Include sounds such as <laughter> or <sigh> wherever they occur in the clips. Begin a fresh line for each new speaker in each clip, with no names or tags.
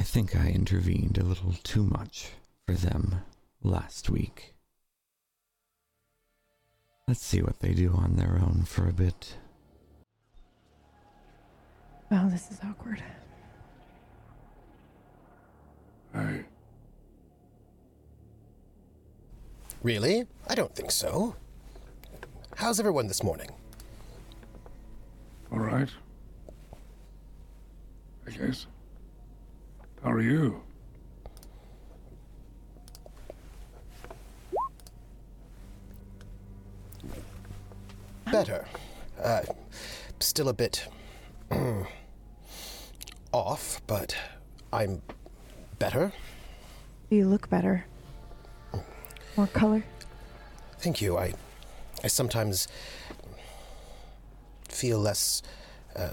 think I intervened a little too much for them last week. Let's see what they do on their own for a bit.
Wow, this is awkward.
Hey,
Really? I don't think so. How's everyone this morning?
all right. I guess. How are you?
Better. Uh, still a bit <clears throat> off, but I'm better.
You look better. More color.
Thank you. I, I sometimes feel less uh,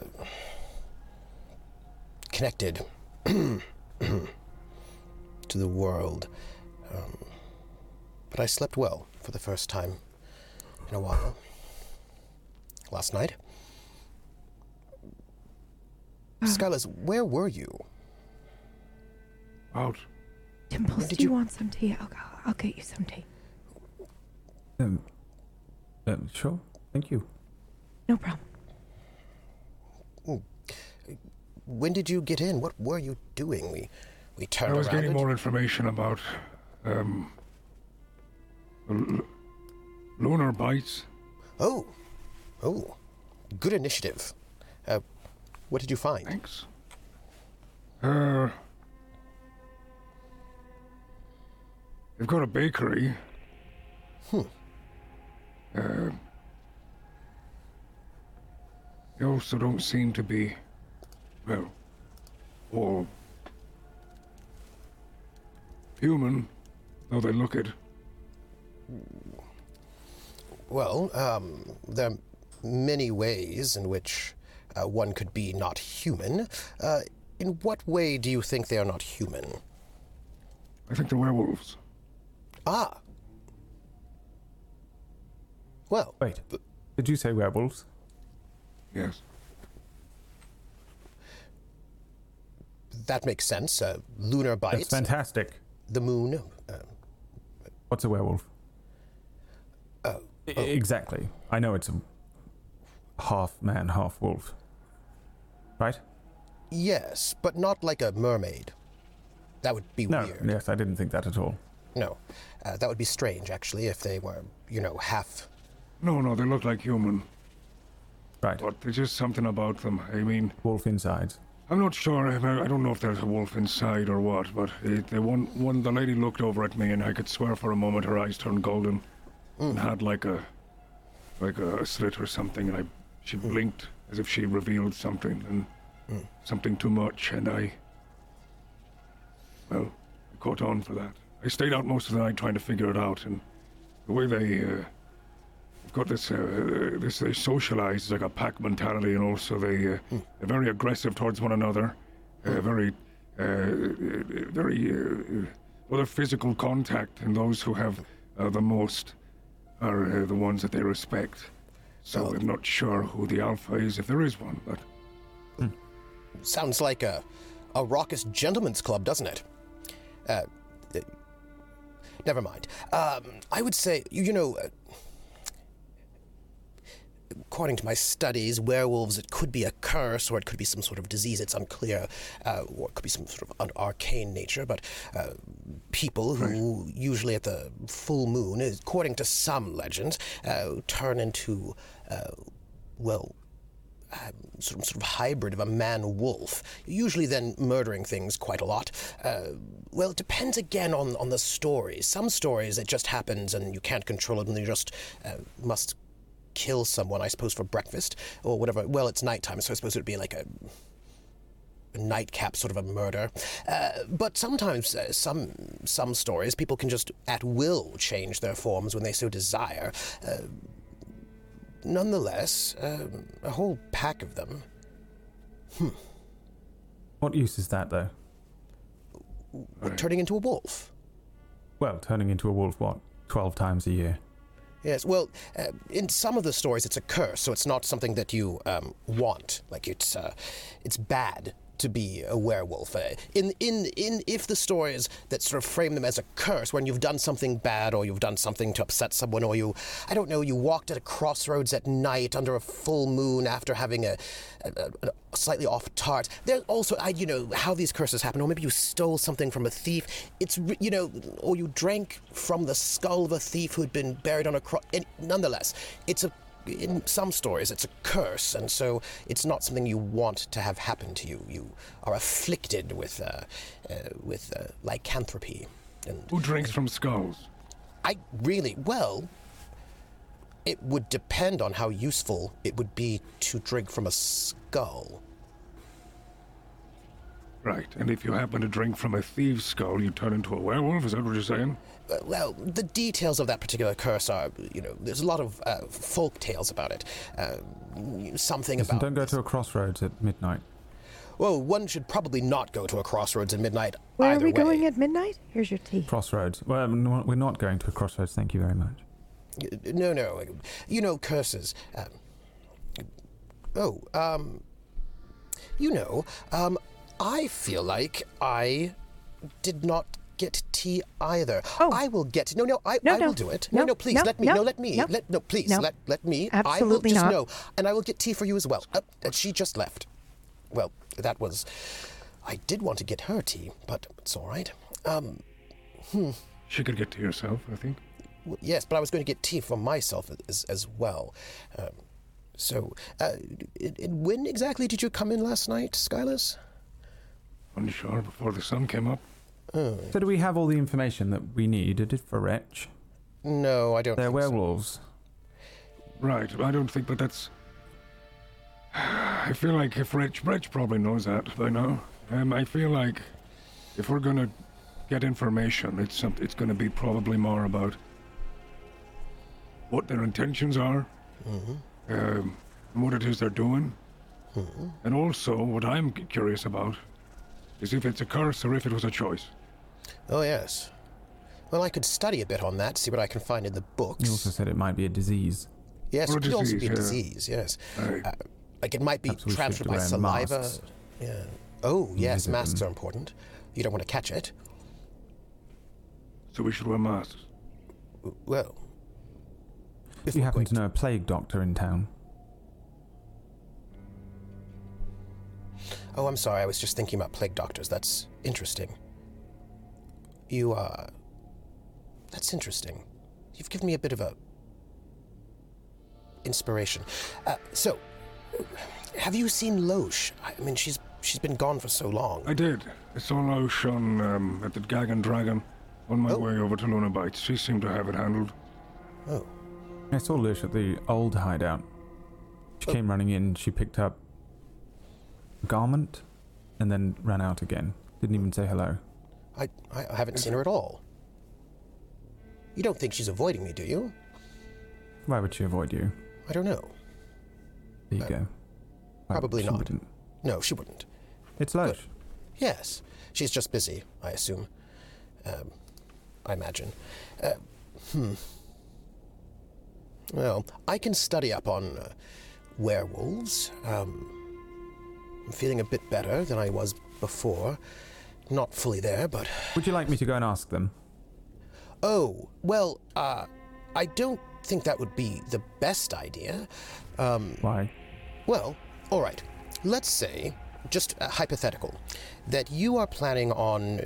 connected <clears throat> to the world. Um, but I slept well for the first time in a while. Last night.
Ah.
Skylas, where were you?
Out.
Dimples, do
Did
you,
you-
want some tea? I'll, go, I'll get you some tea.
Um, uh, sure. Thank you.
No problem.
When did you get in? What were you doing? We, we turned
I was
around.
getting
and-
more information about um, l- lunar bites.
Oh, oh, good initiative. Uh, what did you find?
Thanks. Uh, they've got a bakery.
Hmm.
Uh, they also don't seem to be, well, all human, though they look it.
Well, um, there are many ways in which uh, one could be not human. Uh, in what way do you think they are not human?
I think the werewolves.
Ah. Well,
Wait. Did you say werewolves?
Yes.
that makes sense. Uh, lunar
That's
bites,
fantastic.
the moon. Uh,
What's a werewolf?
Uh, oh.
E- Exactly. I know it's a half man, half wolf. Right?
yes, but not like a mermaid. That would be
No.
weird.
Yes, I didn't think that at all.
No, uh, that would be strange, actually, if they were, you know, half.
No, no, they look like human,
Right.
but there's just something about them. I mean,
Wolf insides.
I'm not sure. I I don't know if there's a wolf inside or what, but it, the one, one, the lady looked over at me, and I could swear for a moment her eyes turned golden, and had like a, like a slit or something, and I, she blinked as if she revealed something and something too much, and I, well, I caught on for that. I stayed out most of the night trying to figure it out, and the way they. Uh, They've got this, uh, this they socialize like a pack mentality, and also they uh, are very aggressive towards one another, uh, very, uh, uh, very, uh, well, their physical contact, and those who have uh, the most are uh, the ones that they respect. So
Oh.
I'm not sure who the alpha is, if there is one, but
Sounds like a, a raucous gentleman's club, doesn't it? Uh, th- never mind. Um, I would say, you, you know, uh, according to my studies, werewolves, it could be a curse or it could be some sort of disease. It's unclear. Uh, or it could be some sort of an arcane nature. But uh, people who, usually at the full moon, according to some legends, uh, turn into, uh, well, sort of, sort of hybrid of a man wolf, usually then murdering things quite a lot. Uh, well, it depends again on, on the stories. Some stories it just happens and you can't control it and you just uh, must kill someone, I suppose, for breakfast or whatever. Well, it's nighttime, so I suppose it would be like a. a Nightcap, sort of a murder, uh, but sometimes uh, some some stories people can just at will change their forms when they so desire. Uh, nonetheless, um, a whole pack of them.
What use is that, though?
Right.
turning into a wolf.
Well, turning into a wolf, what? 12 times a year.
Yes, well, uh, in some of the stories, it's a curse, so it's not something that you um, want. Like it's, uh, it's bad to be a werewolf. Uh, in in in if the stories that sort of frame them as a curse, when you've done something bad or you've done something to upset someone, or you, I don't know, you walked at a crossroads at night under a full moon after having a, a, a- a slightly off tart. There's also I you know how these curses happen, or maybe you stole something from a thief. It's re- you know, or you drank from the skull of a thief who had been buried on a cross. Nonetheless, it's a in some stories it's a curse and so it's not something you want to have happen to you you are afflicted with uh, uh, with uh, lycanthropy and
Who drinks from skulls?
i really well it would depend on how useful it would be to drink from a skull
Right, and if you happen to drink from a thieve's skull, you turn into a werewolf? Is that what you're saying?
Uh, well, the details of that particular curse are, you know, there's a lot of uh, folk tales about it. Uh, something
Listen,
about.
don't go to a crossroads at midnight.
Well, one should probably not go to a crossroads at midnight.
Where
either
are we
way.
going at midnight? Here's your tea.
Crossroads. Well, no, we're not going to a crossroads. Thank you very much.
No, no. You know curses. Um, oh, um, you know, um, I feel like I did not get tea either.
Oh.
I will get. No, no. I,
No,
I
no.
will do it. No,
No,
no. Please
no,
let me.
no,
No, let me.
no,
let no. Please
no.
let let me.
Absolutely
I will just
not.
know, and I will get tea for you as well. Uh, and she just left. Well, that was. I did want to get her tea, but it's all right. Um,
She could get to yourself, I think.
W- Yes, but I was going to get tea for myself as, as well. Um, so, uh, it, it- when exactly did you come in last night, Skylus?
Unsure before the sun came up.
So, do we have all the information that we needed for Wretch?
No, I don't.
They're
think so.
werewolves.
Right, I don't think, but that's. <sighs> I feel like if Rich, Rich probably knows that by now. Um, I feel like if we're gonna get information, it's some, it's gonna be probably more about what their intentions are, um, and what it is they're doing, and also what I'm c- curious about is if it's a curse or if it was a choice.
Oh yes. Well, I could study a bit on that, see what I can find in the books.
You also said it might be a disease.
yes,
Or
it
a
could also
disease,
be a
yeah.
disease. Yes,
Right.
uh, like it might be
Perhaps we should
transferred by
wear
saliva.
masks.
Yeah. Oh yes,
visit
masks
them.
are important. You don't want to catch it.
So we should wear masks.
W- Well, if
Do you
we're
happen
going
to know a plague doctor in town?
Oh, I'm sorry. I was just thinking about plague doctors. That's interesting. You, uh. That's interesting. You've given me a bit of a. inspiration. Uh, so, have you seen Loesch? I mean, she's she's been gone for so long.
I did. I saw Loesch on um, at the Gag and Dragon on my
Oh.
way over to Luna Bites. She seemed to have it handled.
Oh,
I saw Lish at the old hideout. She
Oh.
came running in, she picked up a garment, and then ran out again. Didn't even say hello.
I, I I haven't seen her at all. You don't think she's avoiding me, do you?
Why would she avoid you?
I don't know.
There you
Uh,
go. Why would-
probably
she
not.
wouldn't.
No, she wouldn't.
It's Loesch.
Yes, she's just busy, I assume. Um, I imagine. Uh, hmm. Well, I can study up on uh, werewolves. Um, I'm feeling a bit better than I was before. Not fully there, but
Would you like me to go and ask them?
Oh, well, uh, I don't think that would be the best idea. Um,
Why?
well, all right. Let's say, just uh, hypothetical, that you are planning on uh,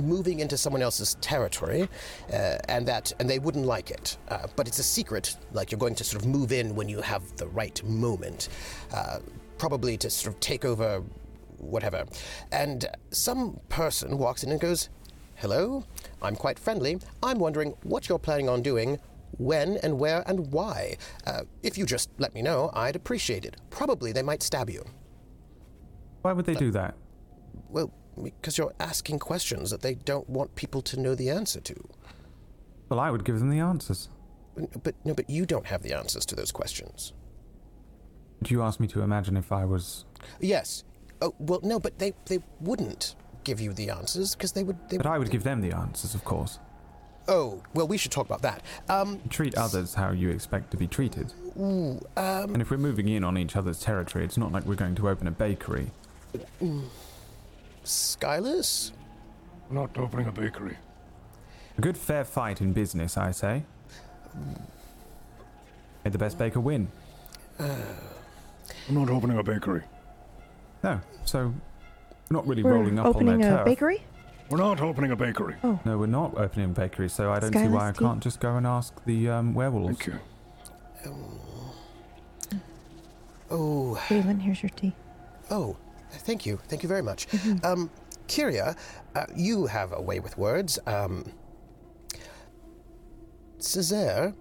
moving into someone else's territory, uh, and that and they wouldn't like it. Uh, but it's a secret. Like you're going to sort of move in when you have the right moment, uh, probably to sort of take over, whatever. And some person walks in and goes, "Hello, I'm quite friendly. I'm wondering what you're planning on doing." when and where and why. Uh, if you just let me know, I'd appreciate it. Probably they might stab you.
Why would they do that?
Well, because you're asking questions that they don't want people to know the answer to.
Well, I would give them the answers.
But no, but you don't have the answers to those questions.
Would you ask me to imagine if I was.
Yes. Oh well, no, but they they wouldn't give you the answers because they would. They
But I would give them the answers, of course.
Oh well, we should talk about that. Um.
Treat others how you expect to be treated.
Ooh, um.
And if we're moving in on each other's territory, it's not like we're going to open a bakery.
Skylus?
We're not opening a bakery.
A good fair fight in business, I say. May the best baker win.
I'm not opening a bakery.
No, so not really
We're
rolling up on
opening
their
a
turf.
bakery.
We're not opening a bakery.
No, we're not opening a bakery, so I don't see why I
Skylar's tea.
can't just go and ask the um, werewolves.
Thank you.
Oh,
Galen, here's your tea.
oh, thank you. Thank you very much. Um, Kyria, uh, you have a way with words. Um, Cesare,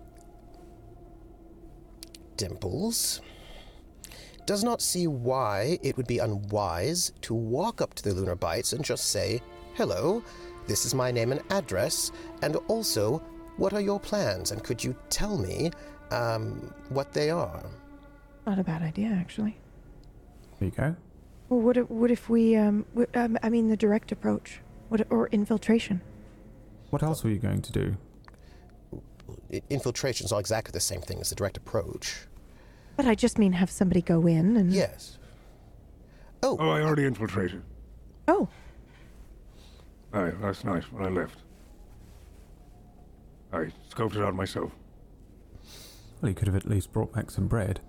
Dimples, does not see why it would be unwise to walk up to the Lunar Bites and just say, Hello, this is my name and address, and also, what are your plans, and could you tell me um, what they are?
Not a bad idea, actually.
There you go.
Well, what if, what if we? Um, w- um, I mean, the direct approach, what, or infiltration.
What else were you going to do?
I- Infiltration's not exactly the same thing as the direct approach.
But I just mean have somebody go in and.
Yes.
Oh, I already infiltrated.
Oh,
Aye, last night when I left. I scoped it out myself.
Well, you could have at least brought back some bread.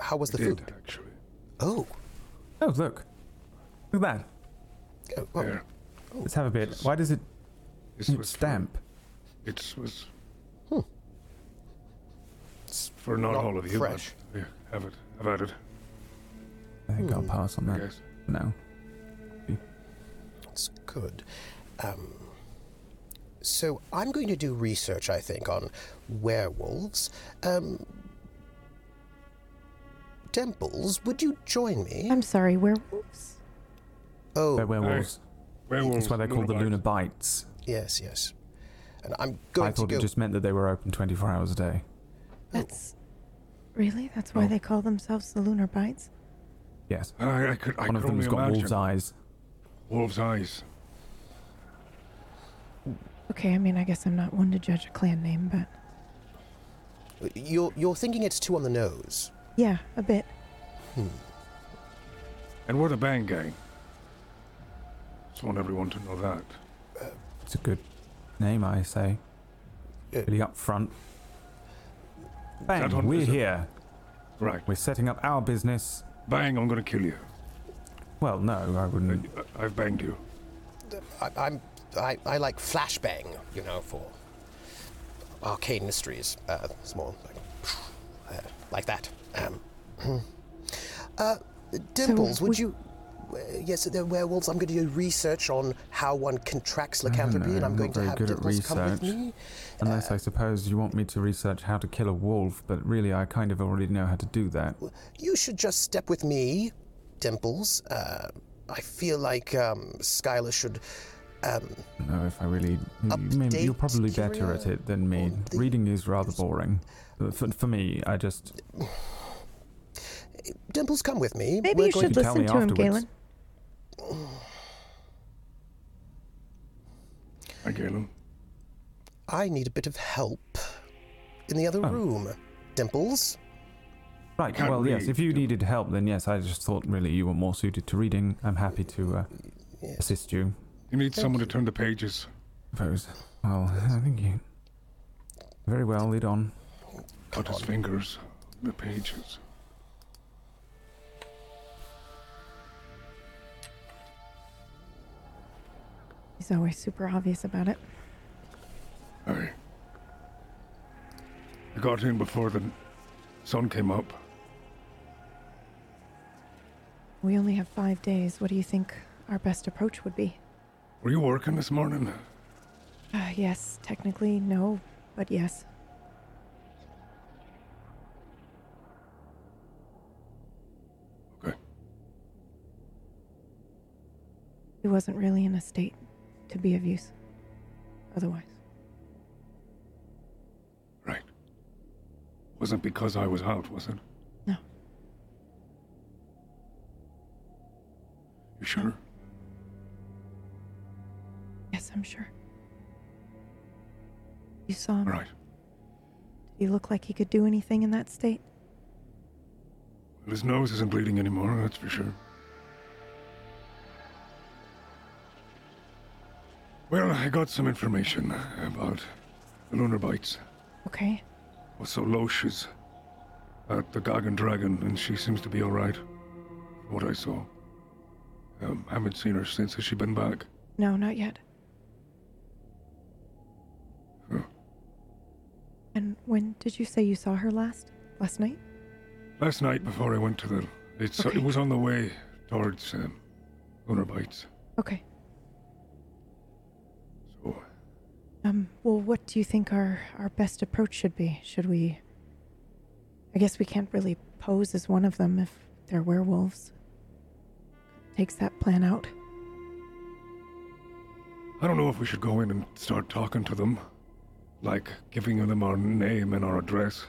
How was the
Did,
food?
actually.
Oh,
Oh, look. Look at
uh, well,
There.
that. Let's have a bit. Why does it
This
it
was for-
stamp?
It was
Hmm.
It's for not,
not
all of you. but
fresh.
Here, have it. Have at it.
I think
Hmm.
I'll pass on
I
that
guess.
for now.
it's good. Um, so I'm going to do research, I think, on werewolves. Um, Temples, would you join me?
Um,
I'm sorry, werewolves.
They're
oh,
werewolves.
Werewolves.
That's why they're called the Lunar
lunar.
Bites.
yes, yes. And I'm
I
going to
thought
go.
it just meant that they were open 24 hours a day.
That's really. That's why
Oh.
they call themselves the Lunar Bites.
Yes.
I, I could. I
One of
could
them's
only
got
imagine.
wolves' eyes.
Wolves' eyes.
Okay, I mean, I guess I'm not one to judge a clan name, but
You're you're thinking it's too on the nose.
yeah, a bit.
And we're the Bang Gang. Just want everyone to know that.
It's a good name, I say.
Yeah.
Really up front.
That one
Bang, we're
is a-
here.
Right.
We're setting up our business.
Bang, I'm gonna kill you.
Well, no, I wouldn't.
I- I've banged you.
I, I'm I, I like flashbang, you know, for arcane mysteries. Uh, small, like, uh, like that. Um, <clears throat> uh, Dimples, would
would-
you? Uh, yes, they're werewolves. I'm going to do research on how one contracts lycanthropy,
know,
and I'm
I'm
going
not
to
very
have
good at
Dimples come with
research.
me.
Unless I suppose you want me to research how to kill a wolf, but really I kind of already know how to do that.
You should just step with me, Dimples. Uh, I feel like um, Skylar should. Um,
I don't know if I really. Maybe you're
Update
probably better
Kyria
at it than me.
on the-
Reading is rather boring. Uh, For, for me, I just.
Dimples, come with me.
Maybe
We're
you
going
should
You tell
listen
me
to him,
afterwards.
Galen.
Hi, Galen.
I need a bit of help in the other
Oh.
room. Dimples?
Right,
Can't
well, yes,
read.
if you needed help, then yes, I just thought really you were more suited to reading. I'm happy to uh, assist you.
You need someone to turn the pages.
Suppose. Well, <laughs> I think you. Very well, lead on.
Cut his fingers. The pages.
He's always super obvious about it.
I. I got in before the sun came up.
We only have five days. What do you think our best approach would be?
Were you working this morning?
Uh, yes, technically, no, but yes.
Okay.
He wasn't really in a state to be of use otherwise.
Right. Wasn't because I was out, was it?
No.
You sure?
Yes, I'm sure. You saw him.
All right.
Did he look like he could do anything in that state?
Well, his nose isn't bleeding anymore, that's for sure. Well, I got some information about the Lunar Bites.
Okay.
Also, Loesch is at the Gargan Dragon, and she seems to be alright, from what I saw. Um, haven't seen her since. Has she been back?
No, not yet.
Huh.
And when did you say you saw her last? Last night?
Last night before I went to the. It's,
Okay.
It was on the way towards um, Lunar Bites.
Okay.
So,
Um, well, what do you think our, our best approach should be? Should we. I guess we can't really pose as one of them if they're werewolves. Takes that plan out.
I don't know if we should go in and start talking to them. Like, giving them our name and our address.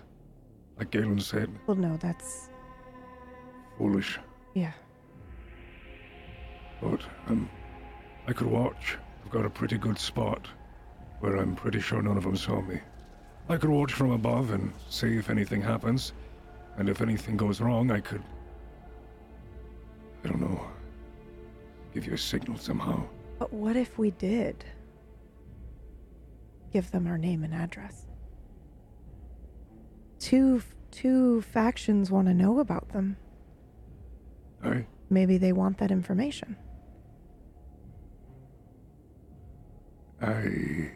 Like Galen said,
Well, no, that's.
foolish.
Yeah.
But, um, I could watch. I've got a pretty good spot where I'm pretty sure none of them saw me. I could watch from above and see if anything happens. And if anything goes wrong, I could. I don't know. Give you a signal somehow.
But what if we did give them our name and address? Two two factions want to know about them.
Aye?
Maybe they want that information.
I.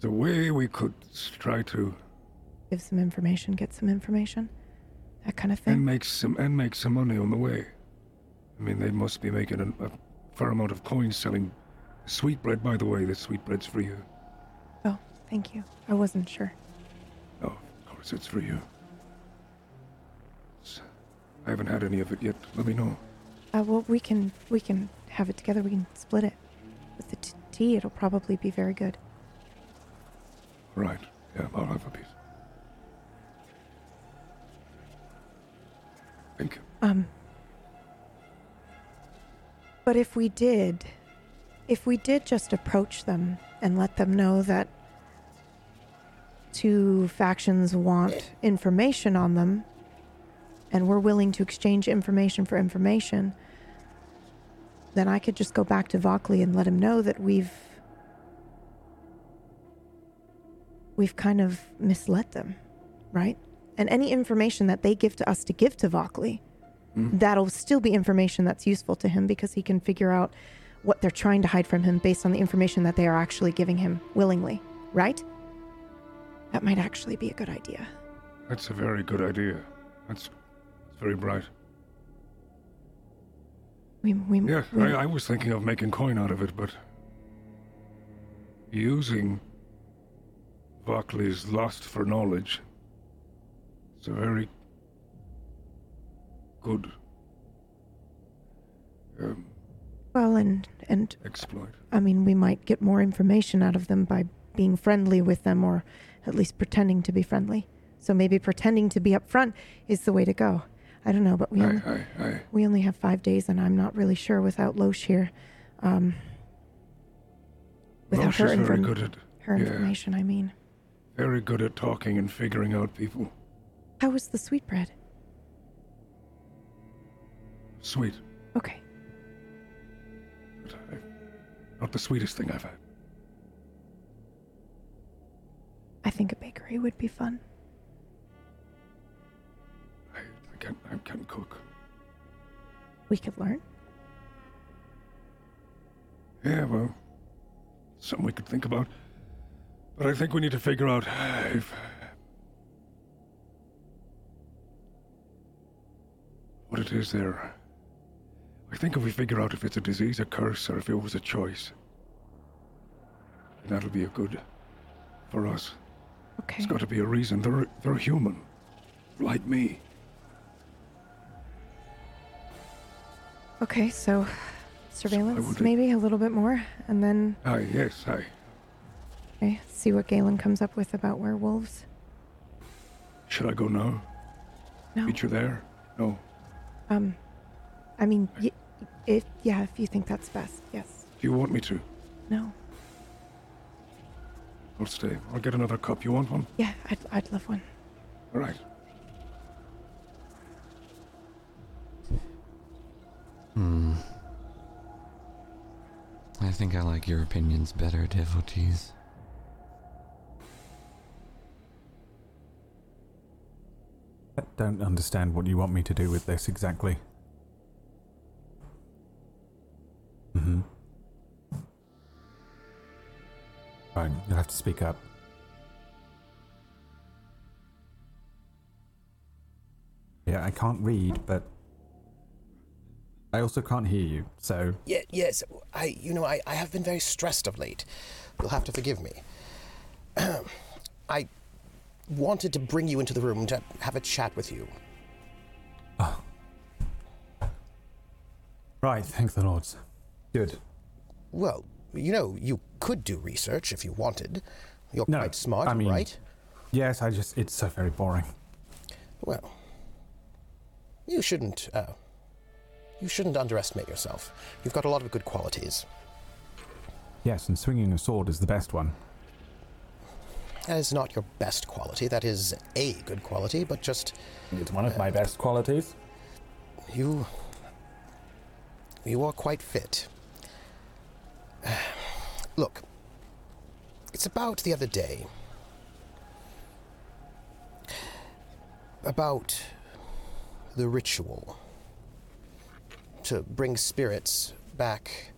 The way we could s- try to
Give some information, get some information, that kind of
and
thing.
make some and make some money on the way. I mean, they must be making a, a fair amount of coins selling sweetbread. By the way, the sweetbread's for you.
Oh, thank you. I wasn't sure.
Oh, of course, it's for you. It's- I haven't had any of it yet. Let me know.
Uh, well, we can we can have it together. We can split it. With the t- tea, it'll probably be very good.
Right. Yeah, I'll have a piece. Thank you.
Um. But if we did, if we did just approach them and let them know that two factions want information on them, and we're willing to exchange information for information, then I could just go back to Vockley and let him know that we've we've kind of misled them, right? And any information that they give to us to give to Vockley, that'll still be information that's useful to him because he can figure out what they're trying to hide from him based on the information that they are actually giving him willingly, right? That might actually be a good idea.
That's a very good idea. That's, that's very bright.
We, we,
Yeah,
we-
I, I was thinking of making coin out of it, but using Barclay's lust for knowledge its a very good um,
well, and and
exploit.
I mean, we might get more information out of them by being friendly with them, or at least pretending to be friendly. So maybe pretending to be up front is the way to go. I don't know, but we
Aye,
only,
aye, aye.
we only have five days, and I'm not really sure without Loesch here. Um, without
Roche
her,
is very
inform-
good at
her
yeah.
information, I mean.
very good at talking and figuring out people.
How was the sweetbread?
Sweet,
Okay.
but I, not the sweetest thing I've had.
I think a bakery would be fun.
I, I can't, I can't cook.
We could learn.
Yeah, well, something we could think about. But I think we need to figure out if. What it is there. I think if we figure out if it's a disease, a curse, or if it was a choice, then that'll be a good for us.
Okay.
It's got to be a reason. They're they're human, like me.
Okay, so
I
surveillance,
would-
maybe a little bit more, and then
Aye, yes, aye.
okay, see what Galen comes up with about werewolves.
Should I go now?
No.
Meet you there? No.
Um, I mean, y- if yeah, if you think that's best, yes.
Do you want me to?
No.
I'll stay. I'll get another cup. You want one?
Yeah, I'd I'd love one.
All right.
Hmm. I think I like your opinions better, devotees.
I don't understand what you want me to do with this exactly. Mm-hmm. Fine, you'll have to speak up. Yeah, I can't read, but I also can't hear you, so
Yeah, yes, I, you know, I, I have been very stressed of late. You'll have to forgive me. <clears throat> I wanted to bring you into the room to have a chat with you.
Right, thank the Lords. Good.
Well, you know, you could do research if you wanted. You're
No,
quite smart,
I mean-
right?
Yes, I just it's so very boring.
Well, you shouldn't. Uh, you shouldn't underestimate yourself. You've got a lot of good qualities.
Yes, and swinging a sword is the best one.
That is not your best quality. That is a good quality, but just
It's one of my best qualities.
you. You are quite fit. <sighs> Look, it's about the other day. About the ritual to bring spirits back.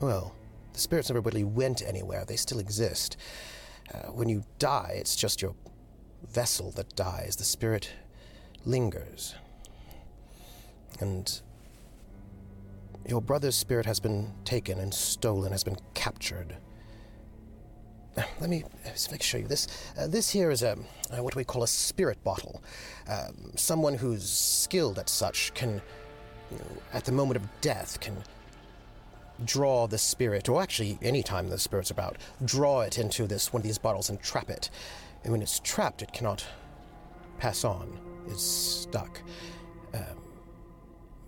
Well, the spirits never really went anywhere, they still exist. Uh, when you die, it's just your vessel that dies, the spirit lingers. And your brother's spirit has been taken and stolen, has been captured. <sighs> Let me just make show you this. Uh, this here is a uh, what we call a spirit bottle. Um, someone who's skilled at such can, you know, at the moment of death, can draw the spirit, or actually any time the spirit's about, draw it into this one of these bottles and trap it. And when it's trapped, it cannot pass on. It's stuck. Um,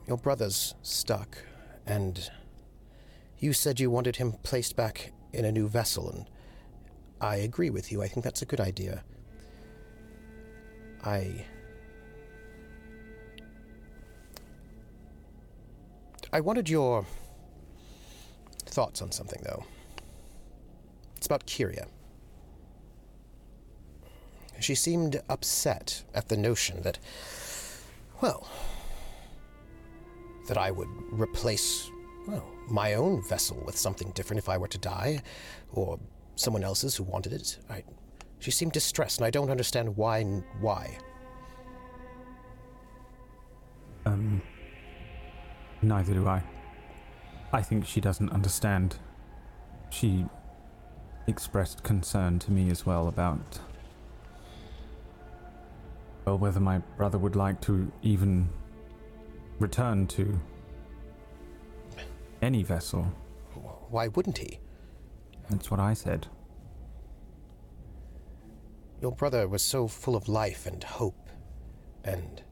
your brother's stuck, and you said you wanted him placed back in a new vessel, and I agree with you. I think that's a good idea. I. I wanted your thoughts on something, though. It's about Kyria. She seemed upset at the notion that, well, that I would replace, well, my own vessel with something different if I were to die, or someone else's who wanted it. I, she seemed distressed, and I don't understand why. n- Why?
Um neither do I. I think she doesn't understand. She expressed concern to me as well about well whether my brother would like to even return to any vessel.
Why wouldn't he?
That's what I said.
Your brother was so full of life and hope, and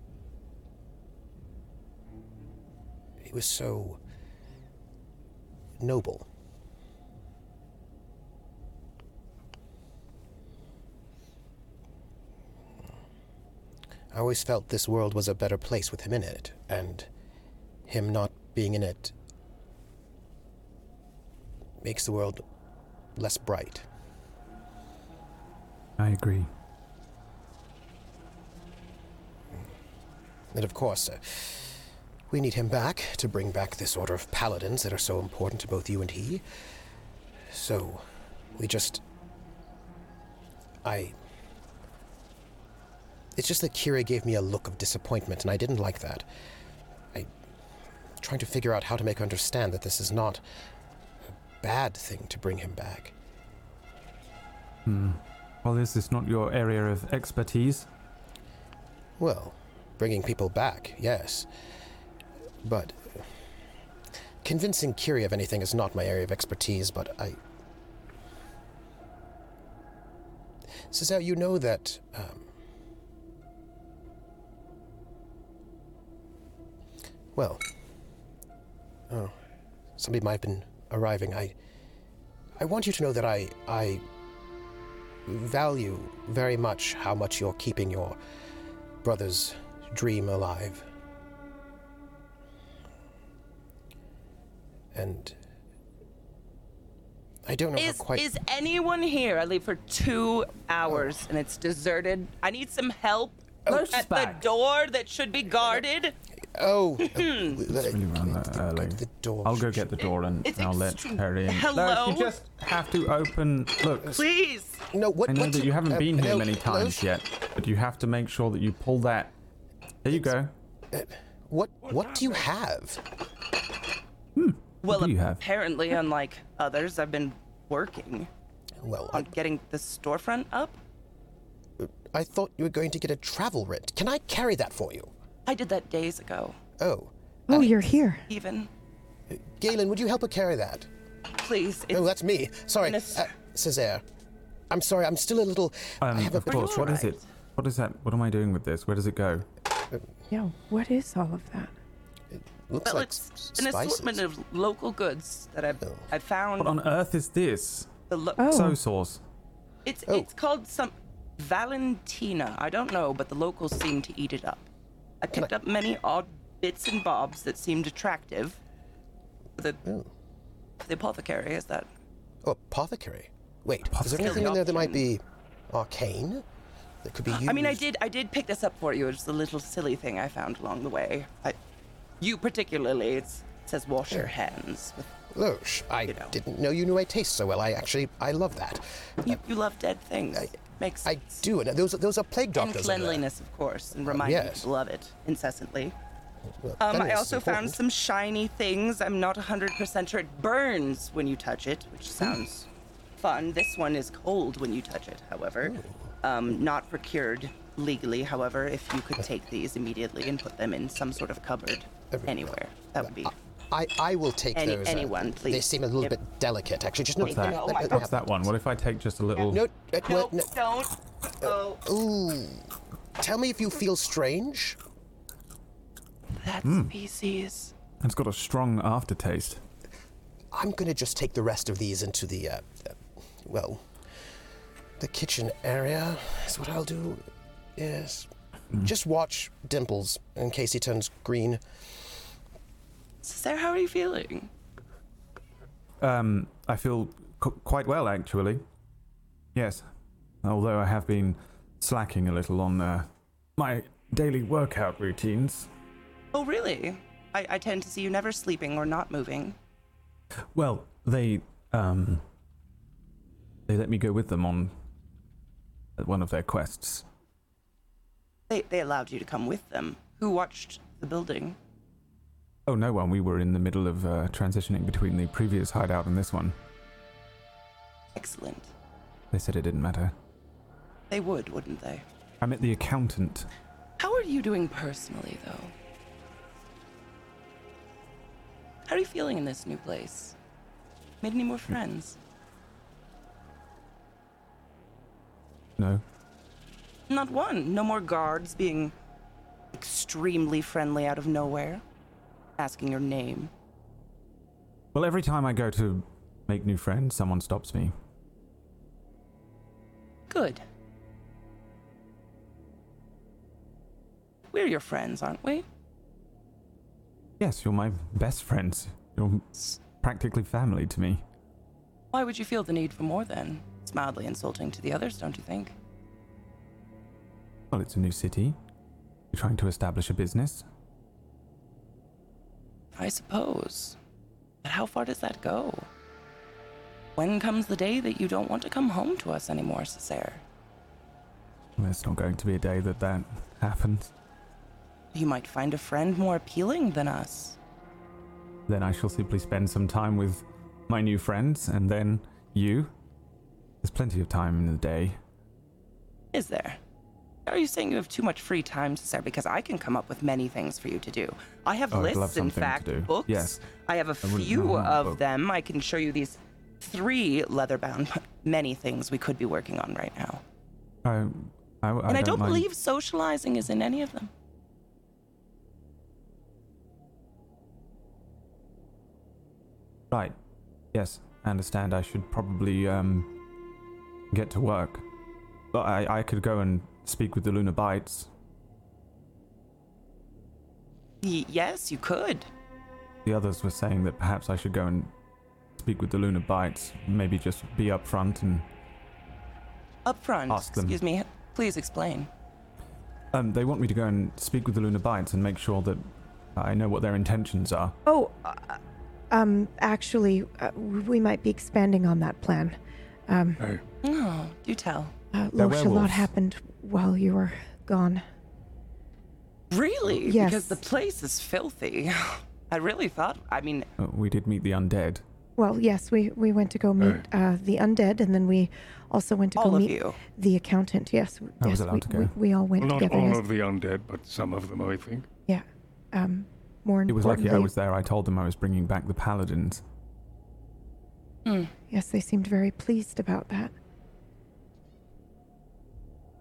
he was so noble. I always felt this world was a better place with him in it, and him not being in it makes the world less bright.
I agree.
And of course, uh, we need him back to bring back this order of paladins that are so important to both you and he. So, we just. I. It's just that Kira gave me a look of disappointment, and I didn't like that. I. Trying to figure out how to make her understand that this is not a bad thing to bring him back.
Hmm. Well, is this not your area of expertise?
Well, bringing people back, yes. But convincing Kiri of anything is not my area of expertise, but I. Cesar, you know that. Um, well. Oh, somebody might have been arriving. I. I want you to know that I. I value very much how much you're keeping your brother's dream alive. and I don't know how
Is
quite.
is anyone here? I leave for two hours and it's deserted. I need some help
Oh,
Lotus
at the
bag.
door that should be guarded. <laughs>
oh, uh, let-
really run
let-
that
go to
early.
the door.
Uh, I'll go get the door and
It's
I'll let
extreme-
Harry in.
Hello?
No, you just have to open. Look,
Please.
No, what?
I know
what
that you haven't
uh,
been here
no,
many
Lois,
times yet, but you have to make sure that you pull that. There you go.
What? What do you have?
Well,
do you have?
apparently, unlike others, I've been working
Well,
on
I,
getting the storefront up.
I thought you were going to get a travel rent. Can I carry that for you?
I did that days ago.
Oh,
Uh,
Oh, you're here.
Even,
Galen, would you help her carry that?
please.
Oh,
It's,
No, that's me. Sorry, uh,
Goodness.
Césaire. I'm sorry. I'm still a little. I
Um,
have a
of course. What is it? What is that? What am I doing with this? Where does it go?
Yeah, what is all of that?
Looks
well,
like
it's
s-
an
spices.
assortment of local goods that I've
Oh.
I found.
What on earth is this?
the lo-
Oh.
So sauce.
It's
Oh.
it's called some Valentina. I don't know, but the locals seem to eat it up. I picked up many odd bits and bobs that seemed attractive. The
Oh.
the apothecary is that
Oh, apothecary. Wait, is there
Apothecary
anything in there that might be arcane? That could be used.
I mean, I did. I did pick this up for you. It's a little silly thing I found along the way. I, you particularly. It's, it says wash your hands. with-
Loesch, I
know.
didn't know you knew I taste so well. I actually, I love that.
You, you love dead things. Makes
I
sense.
do, and those those are plague
And
doctors. in there.
cleanliness, of course, and remind you
yes.
to love it incessantly.
Well,
Um, I
cleanliness is
also found
important.
some shiny things. I'm not 100% sure it burns when you touch it, which sounds fun. This one is cold when you touch it, however. Um, not procured legally, however, if you could take these immediately and put them in some sort of cupboard anywhere, that
Uh,
would be.
I, I will take
Any-
those. uh,
anyone,
They
please.
seem a little
Yep.
bit delicate, actually. Just
What's
no,
that?
no,
my
no,
God.
What's that one? What if I take just a little?
No, uh, well,
Nope,
no. Uh,
don't. Oh,
Ooh, tell me if you feel strange.
that's
Hmm.
species.
It's got a strong aftertaste.
I'm gonna just take the rest of these into the, uh, uh, well, the kitchen area is what I'll do. Yes.
Mm.
Just watch Dimples in case he turns green.
Sarah, how are you feeling?
Um, I feel qu- quite well actually. Yes, although I have been slacking a little on uh, my daily workout routines.
Oh, really? I, I tend to see you never sleeping or not moving.
Well, they um they let me go with them on one of their quests.
They, they allowed you to come with them. Who watched the building?
Oh, no one. We were in the middle of uh, transitioning between the previous hideout and this one.
Excellent.
They said it didn't matter.
They would, wouldn't they?
I met the accountant.
How are you doing personally, though? How are you feeling in this new place? Made any more friends?
No.
Not one. No more guards being extremely friendly out of nowhere, asking your name.
Well, every time I go to make new friends, someone stops me.
Good. We're your friends, aren't we?
Yes, you're my best friends. You're practically family to me.
Why would you feel the need for more then? It's mildly insulting to the others, don't you think?
Well, it's a new city. You're trying to establish a business.
I suppose. But how far does that go? When comes the day that you don't want to come home to us anymore, Cesare?
There's not going to be a day that that happens.
You might find a friend more appealing than us.
Then I shall simply spend some time with my new friends, and then you. There's plenty of time in the day.
Is there? Are you saying you have too much free time, Cesare? Because I can come up with many things for you to do. I have
Oh, I'd love
lists, in
something to
fact,
do.
books.
Yes.
I have a
I wouldn't know
few
how to
of
book.
them. I can show you these three leather-bound, many things we could be working on right now.
I, I, I
and I
don't
don't
mind-
believe socializing is in any of them.
Right. Yes, I understand. I should probably um get to work. But I, I could go and speak with the Lunar Bites.
Y- yes, you could.
The others were saying that perhaps I should go and speak with the Lunar Bites, maybe just be upfront and
Up front,
Ask them.
excuse me, please explain.
um, they want me to go and speak with the Lunar Bites and make sure that I know what their intentions are.
Oh, uh, um, actually, uh, we might be expanding on that plan. Um,
Hey,
Oh, do tell.
uh,
They're
Losh, a lot
werewolves.
happened while you were gone.
Really?
Yes.
Because the place is filthy. <sighs> I really thought, I mean,
Uh, we did meet the undead.
Well, yes, we, we went to go meet uh, the undead, and then we also went to
All
go
of
meet
you.
the accountant. Yes, w-
I
yes
was allowed
we,
to go.
We, we all went
well, not
together.
all
yes.
of the undead, but some of them, I think.
yeah. Um, more
It was lucky
importantly,
I was there. I told them I was bringing back the paladins.
yes, they seemed very pleased about that.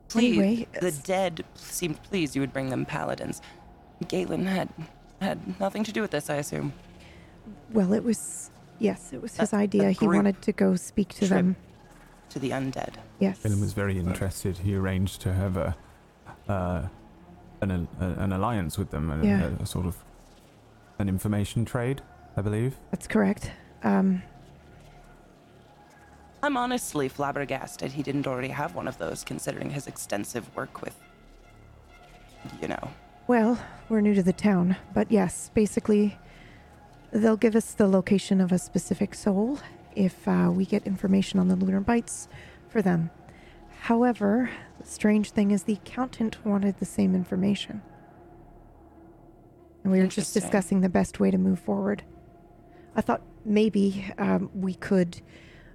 please,
Anyway,
the
it's-
dead seemed pleased you would bring them paladins. Galen had had nothing to do with this, I assume.
Well, it was yes, it was his
a
idea. He
group
wanted to go speak to
trip.
them.
To the undead.
Yes.
Galen was very interested. He arranged to have a uh, an, al- a- an alliance with them, a,
Yeah.
a, a sort of an information trade, I believe.
That's correct. Um,
I'm honestly flabbergasted he didn't already have one of those, considering his extensive work with, you know.
well, we're new to the town, but yes, basically, they'll give us the location of a specific soul if uh, we get information on the lunar bites for them. However, the strange thing is the accountant wanted the same information. And we were just
Interesting.
discussing the best way to move forward. I thought maybe um, we could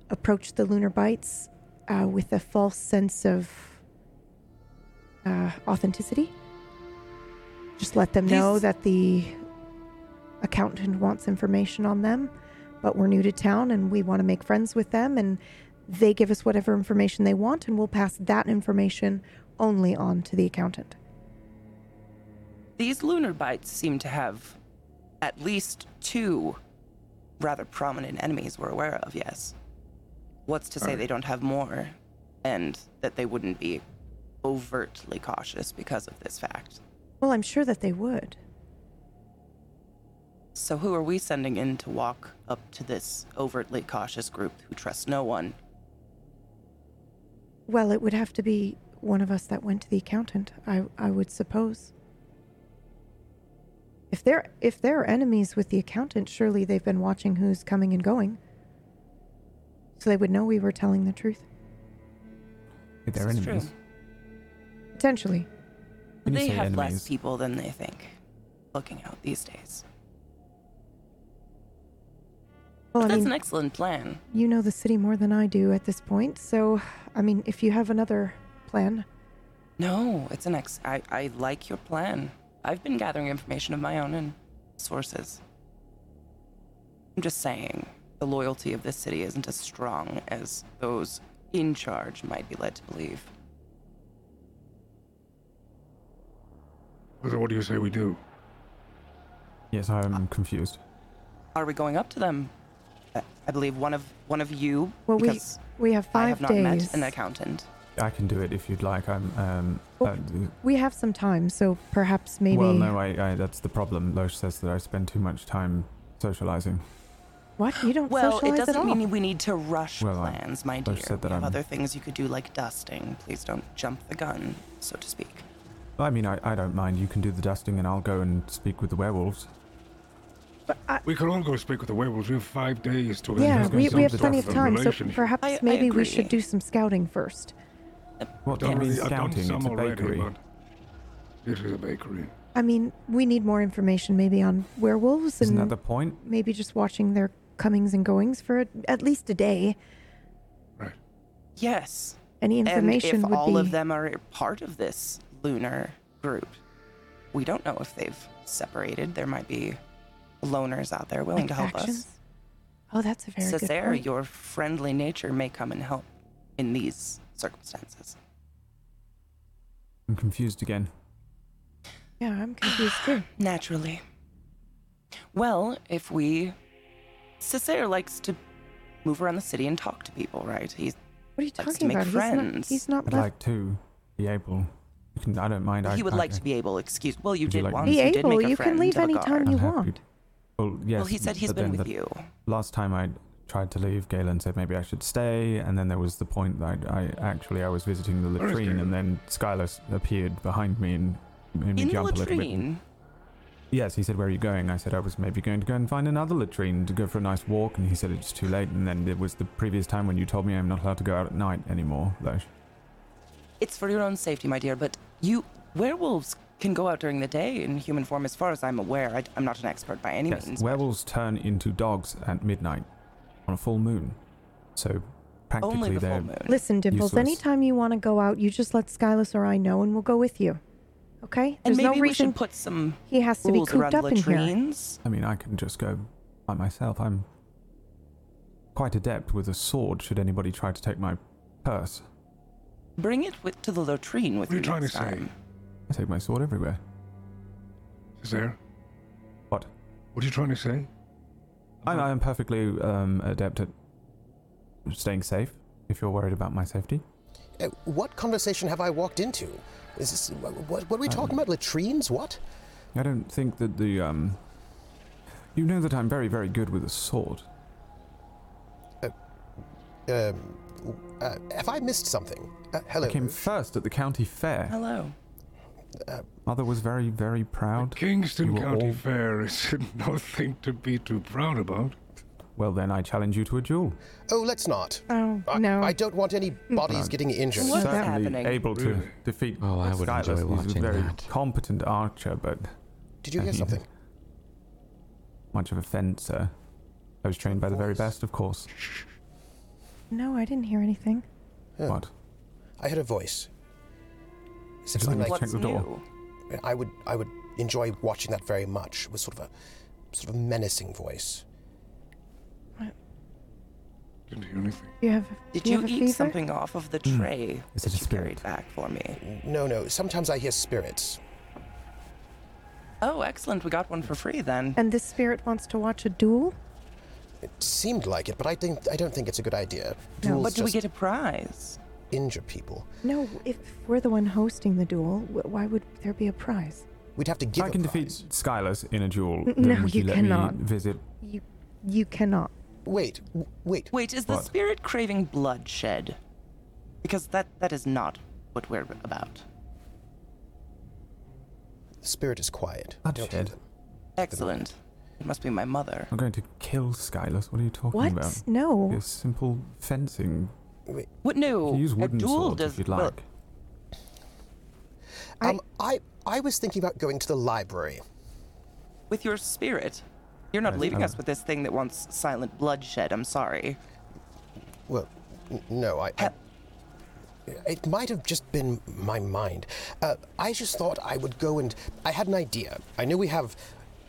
approach the lunar bites uh, with a false sense of uh, authenticity. Just let them know
These-
that the accountant wants information on them, but we're new to town and we want to make friends with them, and they give us whatever information they want, and we'll pass that information only on to the accountant.
These lunar bites seem to have at least two rather prominent enemies we're aware of, yes. What's to say they don't have more and that they wouldn't be overtly cautious because of this fact?
Well, I'm sure that they would.
So, who are we sending in to walk up to this overtly cautious group who trusts no one?
Well, it would have to be one of us that went to the accountant, I, I would suppose. If they're if they're enemies with the accountant, surely they've been watching who's coming and going. So they would know we were telling the truth.
They're
This is
enemies.
true.
Potentially.
When you
they
say
have
enemies-
less people than they think looking out these days.
Well,
but
I
that's
mean,
an excellent plan.
you know the city more than I do at this point, so I mean, if you have another plan,
No, it's an ex. I, I like your plan. I've been gathering information of my own and sources. I'm just saying, the loyalty of this city isn't as strong as those in charge might be led to believe.
So what do you say we do?
Yes, I'm confused.
Are we going up to them? I- I believe one of one of you.
well, we
because
we have five
I have not
days.
met an accountant.
I can do it if you'd like. I'm. Um,
Oh,
uh,
we have some time, so perhaps maybe.
Well, no, I, I. That's the problem. Loesch says that I spend too much time socializing.
What you don't
Well,
socialize
it
at all.
doesn't mean we need to rush
Well, I-
plans, my
I've
dear.
said that
you have
I'm-
other things you could do, like dusting. Please don't jump the gun, so to speak.
I mean, I, I don't mind. You can do the dusting, and I'll go and speak with the werewolves.
But I-
We can all go speak with the werewolves. We have five days to
yeah,
just gonna
we, we
solve
have
the
plenty of
problem.
time, so perhaps
I- I
maybe we should
agree.
do some scouting first.
What do you
Don't
mean
really- I've done
scouting?
some
It's a
already,
bakery.
but It is a bakery.
I mean, we need more information maybe on werewolves
Isn't
and
that the point?
maybe just watching their comings and goings for a, at least a day.
Right.
Yes,
Any
and
information
if
would
all
be
of them are part of this lunar group, we don't know if they've separated. There might be loners out there willing
like
to help
factions. Oh, that's a very
us.
good
Cesare,
point.
your friendly nature may come and help in these circumstances.
I'm confused again.
Yeah, I'm confused too.
Naturally. Well, if we. Cesare likes to move around the city and talk to people, right? He's
What are
<sighs>
you
to
talking
make
about?
friends.
He's not, he's not
I'd
left.
like to be able. You can, I don't mind. I,
he would
I,
like
I,
to be able. Excuse. Well, you
Would you
did
like
once.
me
be
you did
able.
make a
You
friend
can leave
of a
any
guard.
time you
I'm happy
want.
to- Well, yes.
well, he said he's
but
been
then
with
the
you.
Last time I tried to leave, Galen said maybe I should stay, and then there was the point that I, I actually I was visiting the
Where is
latrine,
Galen?
and then Skylar s- appeared behind me and made me
In the
jump a little bit.
latrine.
Yes, he said, Where are you going? I said, I was maybe going to go and find another latrine to go for a nice walk. And he said, It's too late. And then it was the previous time when you told me I'm not allowed to go out at night anymore, though.
It's for your own safety, my dear, but you werewolves can go out during the day in human form, as far as I'm aware. I, am not an expert by any
Yes,
means.
werewolves turn into dogs at midnight on a full moon. So practically
Only the
they're.
full moon.
Listen, Dimples,
Useless.
anytime you want to go out, you just let Skylus or I know and we'll go with you. Okay?
and maybe
no
we
reason
should put some
he has to be
rules
cooped
around
up in here.
latrines.
I mean, I can just go by myself. I'm quite adept with a sword should anybody try to take my purse.
Bring it with, to the latrine with
What are you trying to
next
say?
time.
I take my sword everywhere.
Is there?
What?
What are you trying to say?
Mm-hmm.
I'm, I'm perfectly um, adept at staying safe if you're worried about my safety.
Uh, what conversation have I walked into? Is this, wha- what, what are we talking about? Latrines? What?
I don't think that the um you know that I'm very very good with a sword.
Um, uh, have I missed something? Uh, hello.
I came first at the county fair.
Hello.
Mother was very very proud. You
Kingston
were
County
all-
Fair is <laughs> nothing to be too proud about.
Well then I challenge you to a duel.
Oh, let's not.
Oh,
I,
no.
I don't want any
Hmm.
bodies getting injured.
What's
Certainly
happening?
able to
Really?
defeat
Oh, I would
Skylus.
enjoy
He's a
watching
very
that.
competent archer but
Did you hear
Thank you.
something?
much of a fencer. I was trained by the very best, of course.
No, I didn't hear anything.
Yeah.
What?
Uh, I heard a voice. As if
Is it
I'm
like-
like,
What's
check the door.
new?
I would, I would enjoy watching that very much. It was sort of a, sort of a menacing voice.
Didn't hear anything.
You have.
Did
do
you
have a
eat
fever?
something off of the tray
Hmm. Is
that
it a
you carried
spirit?
back for me?
No, no. Sometimes I hear spirits.
Oh, excellent. We got one for free then.
And this spirit wants to watch a duel?
It seemed like it, but I think I don't think it's a good idea.
No.
Duels
but do we
just
get a prize?
injure people.
No, if we're the one hosting the duel, wh- why would there be a prize?
We'd have to give.
I
a
can defeat
prize.
Skylus in a duel.
N-
then
no,
would
you
let
cannot.
me visit
You, you cannot.
Wait, w- wait.
Wait, is the
What?
spirit craving bloodshed? Because that that is not what we're about.
The spirit is quiet. I don't hear
bloodshed.
them.
Excellent. It must be my mother.
I'm going to kill Skylus. What are you talking
What?
about?
No.
It's simple fencing.
Wait.
What? No.
Use wooden
a duel
swords
does
if you'd
well,
like.
I-
Um, I I was thinking about going to the library.
with your spirit. You're not
Yes,
leaving
I-
us with this thing that wants silent bloodshed. I'm sorry.
Well, n- no, I. I
Hep.
it might have just been my mind. Uh, I just thought I would go and. I had an idea. I knew we have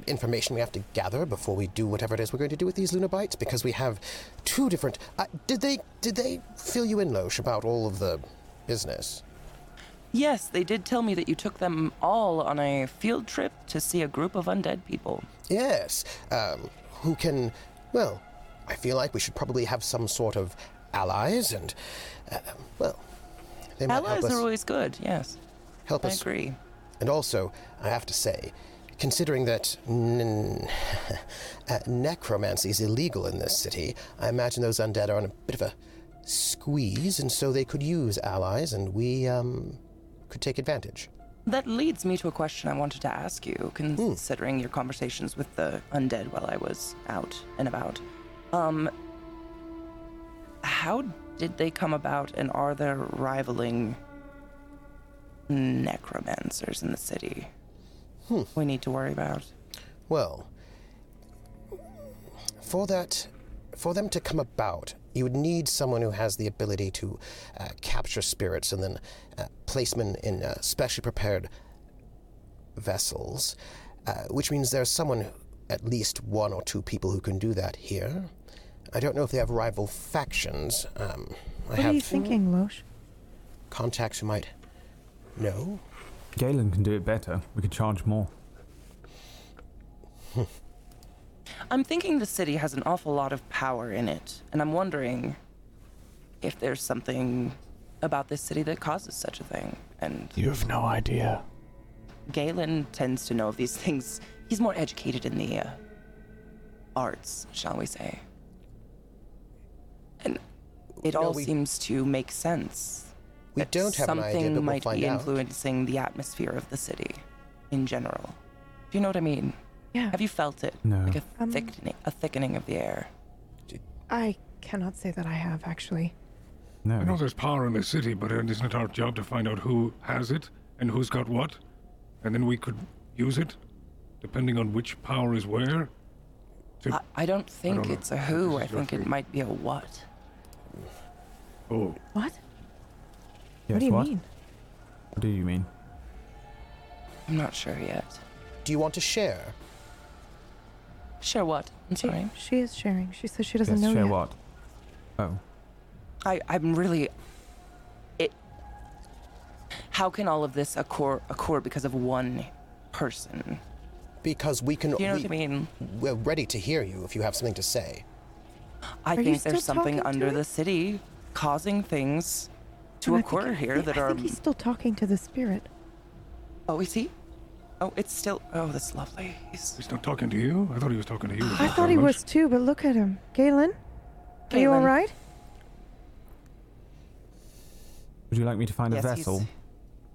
information we have to gather before we do whatever it is we're going to do with these lunabites because we have two different. Uh, did they did they fill you in, Loesch, about all of the business?
Yes, they did tell me that you took them all on a field trip to see a group of undead people.
Yes. Um, who can. Well, I feel like we should probably have some sort of allies and. Uh, well, they might
Allies
help us.
are always good. Yes,
help
I
us
agree.
And also, I have to say, considering that n- <laughs> uh, necromancy is illegal in this city, I imagine those undead are on a bit of a squeeze, and so they could use allies, and we um, could take advantage.
That leads me to a question I wanted to ask you, considering your conversations with the undead while I was out and about. Um, how did they come about, and are there rivaling necromancers in the city we need to worry about?
Well, for that, for them to come about, you would need someone who has the ability to uh, capture spirits and then uh, place them in uh, specially prepared vessels, uh, which means there's someone, at least one or two people who can do that here. I don't know if they have rival factions. Um, I
What are you
have
thinking, Loesch?
contacts who might know.
Galen can do it better. We could charge more.
I'm thinking the city has an awful lot of power in it, and I'm wondering if there's something about this city that causes such a thing. And
You have no idea.
Galen tends to know of these things. He's more educated in the uh, arts, shall we say. And it
No,
all
we-
seems to make sense.
We
that
don't have an
something
idea, but we'll
might
find
be
out.
influencing the atmosphere of the city in general. Do you know what I mean?
Yeah.
Have you felt it?
No.
Like a
Um,
thickening, a thickening of the air.
I cannot say that I have actually.
No.
I know there's power in the city, but it isn't it our job to find out who has it and who's got what? And then we could use it, depending on which power is where. To,
I, I don't think
know.
it's a who.
This
I
is your
think it
thing.
might be a what.
oh,
What?
Yes,
what do you mean?
What do you mean?
I'm not sure yet.
Do you want to share?
Sure what? I'm
She,
sorry.
she is sharing. She says she doesn't
Yes,
know
share
yet.
what? Oh,
I, I'm really. It. How can all of this occur, occur because of one person?
Because we can.
Do you know
we,
what I mean?
We're ready to hear you if you have something to say.
Are
I
you
think
still
there's
talking
something
to
under
him?
the city causing things to
And I
occur
think, I
here
think-
that
I
are.
think he's still talking to the spirit.
Oh, is he? Oh, it's still. Oh, that's lovely. He's,
he's not talking to you? I thought he was talking to you.
I thought he was too, but look at him. Galen, are you all
Galen.
right?
would you like me to find
yes,
a vessel?
He's,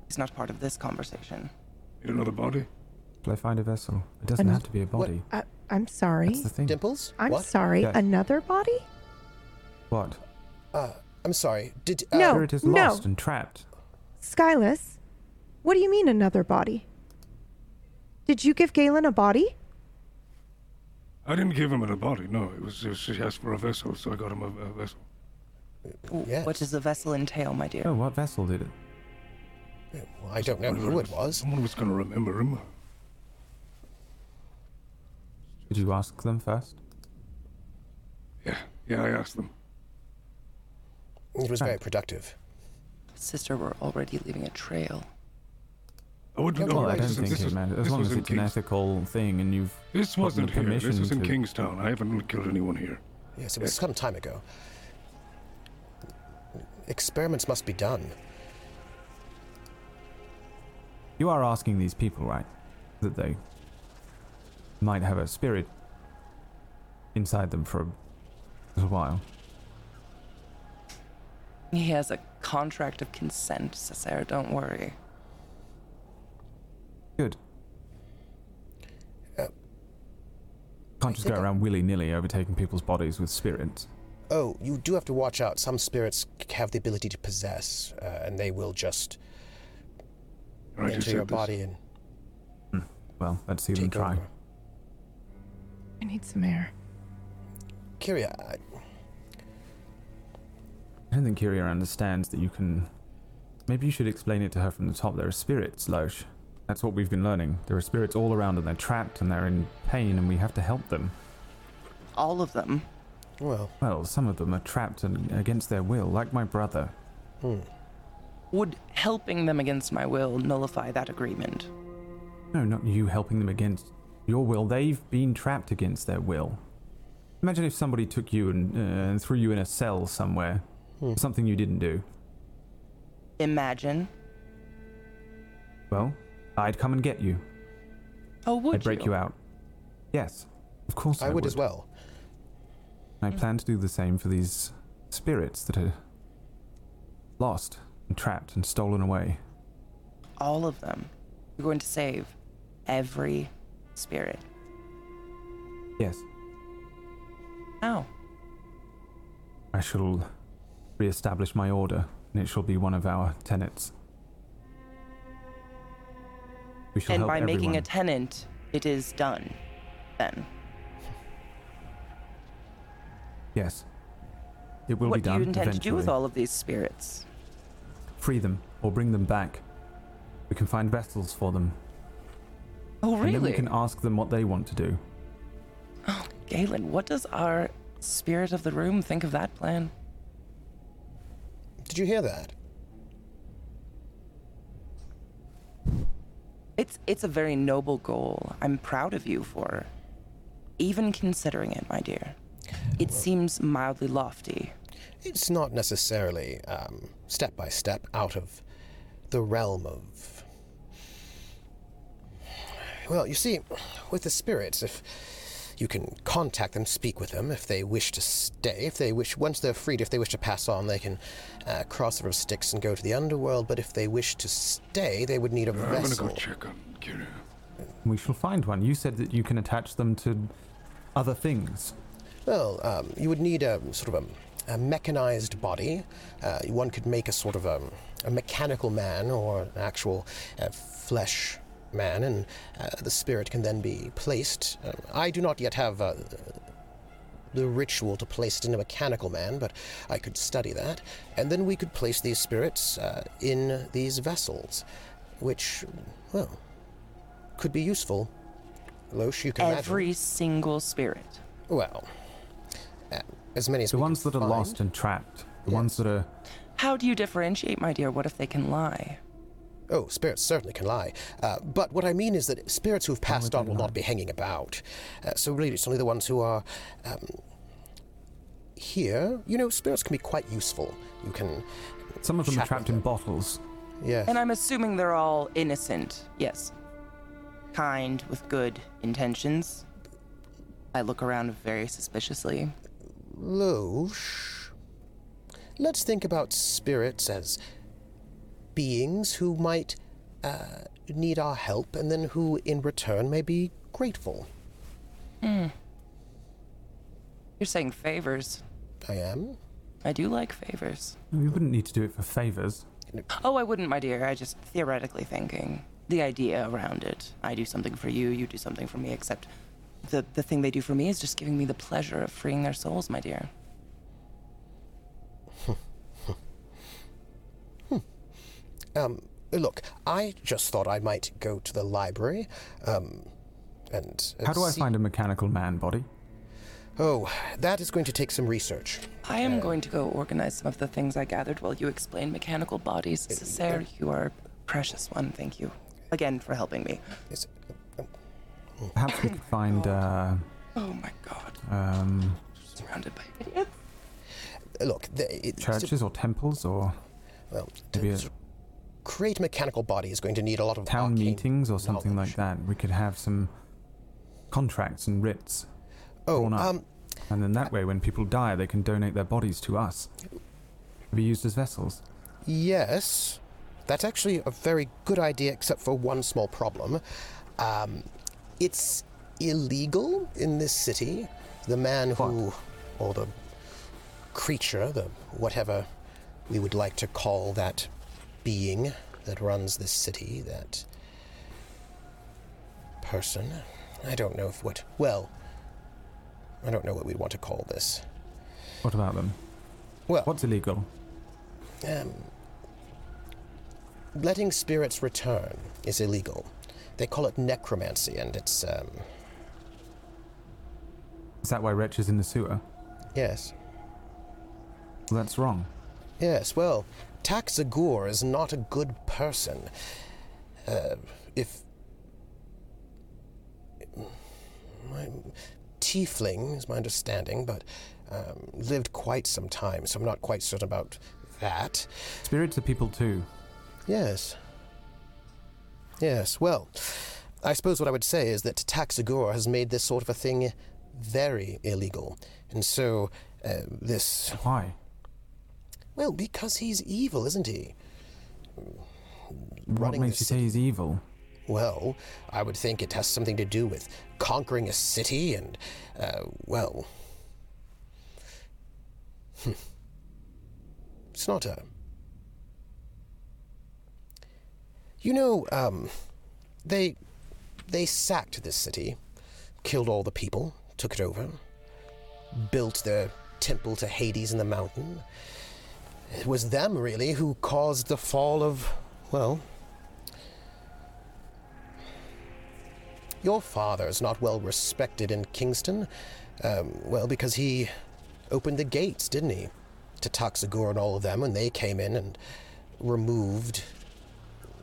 he's not part of this conversation.
In another body?
Shall I find a vessel? It doesn't
An-
have to be a body.
I, I'm sorry.
That's the thing.
Dimples?
Mm. I'm
what?
sorry.
Yeah.
Another body?
What?
Uh, I'm sorry. Did uh,
No.
Spirit is
Oh, no.
lost and trapped.
Skyless, what do you mean another body? Did you give Galen a body?
I didn't give him a body, no. It was, it was she asked for a vessel, so I got him a, a vessel.
W-
Yes.
What does the vessel entail, my dear?
Oh, what vessel did it?
I don't know who it was.
Someone was going to remember him.
Did you ask them first?
Yeah, yeah, I asked them.
It was very productive.
Sister, we're already leaving a trail.
I wouldn't
Well,
know.
Well, I
right,
don't
this is-
think
this
it
is-
matters.
this
As long
was
as
in
it's an
Kings-
ethical thing and you've
This wasn't here. This
permission
is in
to-
Kingstown. I haven't killed anyone here.
Yes, it was some time ago. Experiments must be done.
You are asking these people, right? That they might have a spirit inside them for a little while.
He has a contract of consent, Cesare. Don't worry.
Good.
Uh,
Can't just
think
go
I-
around willy nilly overtaking people's bodies with spirits.
Oh, you do have to watch out. Some spirits c- have the ability to possess, uh, and they will just
I just
enter your
said this.
body and
Well, let's see them
take
try.
over.
I need some air.
Kyria, I,
I don't think Kyria understands that you can. Maybe you should explain it to her from the top. There are spirits, Loesch. That's what we've been learning. There are spirits all around, and they're trapped, and they're in pain, and we have to help them.
All of them.
well,
Well, some of them are trapped and against their will, like my brother.
hmm.
Would helping them against my will nullify that agreement?
No, not you helping them against your will. They've been trapped against their will. Imagine if somebody took you and, uh, and threw you in a cell somewhere,
Hmm.
something you didn't do.
Imagine.
Well, I'd come and get you.
Oh, would
I'd break you? out. Yes, of course I,
I would as well.
I plan to do the same for these spirits that are lost and trapped and stolen away.
All of them. You're going to save every spirit.
Yes,
How?
I shall re-establish my order, and it shall be one of our tenets. We shall
and
help
by making a
everyone.
tenant, it is done. Then.
Yes. It will
what
be done.
do you intend to do with
eventually.
all of these spirits?
Free them or bring them back. We can find vessels for them.
Oh,
And then we
really?
can ask them what they want to do.
Oh, Galen, what does our spirit of the room think of that plan?
Did you hear that?
It's it's a very noble goal. I'm proud of you for even considering it, my dear. It seems mildly lofty.
It's not necessarily um, step by step out of the realm of. Well, you see, with the spirits, if You can contact them, speak with them if they wish to stay. If they wish, once they're freed, if they wish to pass on, they can uh, cross the River Styx and go to the underworld. But if they wish to stay, they would need a
I'm gonna
vessel.
go check on Kira.
We shall find one. You said that you can attach them to other things.
Well, um, you would need a sort of a, a mechanized body. Uh, one could make a sort of a, a mechanical man or an actual uh, flesh man, and uh, the spirit can then be placed. Um, I do not yet have uh, the ritual to place it in a mechanical man, but I could study that. And then we could place these spirits uh, in these vessels, which, well, could be useful. Loesch, you can
Every
imagine.
single spirit.
Well, uh, as many as
The
we
ones
can
that are
find.
lost and trapped. The ones that are.
How do you differentiate, my dear? What if they can lie?
Oh, spirits certainly can lie. Uh, but what I mean is that spirits who've passed on will not be hanging about. Uh, so really, it's only the ones who are um, here. You know, spirits can be quite useful. You can,
Some of them are
Shackles
trapped in
them.
bottles.
yes.
And I'm assuming they're all innocent. Yes. Kind with good intentions. I look around very suspiciously.
Loesch. Let's think about spirits as beings who might uh, need our help, and then who, in return, may be grateful.
You're saying favors.
I am.
I do like favors.
We wouldn't need to do it for favors.
Oh, I wouldn't, my dear. I just theoretically thinking the idea around it. I do something for you, you do something for me, except the, the thing they do for me is just giving me the pleasure of freeing their souls, my dear.
Um, look, I just thought I might go to the library, um, and, and
How do I
see-
find a mechanical man body?
Oh, that is going to take some research.
I am going to go organize some of the things I gathered while you explain mechanical bodies. Cesare, you are a precious one. Thank you again for helping me.
Is-
Perhaps we could find. Uh,
Oh my god,
um,
surrounded by idiots.
look, the, it,
churches or temples or
well, to
maybe a
create a mechanical body is going to need a lot of
town
arcane
meetings or something like
knowledge.
that. We could have some contracts and writs
Oh,
drawn up.
um,
and then that way, when people die, they can donate their bodies to us. To be used as vessels.
yes, that's actually a very good idea, except for one small problem. Um, it's illegal in this city. The man who, or the creature, the whatever we would like to call that being that runs this city, that person. I don't know if what. Well, I don't know what we'd want to call this.
What about them?
Well,
What's illegal?
um, letting spirits return is illegal. They call it necromancy, and it's um,
Is that why wretches in the sewer?
yes,
Well, that's wrong.
yes. Well, Taxagour is not a good person. Uh, if my tiefling is my understanding, but um, lived quite some time, so I'm not quite certain about that.
Spirits are people too.
Yes. Yes, well, I suppose what I would say is that Taxagora has made this sort of a thing very illegal. And so, uh, this.
Why?
Well, because he's evil, isn't he?
What
Running
makes you
this
say he's evil?
Well, I would think it has something to do with conquering a city and, uh, well. Hmm. it's not a. You know, um, they. They sacked this city, killed all the people, took it over, built their temple to Hades in the mountain. It was them, really, who caused the fall of, well, Your father's not well respected in Kingston. Um, well, because he opened the gates, didn't he? To Toxagor and all of them, and they came in and removed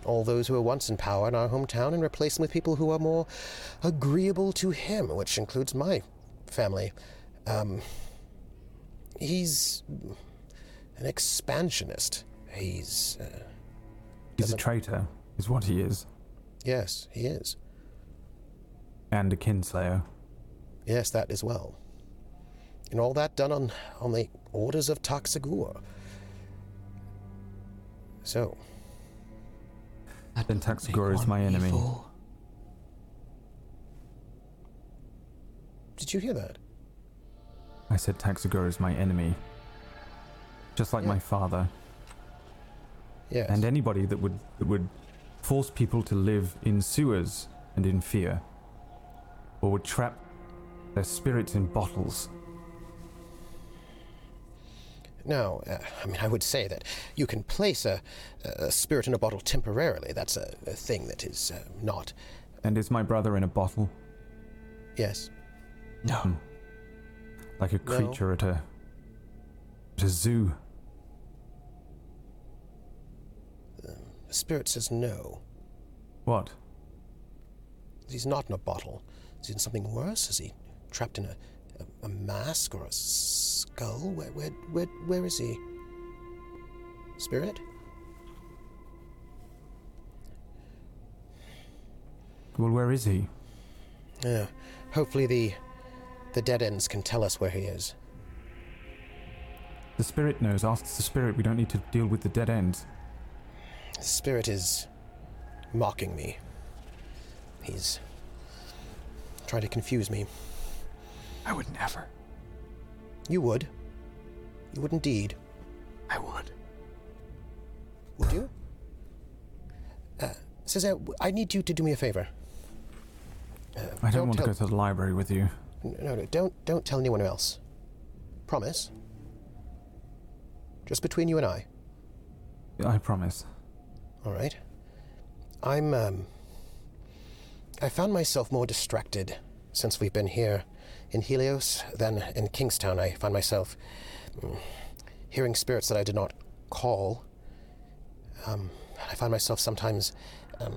all those who were once in power in our hometown and replaced them with people who are more agreeable to him, which includes my family. Um, he's an expansionist. He's. Uh,
He's a traitor, is what he is,
yes, he is.
and a kinslayer.
Yes, that as well. And all that done on, on the orders of Taxagua. So,
Then Taxagora is my enemy.
did you hear that?
I said Taxagora is my enemy. Just like my father.
Yes.
And anybody that would that would force people to live in sewers and in fear. Or would trap their spirits in bottles.
Now, uh, I mean, I would say that you can place a, a spirit in a bottle temporarily. That's a, a thing that is uh, not.
And is my brother in a bottle?
Yes.
No. Like a creature at a at a zoo.
The spirit says no.
What?
He's not in a bottle. Is he in something worse? Is he trapped in a, a, a mask or a skull? Where, where, where, where is he? Spirit?
Well, where is he?
Yeah. Hopefully the the dead ends can tell us where he is.
The spirit knows. Ask the spirit. We don't need to deal with the dead end.
The spirit is mocking me. He's trying to confuse me.
I would never.
You would. You would indeed.
I would.
Would you? Uh, Cesare, I need you to do me a favor.
I
Don't
don't want to
tell-
go to the library with you.
N- No, no, don't, don't tell anyone else. Promise. Just between you and I.
I promise.
All right. I'm, um. I found myself more distracted since we've been here in Helios than in Kingstown. I found myself mm, hearing spirits that I did not call. Um, I find myself sometimes. Um,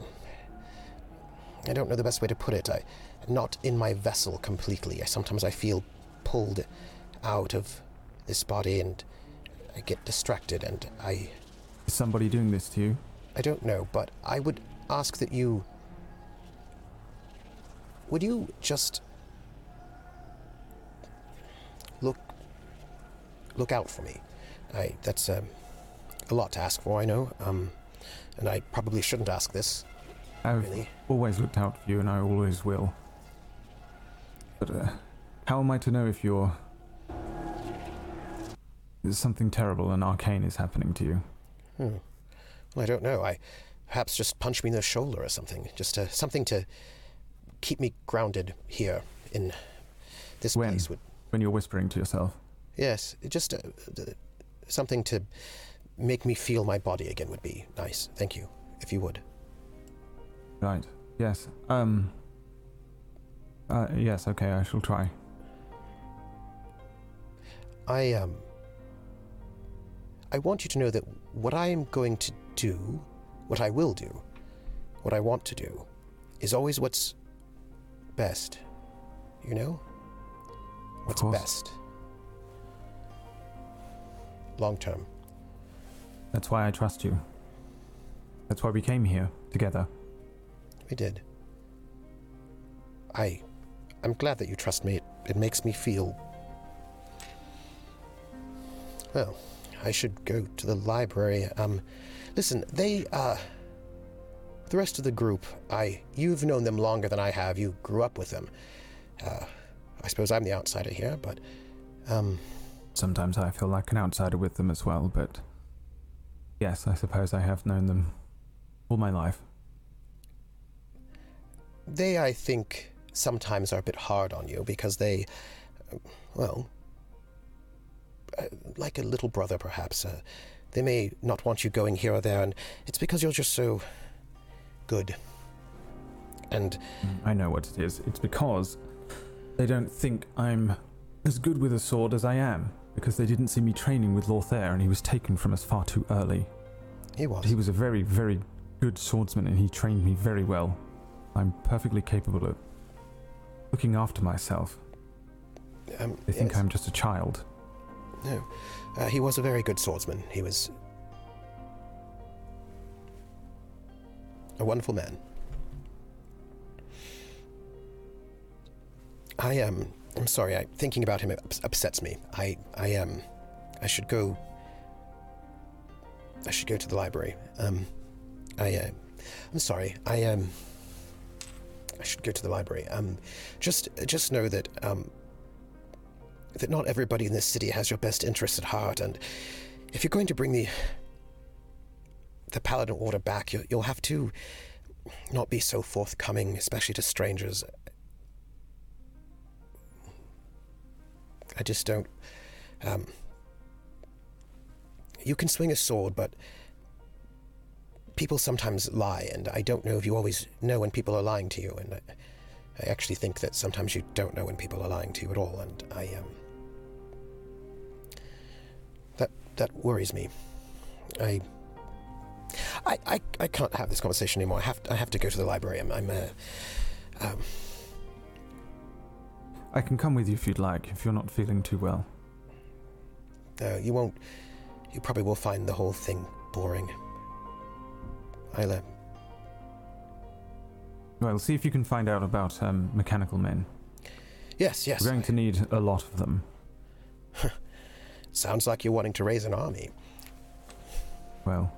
I don't know the best way to put it. I, not in my vessel completely. I, sometimes I feel pulled out of this body and I get distracted and I.
Is somebody doing this to you?
I don't know, but I would ask that you. Would you just look look out for me? I that's um, a lot to ask for, I know, um, and I probably shouldn't ask this.
I've
Really?
always looked out for you, and I always will. But uh, how am I to know if you're there's something terrible and arcane is happening to you?
Hmm. Well, I don't know. I perhaps just punch me in the shoulder or something, just uh, something to keep me grounded here in this
When?
place. Would
When you're whispering to yourself,
Yes, just uh, d- something to make me feel my body again would be nice. Thank you, if you would.
right? Yes. Um. Uh, yes. Okay. I shall try.
I um. I want you to know that what I am going to do, what I will do, what I want to do, is always what's best. You know. What's
course.
best. Long term.
That's why I trust you. That's why we came here together.
We did. I. I'm glad that you trust me. It, it makes me feel. Well, I should go to the library. Um, listen, they, uh. The rest of the group, I. You've known them longer than I have. You grew up with them. Uh, I suppose I'm the outsider here, but. Um,
Sometimes I feel like an outsider with them as well, but yes, I suppose I have known them all my life.
they, I think, sometimes are a bit hard on you because they, uh, well, uh, like a little brother, perhaps. Uh, they may not want you going here or there, and it's because you're just so good. And
I know what it is. It's because they don't think I'm as good with a sword as I am, because they didn't see me training with Lothair and he was taken from us far too early.
he was.
He was a very, very good swordsman and he trained me very well. I'm perfectly capable of looking after myself.
um,
They think
yes.
I'm just a child.
No. Uh, he was a very good swordsman. He was a wonderful man. I um, I'm sorry. I, thinking about him ups- upsets me. I, I Um, I should go. I should go to the library. Um, I, uh, I'm sorry. I um. I should go to the library. Um, just, just know that um. That not everybody in this city has your best interests at heart, and if you're going to bring the the Paladin Order back, you, you'll have to not be so forthcoming, especially to strangers. I just don't. Um, you can swing a sword, but people sometimes lie, and I don't know if you always know when people are lying to you. And I, I actually think that sometimes you don't know when people are lying to you at all, and I um, that that worries me. I. I, I, I can't have this conversation anymore. I have I have to go to the library. I'm, I'm uh, um,
I can come with you if you'd like, if you're not feeling too well.
No, you won't. You probably will find the whole thing boring. Isla,
Well, see if you can find out about um, mechanical men.
yes, yes.
We're going to need a lot of them.
Sounds like you're wanting to raise an army.
Well,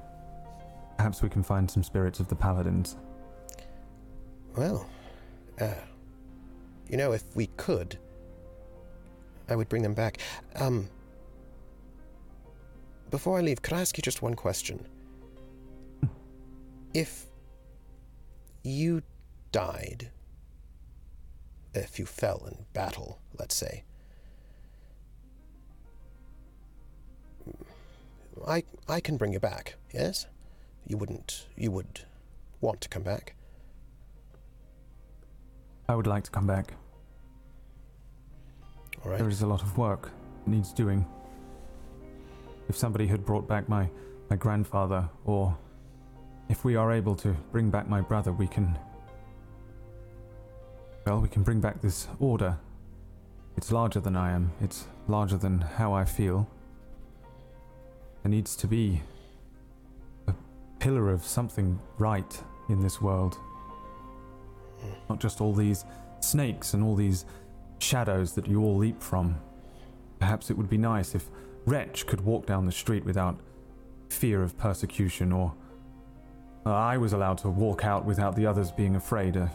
perhaps we can find some spirits of the paladins.
Well, uh, you know, if we could, I would bring them back. Um, before I leave, could I ask you just one question? If you died, if you fell in battle, let's say, I I can bring you back. Yes, you wouldn't. You would want to come back.
I would like to come back.
All right.
There is a lot of work that needs doing. If somebody had brought back my, my grandfather, or if we are able to bring back my brother, we can. Well, we can bring back this order. It's larger than I am, it's larger than how I feel. There needs to be a pillar of something right in this world. Not just all these snakes and all these shadows that you all leap from. Perhaps it would be nice if Wretch could walk down the street without fear of persecution, or uh, I was allowed to walk out without the others being afraid of,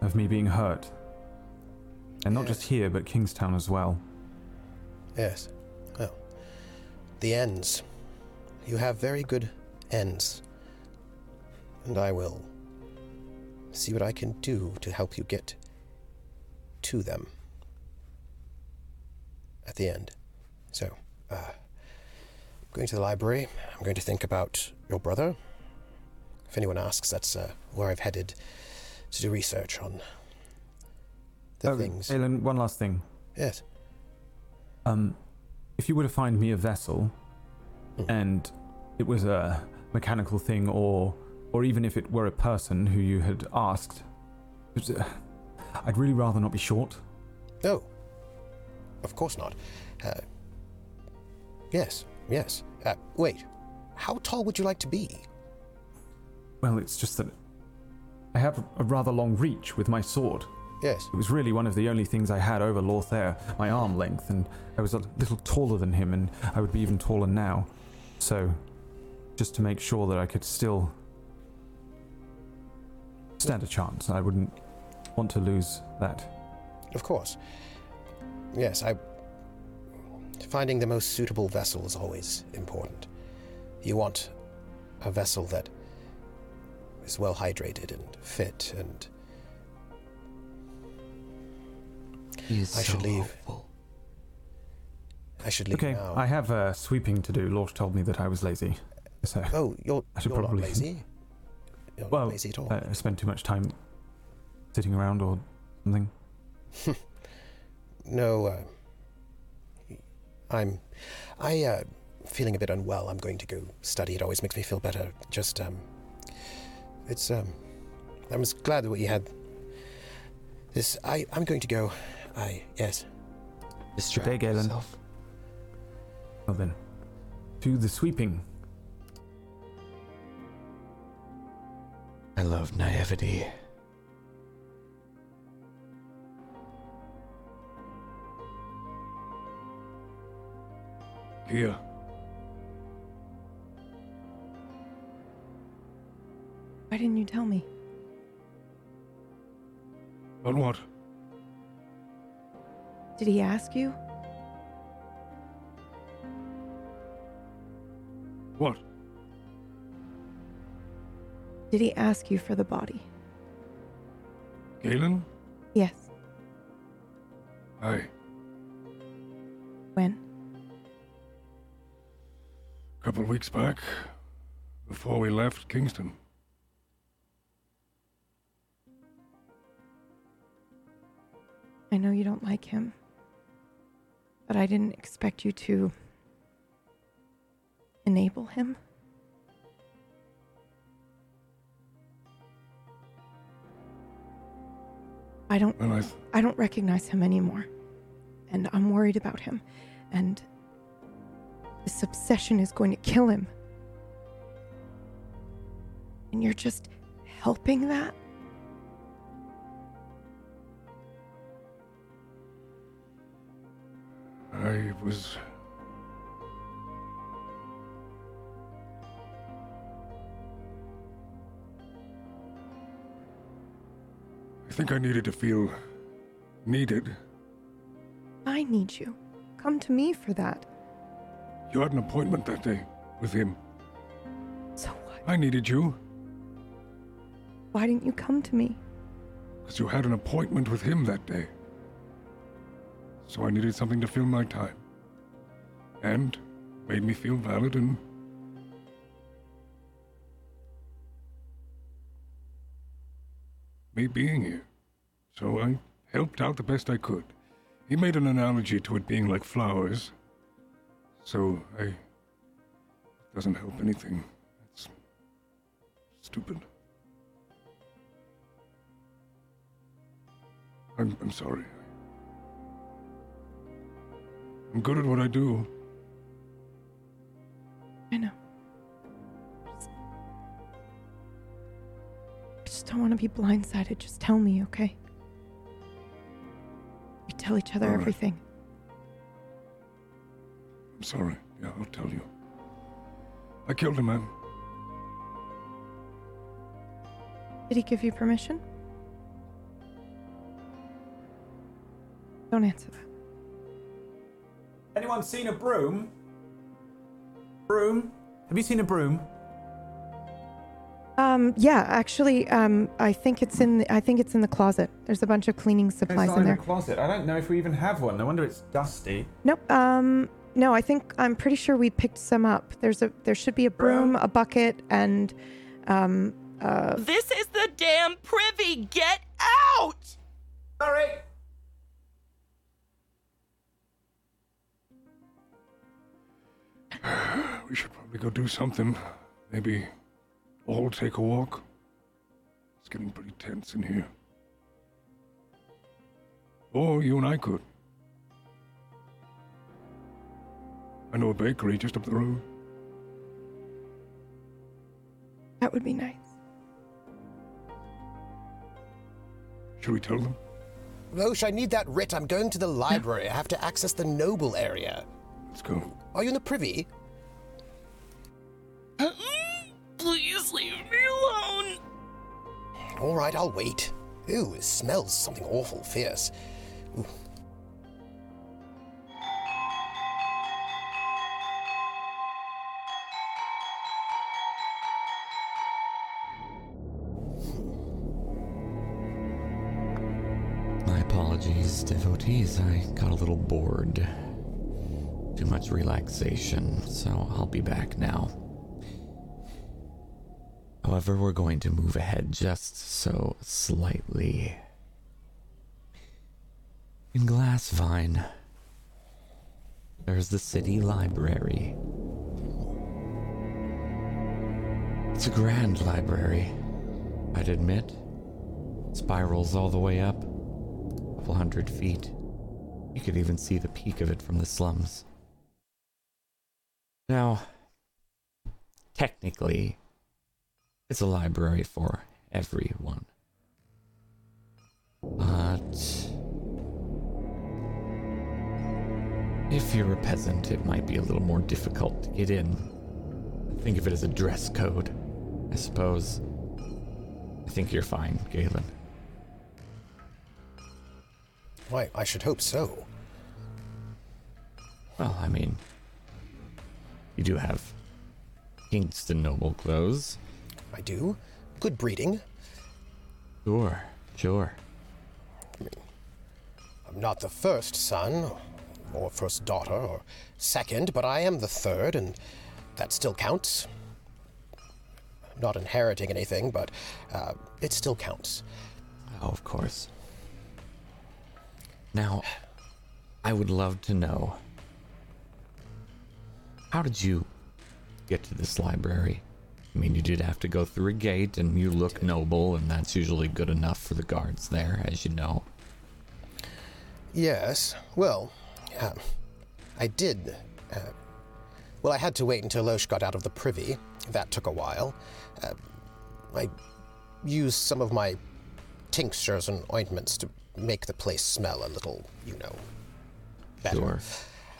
of me being hurt. And not just here, but Kingstown as well.
Yes. Well, the ends. You have very good ends. And I will see what I can do to help you get to them at the end. So, uh, I'm going to the library. I'm going to think about your brother. If anyone asks, that's uh, where I've headed to do research on the
Oh,
things.
Aelin, one last thing.
yes.
Um, if you were to find me a vessel,
Mm.
and it was a mechanical thing, or or even if it were a person who you had asked, it's, uh, I'd really rather not be short.
No. Of course not. Uh, yes, yes. Uh, wait. How tall would you like to be?
Well, it's just that I have a rather long reach with my sword.
Yes.
It was really one of the only things I had over Lothair, my arm length, and I was a little taller than him, and I would be even taller now. So, just to make sure that I could still stand a chance, I wouldn't want to lose that.
Of course. Yes, I. Finding the most suitable vessel is always important. You want a vessel that is well hydrated and fit and.
He is
I
so
should leave.
hopeful.
I should leave
okay,
now.
I have uh, sweeping to do. Lord told me that I was lazy, so
Oh, you're,
I should
you're not
probably- <laughs>
lazy. You're
Well,
not lazy at all.
uh, I spend too much time sitting around or something.
No, uh, I'm. I uh, feeling a bit unwell. I'm going to go study. It always makes me feel better. Just um, it's um, I was glad that we had this. I I'm going to go. I yes.
Distract
day, Galen.
yourself.
Well then, to the sweeping.
I love naivety.
Here.
Why didn't you tell me?
On what?
Did he ask you?
What?
Did he ask you for the body?
Galen?
Yes.
Aye.
When?
A couple of weeks back, before we left Kingston.
I know you don't like him, but I didn't expect you to enable him. I don't
Well, I, th-
I don't recognize him anymore. And I'm worried about him. And this obsession is going to kill him. And you're just helping that?
I was. I think I needed to feel needed.
I need you. Come to me for that.
You had an appointment that day with him.
So what?
I needed you
Why didn't you come to me?
because you had an appointment with him that day. So I needed something to fill my time. And made me feel valid and. Me being here. So I helped out the best I could. He made an analogy to it being like flowers. So I. It doesn't help anything. It's. stupid. I'm, I'm sorry. I'm good at what I do.
I know. Just- I just don't want to be blindsided. Just tell me, okay? We tell each other
All right.
everything.
I'm sorry. Yeah, I'll tell you. I killed a man.
Did he give you permission? Don't answer that.
Anyone seen a broom? Broom? Have you seen a broom?
Um, yeah, actually, um, I think it's in. I think it's in the closet. There's a bunch of cleaning supplies in there.
closet. I don't know if we even have one. No wonder it's dusty.
Nope. Um, no, I think I'm pretty sure we picked some up. There's a. There should be a broom, a bucket, and um, uh,
This is the damn privy. Get out!
Sorry.
We should probably go do something. Maybe all take a walk. It's getting pretty tense in here. Or you and I could. I know a bakery just up the road.
that would be nice.
Should we tell them?
Roche, I need that writ. I'm going to the library. I have to access the noble area.
Let's go.
Are you in the privy?
Please leave me alone.
All right, I'll wait. Ooh, it smells something awful fierce. Ooh.
My apologies, devotees. I got a little bored. Too much relaxation, so I'll be back now. However, we're going to move ahead just so slightly. In Glassvine, there's the city library. It's a grand library, I'd admit. Spirals all the way up couple hundred feet. You could even see the peak of it from the slums. Now, technically, it's a library for everyone. But If you're a peasant, it might be a little more difficult to get in. Think of it as a dress code, I suppose. I think you're fine, Galen.
Why, I should hope so.
Well, I mean, you do have Kingston noble clothes.
I do. Good breeding.
Sure, sure.
I'm not the first son, or first daughter, or second, but I am the third, and that still counts. Not inheriting anything, but uh, it still counts.
Oh, of course. Now, I would love to know how did you get to this library? I mean, you did have to go through a gate, and you look noble, and that's usually good enough for the guards there, as you know.
Yes. Well, uh, I did. Uh, well, I had to wait until Loesch got out of the privy. That took a while. Uh, I used some of my tinctures and ointments to make the place smell a little, you know, better.
Sure.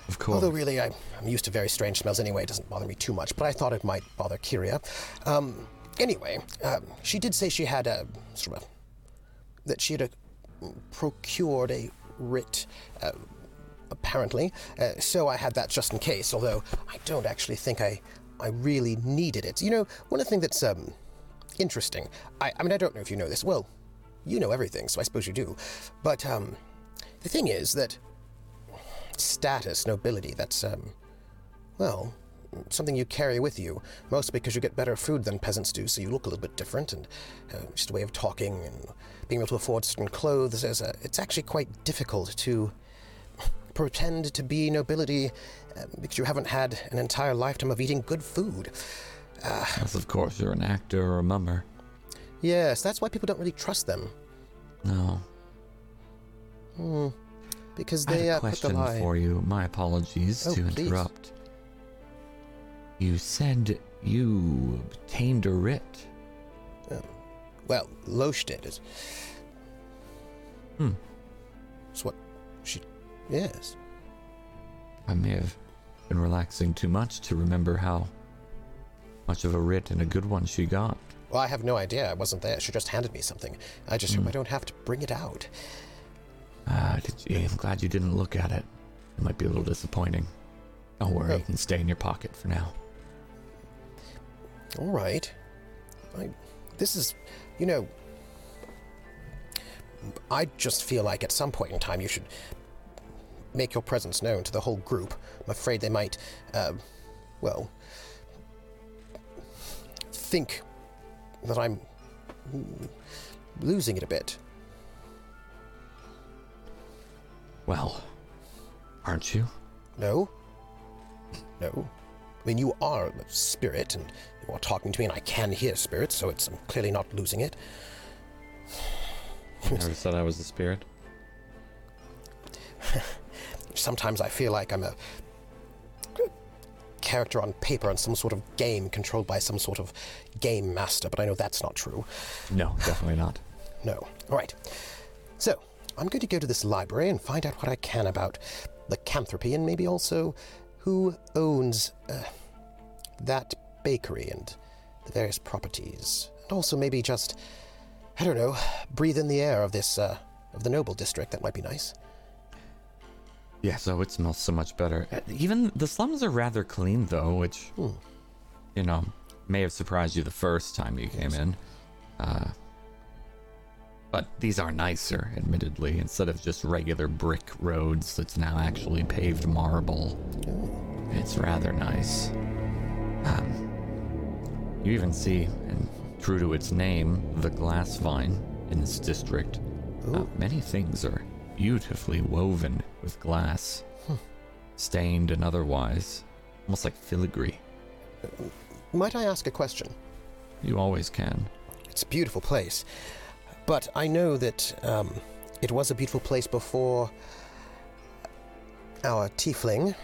Of course.
Although, really, I, I'm used to very strange smells anyway. It doesn't bother me too much, but I thought it might bother Kiria. Um, anyway, um, she did say she had a sort of a, that she had a, mm, procured a writ, uh, apparently. Uh, so I had that just in case. Although I don't actually think I, I really needed it. You know, one of the things that's um, interesting. I, I mean, I don't know if you know this. Well, you know everything, so I suppose you do. But um, the thing is that status, nobility, that's, um, well, something you carry with you, mostly because you get better food than peasants do, so you look a little bit different, and uh, just a way of talking and being able to afford certain clothes. Is a, it's actually quite difficult to pretend to be nobility uh, because you haven't had an entire lifetime of eating good food.
Unless, of course, you're an actor or a mummer.
Yes, that's why people don't really trust them Hmm,
No,
because
I
they
had
uh,
a
put the
question
lie.
for you. My apologies
Oh,
to
please.
interrupt. You said you obtained a writ.
Um, Well, Loesch did it.
Hmm.
It's what she. Yes.
I may have been relaxing too much to remember how much of a writ and a good one she got.
Well, I have no idea. I wasn't there. She just handed me something. I just hope I don't have to bring it out.
Ah, did you, I'm glad you didn't look at it. It might be a little disappointing. Don't worry,
Oh.
it can stay in your pocket for now.
All right. I, this is, you know, I just feel like at some point in time you should make your presence known to the whole group. I'm afraid they might, uh, well, think that I'm mm, losing it a bit.
Well, aren't <laughs> you?
No? No? I mean, you are a spirit, and you are talking to me, and I can hear spirits, so it's I'm clearly not losing it.
I never said I was a spirit.
sometimes I feel like I'm a character on paper in some sort of game controlled by some sort of game master, but I know that's not true.
No, definitely <laughs> not.
No. All right. So, I'm going to go to this library and find out what I can about lycanthropy and maybe also who owns uh, that bakery and the various properties. And also maybe just, I don't know, breathe in the air of this, uh, of the noble district. That might be nice.
Yeah, so it smells so much better. Uh, Even the slums are rather clean, though, which,
Hmm.
you know, may have surprised you the first time you came in. Uh, but these are nicer, admittedly. Instead of just regular brick roads, it's now actually paved marble. It's rather nice. Um, you even see, and true to its name, the glass vine in this district. Uh, many things are beautifully woven with glass, stained and otherwise, almost like filigree.
Might I ask a question?
You always can.
It's a beautiful place. But I know that um, it was a beautiful place before our tiefling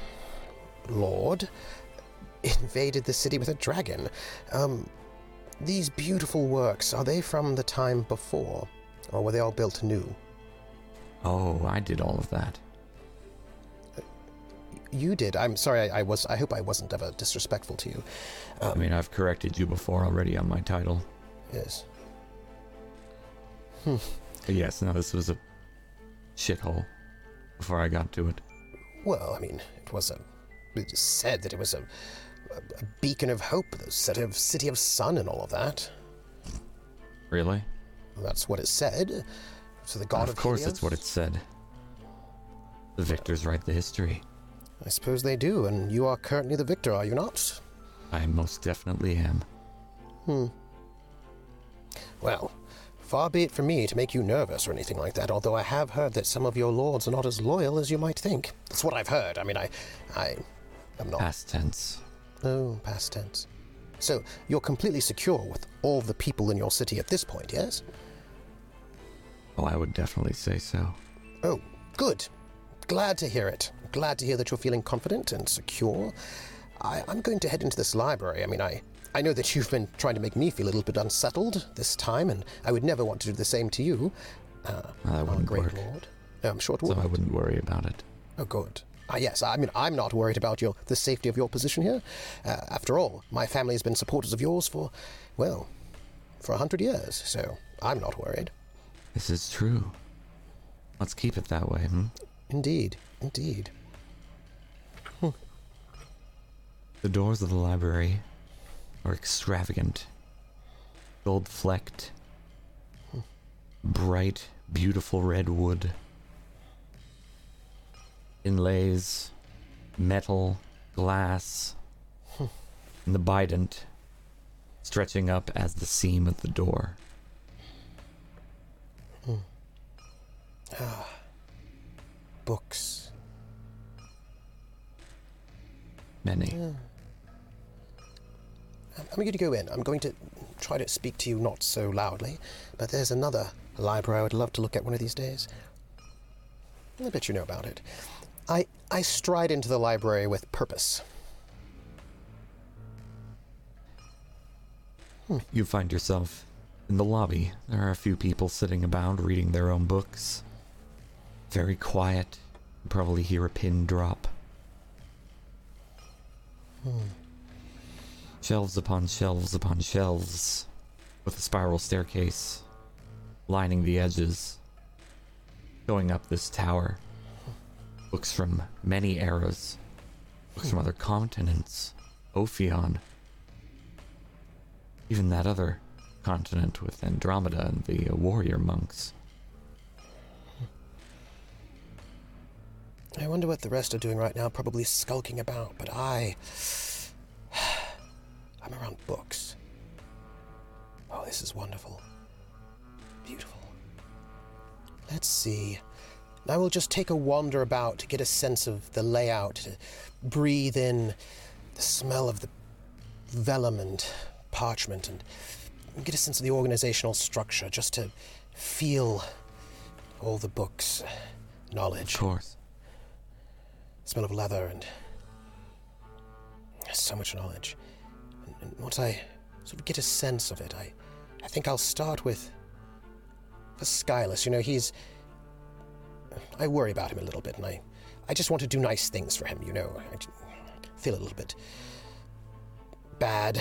lord <laughs> invaded the city with a dragon. Um, these beautiful works, are they from the time before? Or were they all built new?
Oh, I did all of that.
you did. I'm sorry. I, I was. I hope I wasn't ever disrespectful to you.
I mean, I've corrected you before already on my title.
Yes.
But yes, no, this was a shithole before I got to it.
Well, I mean, it was a. It is said that it was a, a, a beacon of hope, the set of city of sun, and all of that.
Really?
That's what it said. So the god of,
of course,
Helios?
it's what it said. The victors write the history.
I suppose they do, and you are currently the victor, are you not? Hmm.
I most definitely am.
Well, far be it from me to make you nervous or anything like that, although I have heard that some of your lords are not as loyal as you might think. That's what I've heard. I mean, I. I. am not.
Past tense.
Oh, past tense. So, you're completely secure with all the people in your city at this point, yes?
Well, Oh, I would definitely say so.
Oh, good. Glad to hear it. Glad to hear that you're feeling confident and secure. I, I'm going to head into this library. I mean, I, I know that <laughs> you've been trying to make me feel a little bit unsettled this time, and I would never want to do the same to you. Uh, our
wouldn't
great
work.
lord. No, I'm sure it
So
would.
I wouldn't worry about it.
Oh, good. Ah, yes, I mean, I'm not worried about your the safety of your position here. Uh, after all, my family has been supporters of yours for, well, for a hundred years, so I'm not worried.
This is true. Let's keep it that way, hmm?
Indeed, indeed.
The doors of the library are extravagant, gold flecked, bright, beautiful red wood, inlays, metal, glass, and the bident stretching up as the seam of the door.
Books.
Many.
I'm going to go in. I'm going to try to speak to you not so loudly, but there's another library I would love to look at one of these days. I bet you know about it. I, I stride into the library with purpose.
You find yourself in the lobby. There are a few people sitting about reading their own books. Very quiet. You probably hear a pin drop. Shelves upon shelves upon shelves, with a spiral staircase lining the edges. Going up this tower, books from many eras, books from other continents, Ophion, even that other continent with Andromeda and the uh, warrior monks.
I wonder what the rest are doing right now, probably skulking about, but I. <sighs> I'm around books. Oh, this is wonderful. Beautiful. Let's see. I will just take a wander about to get a sense of the layout, to breathe in the smell of the vellum and parchment, and get a sense of the organizational structure, just to feel all the books, knowledge
Of course.
smell of leather and so much knowledge. And, and once I sort of get a sense of it, I, I think I'll start with the Skyless. You know, he's. I worry about him a little bit, and I, I just want to do nice things for him. You know, I j- feel a little bit bad,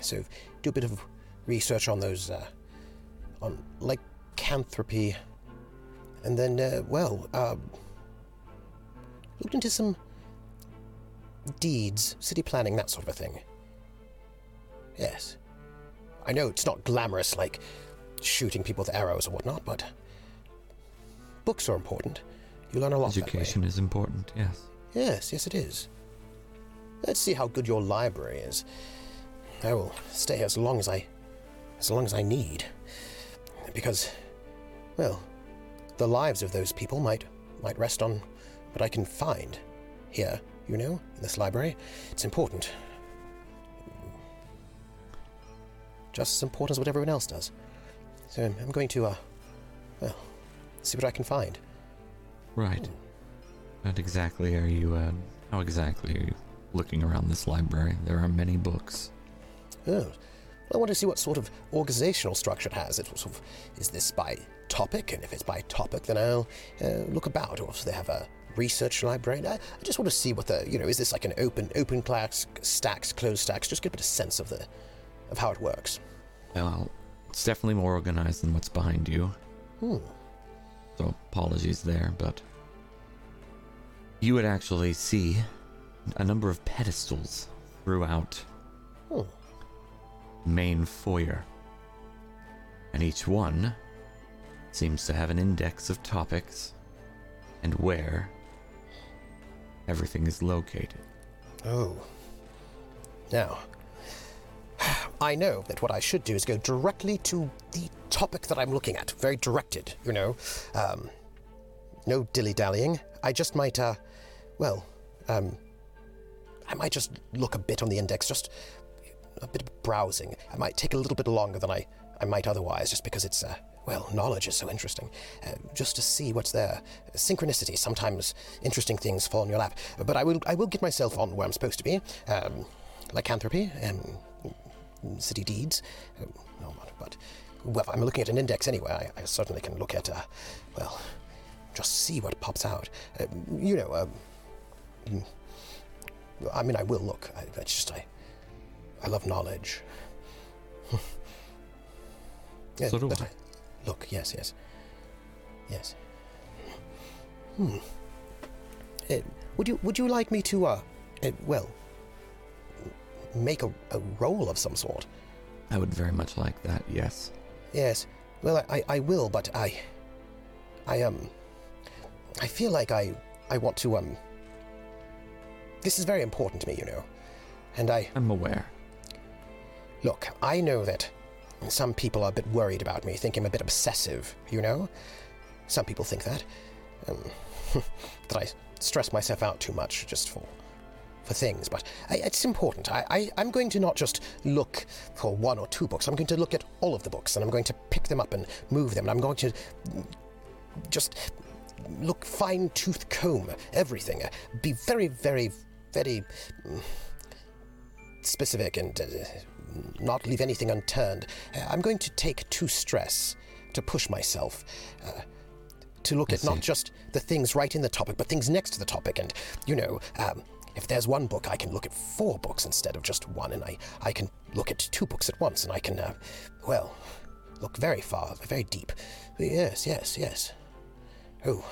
so do a bit of research on those, uh, on lycanthropy, and then uh, well. Uh, looked into some deeds, city planning, that sort of a thing. Yes. I know it's not glamorous like shooting people with arrows or whatnot, but books are important. You learn a lot. that way.
Education is important, yes.
Yes, yes, it is. Let's see how good your library is. I will stay as long as I, as long as I need, because, well, the lives of those people might might rest on what I can find here. You know, in this library, it's important. Just as important as what everyone else does. So I'm going to, uh, well, see what I can find.
Right. What exactly are you, uh, how exactly are you looking around this library? There are many books.
Oh. I want to see what sort of organizational structure it has. It sort of, is this by topic? And if it's by topic, then I'll uh, look about, or if they have a research library. And I, I just want to see what the you know is this like an open open class stacks closed stacks? Just get a bit of sense of the of how it works.
Well, it's definitely more organized than what's behind you.
Hmm.
So apologies there, but you would actually see a number of pedestals throughout
Hmm.
main foyer. And each one seems to have an index of topics and where everything is located.
Oh. Now, <sighs> I know that what I should do is go directly to the topic that I'm looking at. Very directed, you know. Um, no dilly dallying. I just might, uh, well, um, I might just look a bit on the index, just a bit of browsing. I might take a little bit longer than I, I might otherwise, just because it's, uh, well, knowledge is so interesting. Uh, just to see what's there. Synchronicity, sometimes interesting things fall in your lap. But I will, I will get myself on where I'm supposed to be. Um, lycanthropy, um, city deeds. Um, no, but- but well, if I'm looking at an index anyway, I, I certainly can look at, uh, well, just see what pops out. Uh, you know, um, mm, I mean, I will look. I, that's just, I, I love knowledge. <laughs> Yeah,
So do
but
I.
Look, yes, yes. Yes. Hmm. Uh, would you would you like me to uh, uh well m- make a, a roll of some sort?
I would very much like that, yes.
Yes. Well, I, I will, but I, I um, I feel like I I want to um. This is very important to me, you know, and I
I'm aware.
look. I know that some people are a bit worried about me, think I'm a bit obsessive, you know. Some people think that um, <laughs> that I stress myself out too much just for for things, but I, it's important. I, I, I'm going to not just look for one or two books. I'm going to look at all of the books, and I'm going to pick them up and move them, and I'm going to mm, just look fine tooth comb everything. Be very, very, very mm, specific and uh, not leave anything unturned. Uh, I'm going to take to stress to push myself. Uh, to look at not just the things right in the topic, but things next to the topic. And, you know, um, if there's one book, I can look at four books instead of just one, and I, I can look at two books at once, and I can, uh, well, look very far, very deep. Yes, yes, yes. Oh,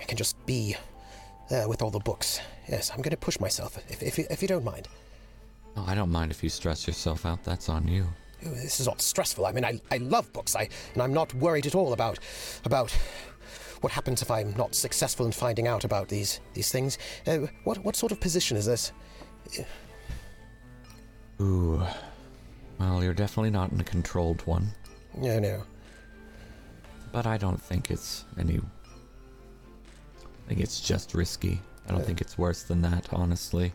I can just be there with all the books. Yes, I'm going to push myself, if, if, you- if you don't mind.
No, Oh, I don't mind if you stress yourself out, that's on you.
Ooh, this is not stressful. I mean, I, I love books, I, and I'm not worried at all about about what happens if I'm not successful in finding out about these these things. Uh, what what sort of position is this?
Ooh. Well, you're definitely not in a controlled one,
No, no.
but I don't think it's any. I think it's just risky. I don't think it's worse than that, honestly.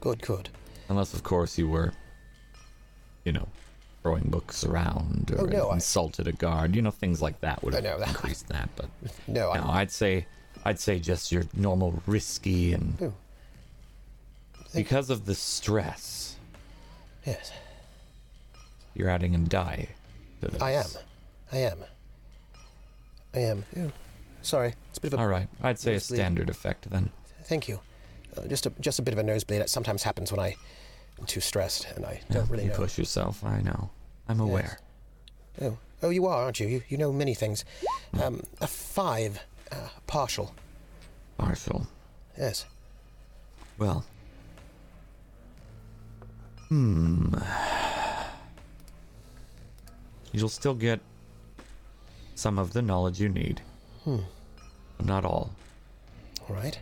Good, good.
Unless, of course, you were, you know, throwing books around or
Oh, no, I-
insulted a guard. You know, things like that would
Oh,
have
no, that-
increased that.
<laughs>
But
No,
no,
I,
I'd say, I'd say just your normal risky and
Oh.
because of the stress,
yes,
you're adding a die. To this.
I am, I am, I am. Ooh, Sorry, it's a bit of a.
All right, I'd say a
Mostly-
standard effect then.
Thank you. Uh, just a just a bit of a nosebleed. It sometimes happens when I am too stressed and I don't really
you
know.
push yourself. I know. I'm aware.
Oh, oh, you are, aren't you? You, you know many things.
Mm.
Um, a five, uh, partial.
Partial.
Yes.
Well. Hmm. You'll still get some of the knowledge you need. Hmm. Not all.
All right.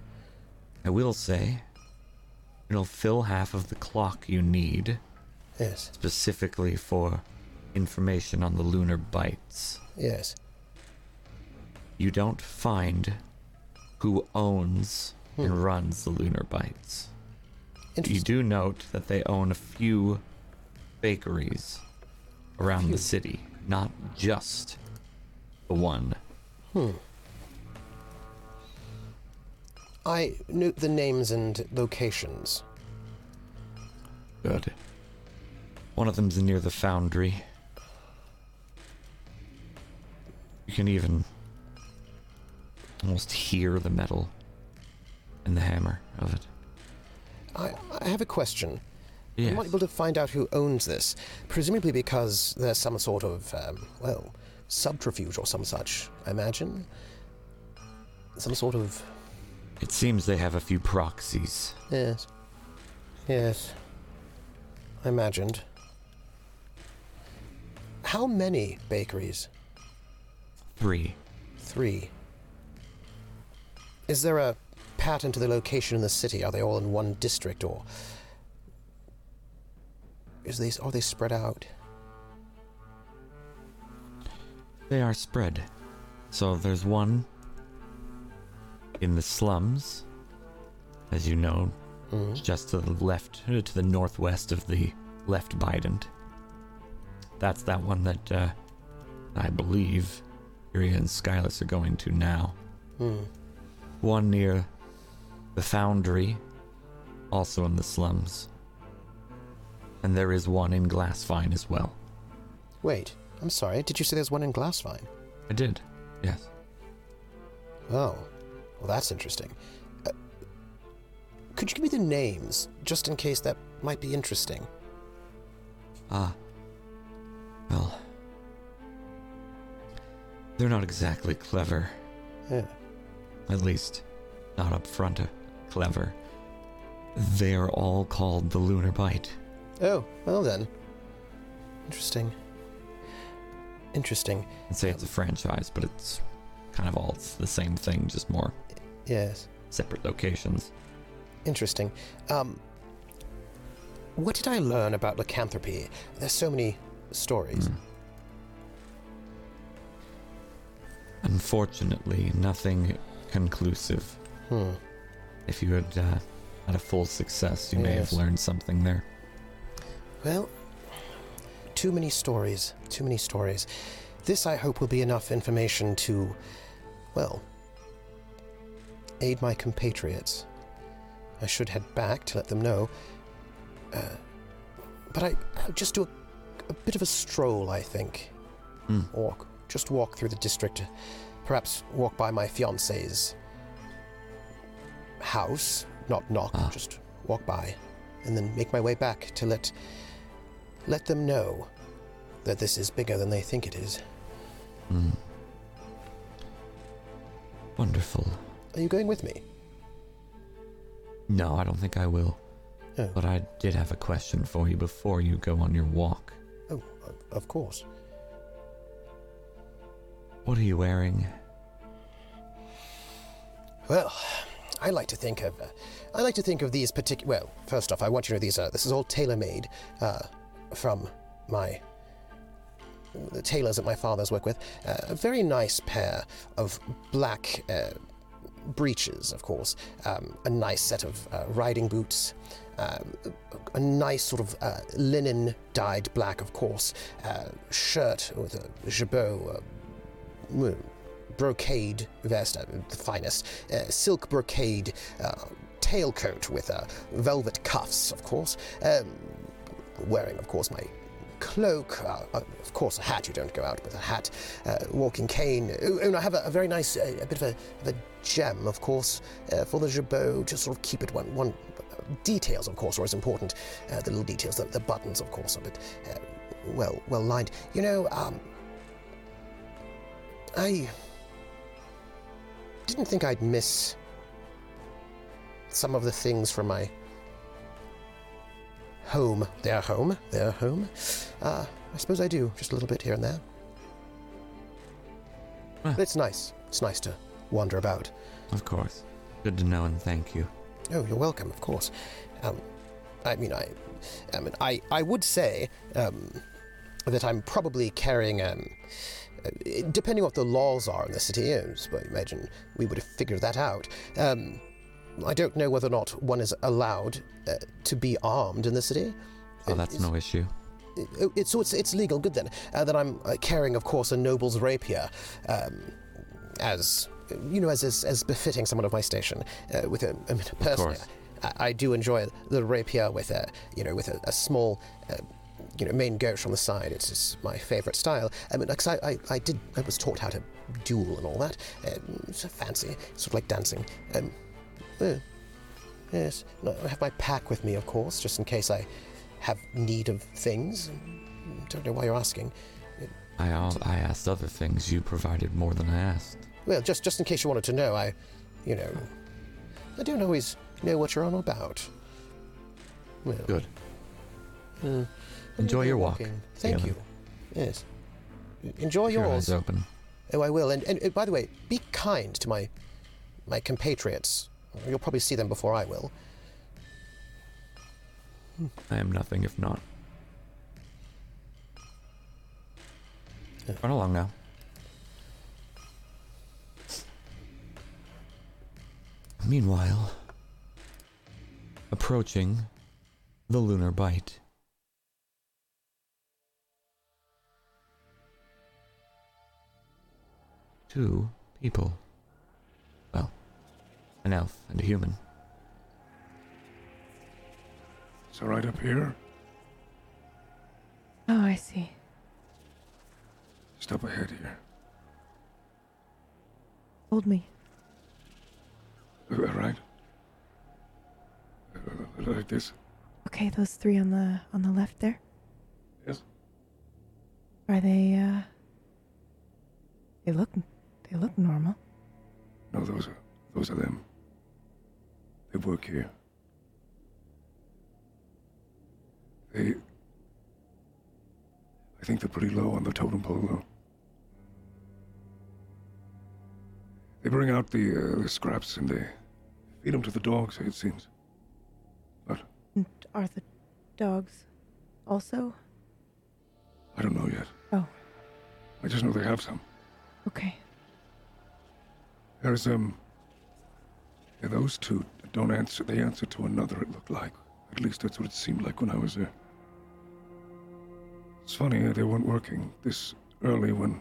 I will say it'll fill half of the clock you need
Yes.
specifically for information on the lunar bites.
Yes.
You don't find who owns and runs the lunar bites. You
Interesting.
do note that they own a few bakeries around the city, not just the one.
I note the names and locations.
Good. One of them's near the foundry. You can even almost hear the metal and the hammer of it.
I, I have a question.
Yes.
I'm not able to find out who owns this, presumably because there's some sort of, um, well, subterfuge or some such, I imagine. Some sort of.
It seems they have a few proxies.
Yes. Yes. I imagined. How many bakeries?
Three.
Three. Is there a pattern to the location in the city? Are they all in one district, or is they are they spread out?
They are spread. So there's one in the slums, as you know, just to the left, to the northwest of the left Bident. That's that one that uh, I believe Iria and Skylus are going to now.
Mm-hmm.
One near the foundry, also in the slums. And there is one in Glassvine as well.
Wait, I'm sorry. Did you say there's one in Glassvine?
I did, yes.
Oh, well, that's interesting. Uh, could you give me the names, just in case that might be interesting?
Ah. Well. They're not exactly clever.
Yeah.
At least, not up front uh, clever. They are all called the Lunar Bite.
Oh, well then. Interesting. Interesting.
And say it's a franchise, but it's kind of all it's the same thing, just more
Yes.
separate locations.
Interesting. Um, what did I learn about lycanthropy? There's so many stories.
Hmm. Unfortunately, nothing conclusive.
Hmm.
If you had uh, had a full success, you may have
Yes.
learned something there.
Well, too many stories. Too many stories. This, I hope, will be enough information to, well, aid my compatriots. I should head back to let them know. Uh, but I, I'll just do a, a bit of a stroll, I think.
Hmm.
Walk. Just walk through the district. Perhaps walk by my fiance's house. Not knock,
Ah.
just walk by. And then make my way back to let let them know that this is bigger than they think it is.
Hmm. Wonderful.
Are you going with me?
No, I don't think I will.
Oh.
But I did have a question for you before you go on your walk.
Oh, of- of course.
What are you wearing?
Well, I like to think of, uh, I like to think of these particular. Well, first off, I want you to know these are. This is all tailor-made uh, from my the tailors that my father's work with. Uh, a very nice pair of black uh, breeches, of course. Um, a nice set of uh, riding boots. Um, a nice sort of uh, linen dyed black, of course, uh, shirt with a jabot, uh, mm, brocade vest, uh, the finest, uh, silk brocade uh, tailcoat with uh, velvet cuffs, of course. Um, wearing, of course, my cloak, uh, uh, of course, a hat, you don't go out with a hat, uh, walking cane. Oh, and I have a, a very nice, uh, a bit of a, of a gem, of course, uh, for the jabot, to sort of keep it one. one details, of course, are as important. Uh, the little details, the, the buttons, of course, are a bit uh, well, well lined. You know, um, I didn't think I'd miss some of the things from my home. Their home. Their home. Uh, I suppose I do, just a little bit here and there.
Huh.
But It's nice. It's nice to wander about.
Of course. Good to know and thank you.
Oh, you're welcome, of course. Um, I mean, I, I mean, I, I would say um, that I'm probably carrying, um, uh, depending what the laws are in the city, uh, so I imagine we would have figured that out. Um, I don't know whether or not one is allowed uh, to be armed in the city.
Oh, that's no issue.
Uh, it, so it's it's legal. Good then. Uh, then I'm uh, carrying, of course, a noble's rapier, um, as you know, as as, as befitting someone of my station. Uh, with a, I mean, personally,
course.
I, I do enjoy the rapier with a you know with a, a small. Uh, you know, main gauche on the side. It's, it's my favorite style. I mean, because I, I, I did, I was taught how to duel and all that. Um, it's a fancy, sort of like dancing. Um, uh, Yes. No, I have my pack with me, of course, just in case I have need of things. Don't know why you're asking.
I, al- I asked other things. You provided more than I asked.
Well, just just in case you wanted to know, I, you know, I don't always know what you're on about. Well,
Good.
uh,
Enjoy your walk,
walking. Thank
Galen.
you. Yes. Enjoy
Keep Your
yours.
eyes open.
Oh, I will. And, and, uh, by the way, be kind to my my compatriots. You'll probably see them before I will.
I am nothing if not. Run along now. Meanwhile, approaching the lunar bite. Two people. Well, an elf and a human.
So right up here,
Oh, I see.
just up ahead here.
Hold me.
Uh, Right? Uh, Like this?
Okay, those three on the on the left there.
Yes.
Are they? uh They look. They look normal.
No, those are those are them. They work here. They. I think they're pretty low on the totem pole, though. They bring out the, uh, the scraps and they feed them to the dogs. It seems. But
And are the dogs also?
I don't know yet.
Oh,
I just know they have some.
okay.
There's um. Yeah, those two don't answer. They answer to another. It looked like. At least that's what it seemed like when I was there. It's funny uh, they weren't working this early when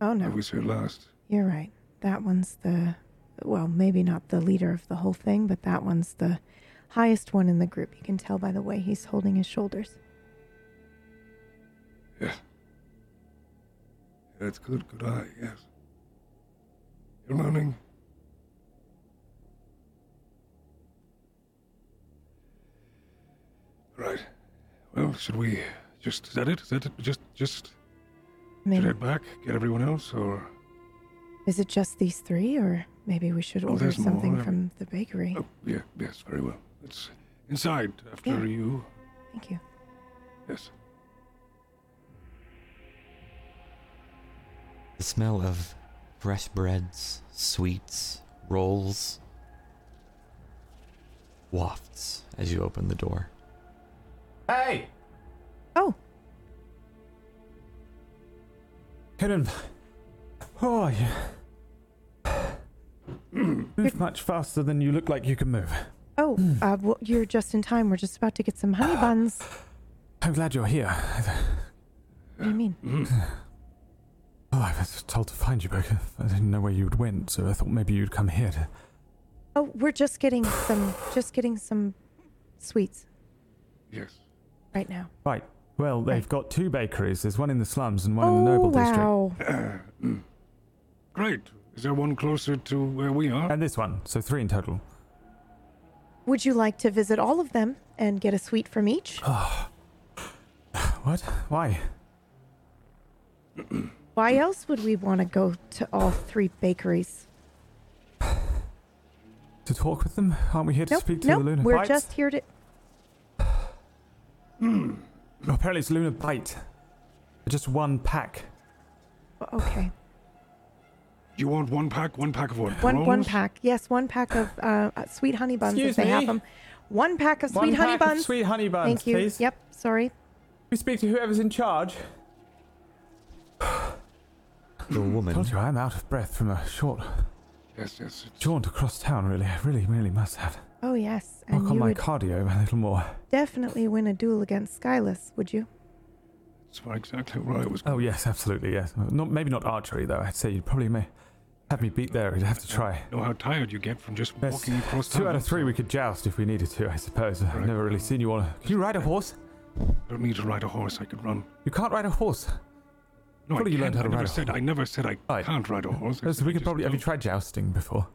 Oh
I
no,
was here last.
you're right. That one's the. Well, maybe not the leader of the whole thing, but that one's the highest one in the group. You can tell by the way he's holding his shoulders.
Yes. That's good. Good eye. Yes. You're moaning. Right. Well, should we just? Is that it? Is that it? just? Just should
Maybe
head back, get everyone else, or?
is it just these three, or maybe we should
Oh,
order
there's more.
something
I-
from the bakery?
Oh, yeah, yes, very well. It's inside after
Yeah.
you.
Thank you.
Yes.
The smell of fresh breads, sweets, rolls wafts as you open the door.
Hey!
Oh,
Hidden. Oh, yeah. <sighs> move much faster than you look like you can move.
Oh,
Hmm.
uh, well, you're just in time. We're just about to get some honey
Ah.
buns.
I'm glad you're here.
What do you mean?
Mm.
Oh, I was told to find you, but I didn't know where you'd went, so I thought maybe you'd come here. To...
Oh, we're just getting some, just getting some sweets
Yes.
right now.
Right. Well, they've
Right.
got two bakeries. There's one in the slums and one
oh
in the noble district,
wow!
Great. Is there one closer to where we are?
and this one. So three in total. <sighs>
Would you like to visit all of them and get a sweet from each?
Ah. What? Why?
Why else would we want to go to all three bakeries?
To talk with them? Aren't we here to
Nope,
speak to
nope.
the Lunar
we're
Bites?
just here to.
Apparently, it's Lunar Bite. Just one pack.
Okay,
You want one pack? One pack of what?
one one
rolls?
pack. Yes, one pack of uh, uh, sweet honey buns
Excuse
if they have
me?
them. One pack of
one
sweet
pack
honey
of
buns.
sweet honey buns,
Thank you.
please.
Yep. Sorry.
We speak to whoever's in charge.
The woman
Hmm, Told you I'm out of breath from a short
Yes, yes. it's-
jaunt across town. Really, I really, really must have
Oh yes, and
work on
you
my
would
cardio a little more.
definitely win a duel against Skyless, would you?
That's why- exactly where I was.
Oh yes, absolutely yes. Not maybe not archery though. I'd say you'd probably may have me beat there. You'd have to try.
know how tired you get from just
Yes.
walking across
Two out
town,
of three,
so
we could joust if we needed to. I suppose. I've
Right.
never really seen you on. A... Can you ride a horse?
I don't need to ride a horse. I could run.
You can't ride a horse.
No,
Probably
I
you learned
can't.
how to
I never
ride a
said
horse.
I never said I
Right.
can't ride a horse. I
So
said I
we could
just
probably. Have you
don't.
tried jousting before?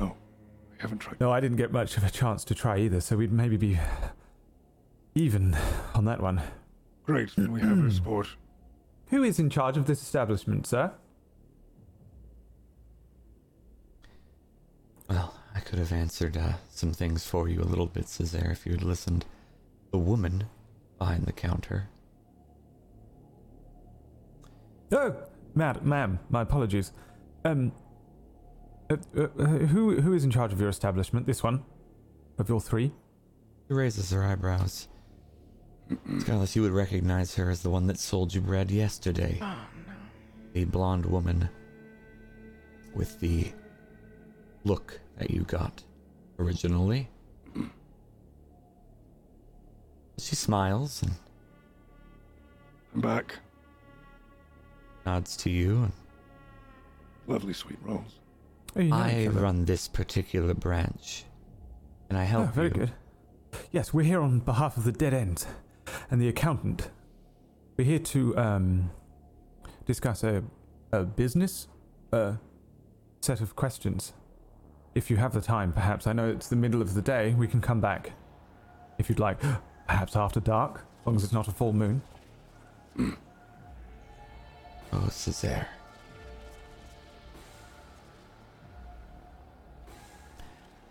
No. haven't tried.
No, I didn't get much of a chance to try either, so we'd maybe be even on that one.
Great, then we have a sport.
Who is in charge of this establishment, sir?
Well, I could have answered uh, some things for you a little bit, Cesare, if you had listened. The woman behind the counter.
Oh, mad, ma'am, my apologies. Um, uh, uh, uh, who who is in charge of your establishment? This one, of your three?
She raises her eyebrows. Scarlett, you would recognize her as the one that sold you bread yesterday. Oh, no. The blonde woman with the look that you got originally. She smiles and
I'm back.
nods to you and
Lovely sweet rolls.
Oh, you know
I
each other.
run this particular branch. Can I
Oh,
help
very
you?
good. Yes, we're here on behalf of the dead end and the accountant. We're here to um, discuss a, a business a set of questions. If you have the time, perhaps. I know it's the middle of the day. We can come back if you'd like. <gasps> Perhaps after dark, as long as it's not a full moon.
Oh, Cesare.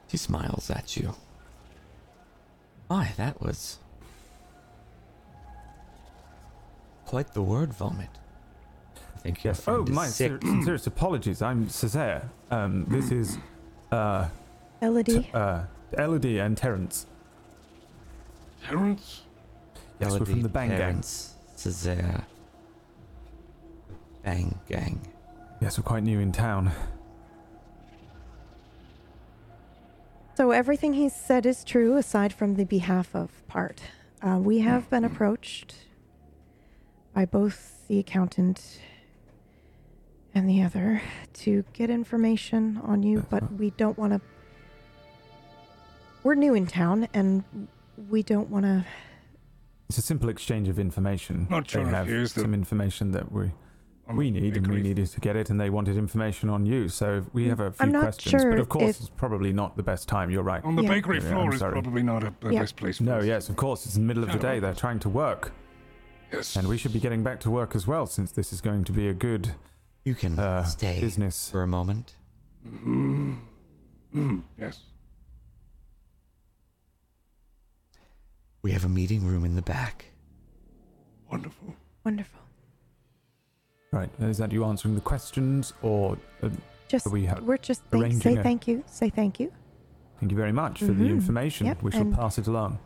She smiles at you. My, that was quite the word vomit. I think your
Yes. Oh,
friend is
my
sick.
ser- sincerest apologies. I'm Cesare. Um, this is uh,
Elodie.
uh, Elodie and Terence.
Terence?
Yes, we're from
Melody,
the Bang Gang.
Terrence, Cesare. uh, Bang Gang.
Yes, we're quite new in town.
So everything he's said is true, aside from the behalf of part. Uh, we have been approached by both the accountant and the other to get information on you,
Uh-huh.
but we don't want to. We're new in town, and we don't want to.
It's a simple exchange of information.
Not sure
They
if
have
here's the-
some information that we
Um,
we need, and we
agreed.
needed to get it, and they wanted information on you. So we
Mm.
have a few
I'm not
questions,
sure
but of course,
if-
it's probably not the best time. You're right.
On the
Yeah.
bakery
Yeah, I'm
floor is
sorry.
probably not a, the
Yeah.
best place. for
No,
us.
yes, of course, it's the middle of the
Sure.
day. They're trying to work,
Yes.
and we should be getting back to work as well, since this is going to be a good
You can
uh,
stay
business.
for a moment.
Mm, Mm-hmm. yes.
We have a meeting room in the back.
Wonderful.
Wonderful.
Right? Is that you answering the questions, or uh,
Just
We have
are just thank, say
arranging a-
thank you. Say thank you.
thank you very much for the
Mhm.
information?
Yep,
We shall
and-
pass it along.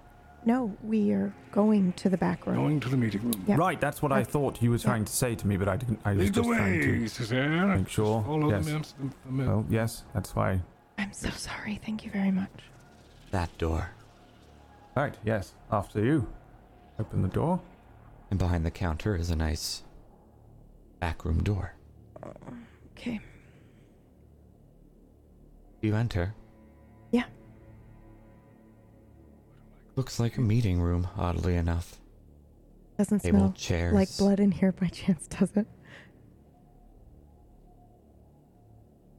No, we are going to the back room.
Going to the meeting room.
Yep.
Right, that's what I
Yep.
thought you were trying to say to me, but I didn't. I was
Lead the
just trying
way,
to.
Cesare.
make sure,
Just Follow
yes. Oh.
the maps. The, the map.
Well, yes, that's why.
I'm so sorry. Thank you very much.
That door.
Right, yes, after you. Open the door.
And behind the counter is a nice back room door.
Okay.
You enter.
Yeah.
Looks like a meeting room, oddly enough.
Doesn't
Table,
smell
chairs.
like blood in here by <laughs> chance, does it?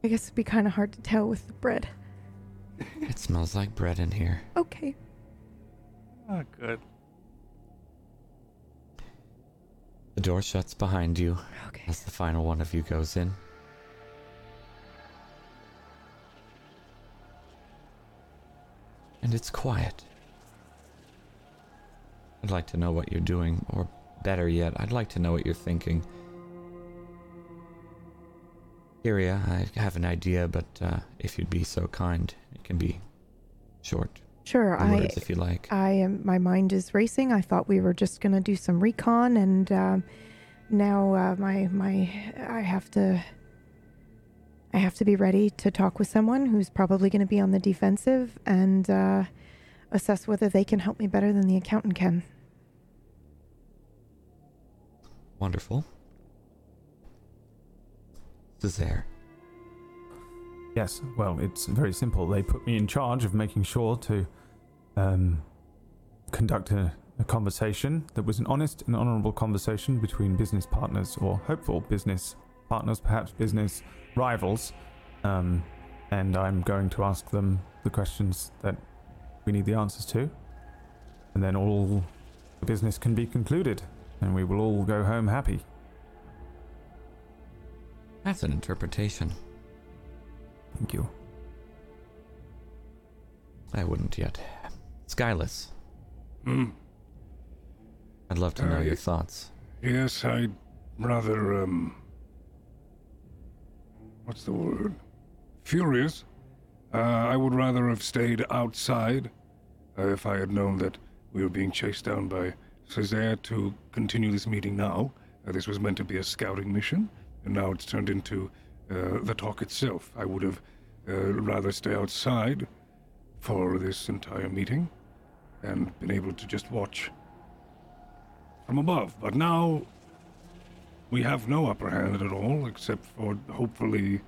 I guess it'd be kind of hard to tell with the bread.
It smells like bread in here.
Okay.
Ah, good.
The door shuts behind you
Okay.
as the final one of you goes in. And it's quiet. I'd like to know what you're doing, or better yet, I'd like to know what you're thinking. Iria, I have an idea, but uh, if you'd be so kind, it can be short
Sure.
in
I
words if you like.
I am my mind is racing. I thought we were just going to do some recon and um, now uh, my my I have to I have to be ready to talk with someone who's probably going to be on the defensive and uh, assess whether they can help me better than the accountant can.
Wonderful. Cesare.
Yes, well, it's very simple. They put me in charge of making sure to um, conduct a, a conversation that was an honest and honorable conversation between business partners or hopeful business partners, perhaps business rivals. Um, and I'm going to ask them the questions that we need the answers to. And then all the business can be concluded, and we will all go home happy.
That's an interpretation.
Thank you.
I wouldn't yet. Skyless.
Hmm.
I'd love to know
Uh,
your
y-
thoughts.
Yes, I'd rather, um. What's the word? Furious. Uh, I would rather have stayed outside uh, if I had known that we were being chased down by Césaire to continue this meeting now. Uh, this was meant to be a scouting mission, and now it's turned into uh, the talk itself. I would have uh, rather stay outside for this entire meeting and been able to just watch from above. But now we have no upper hand at all, except for hopefully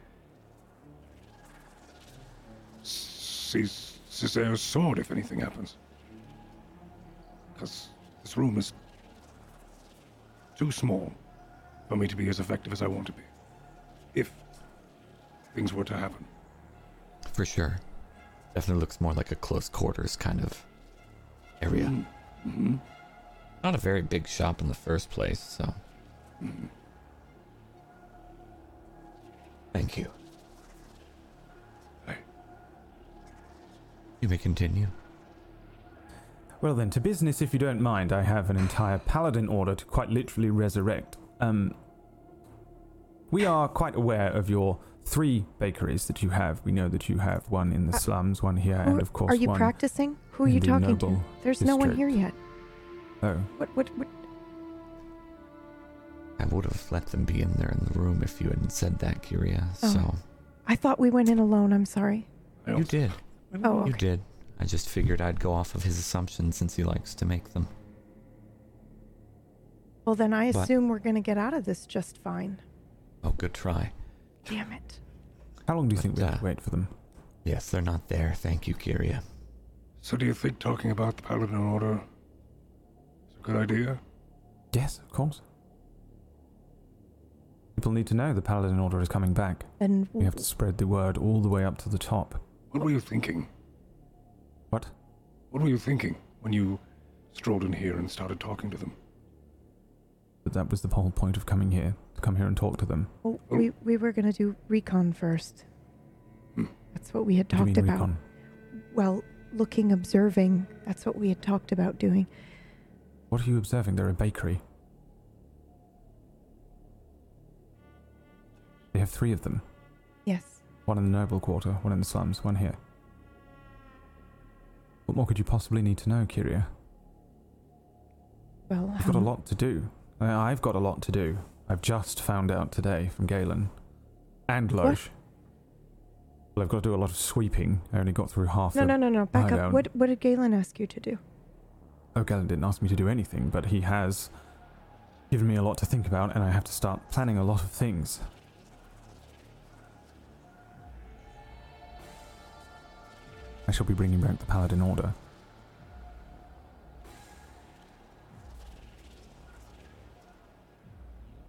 Cés- Césaire's sword if anything happens. Because this room is too small for me to be as effective as I want to be. If things were to happen.
For sure. Definitely looks more like a close quarters kind of area.
Hmm. Mm.
Not a very big shop in the first place, so. Thank you.
Aye.
You may continue.
Well, then, to business, if you don't mind, I have an entire paladin order to quite literally resurrect. Um, we are quite aware of your three bakeries that you have. We know that you have one in the slums, one here, and of course,
Uh, are you
one.
practicing? Who are
in
you
the
talking
noble
to? There's no one here
district.
yet.
oh,
What? What? What?
I would have let them be in there in the room if you hadn't said that, Kyria.
Oh,
so.
I thought we went in alone. I'm sorry.
I
You
also-
did.
Oh,
You
okay.
did. I just figured I'd go off of his assumptions since he likes to make them.
Well, then I
But-
assume we're gonna get out of this just fine.
Oh, good try.
Damn it.
how long do you think we have to
Uh,
wait for them?
Yes, they're not there. Thank you, Kyria.
So do you think talking about the Paladin Order is a good idea?
Yes, of course. People need to know the paladin order is coming back.
Then
We have to spread the word all the way up to the top.
What were you thinking?
What?
What were you thinking when you strolled in here and started talking to them?
But that was the whole point of coming here to come here and talk to them.
Well, we we were gonna do recon first.
Hmm?
That's what we had
What do
talked
you mean
about.
recon?
Well, looking, observing. That's what we had talked about doing.
What are you observing? They're a bakery. They have three of them
Yes.
one in the noble quarter, one in the slums, one here. What more could you possibly need to know, Kyria?
Well, um,
You've
how
got a
mu-
lot to do. Uh, I've got a lot to do. I've just found out today from Galen and
What?
Loesch. Well, I've got to do a lot of sweeping. I only got through half
No,
the
no, no, no. Back
I
up.
don't-
What what did Galen ask you to do?
Oh, Galen didn't ask me to do anything, but he has given me a lot to think about, and I have to start planning a lot of things. I shall be bringing back the Paladin Order.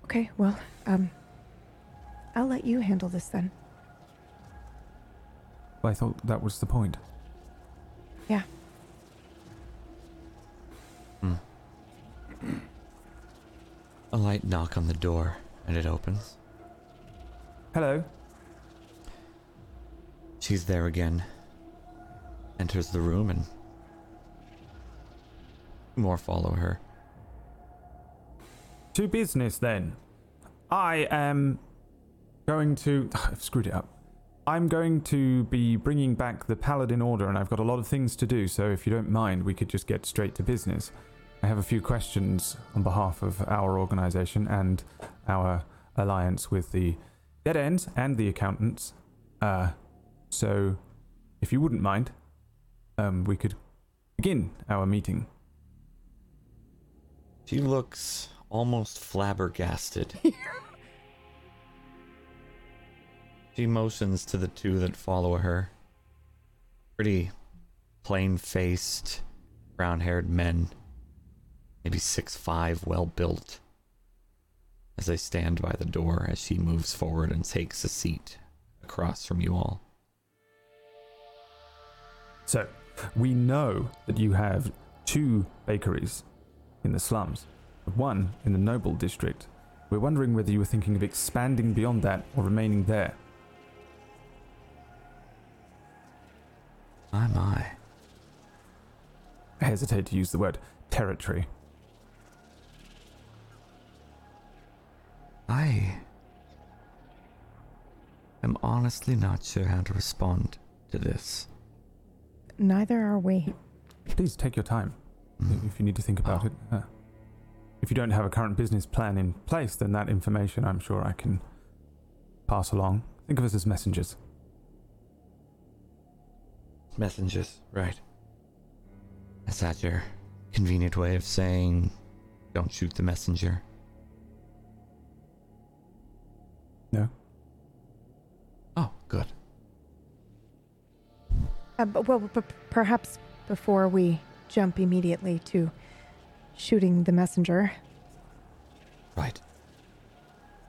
Okay. Well, um, I'll let you handle this then.
But I thought that was the point.
Yeah.
A light knock on the door, and it opens.
Hello.
She's there again. Enters the room, and more follow her.
To business then. I am going to. <sighs> I've screwed it up. I'm going to be bringing back the Paladin Order, and I've got a lot of things to do, so if you don't mind, we could just get straight to business. I have a few questions on behalf of our organization and our alliance with the Dead Ends and the accountants. Uh, so, if you wouldn't mind, um, we could begin our meeting.
She looks almost <laughs> flabbergasted. she motions to the two that follow her. Pretty plain faced, brown haired men. Maybe six five, well built. As they stand by the door as she moves forward and takes a seat across from you all.
So, we know that you have two bakeries in the slums, one in the Noble district. We're wondering whether you were thinking of expanding beyond that or remaining there.
My, my.
I hesitate to use the word territory.
I am honestly not sure how to respond to this.
Neither are we.
Please take your time i- if you need to think about it. Uh, if you don't have a current business plan in place, then that information I'm sure I can pass along. Think of us as messengers.
Messengers, right. Is that your convenient way of saying don't shoot the messenger?
No?
Oh, good.
Uh, but, well, p- perhaps before we jump immediately to shooting the messenger,
Right.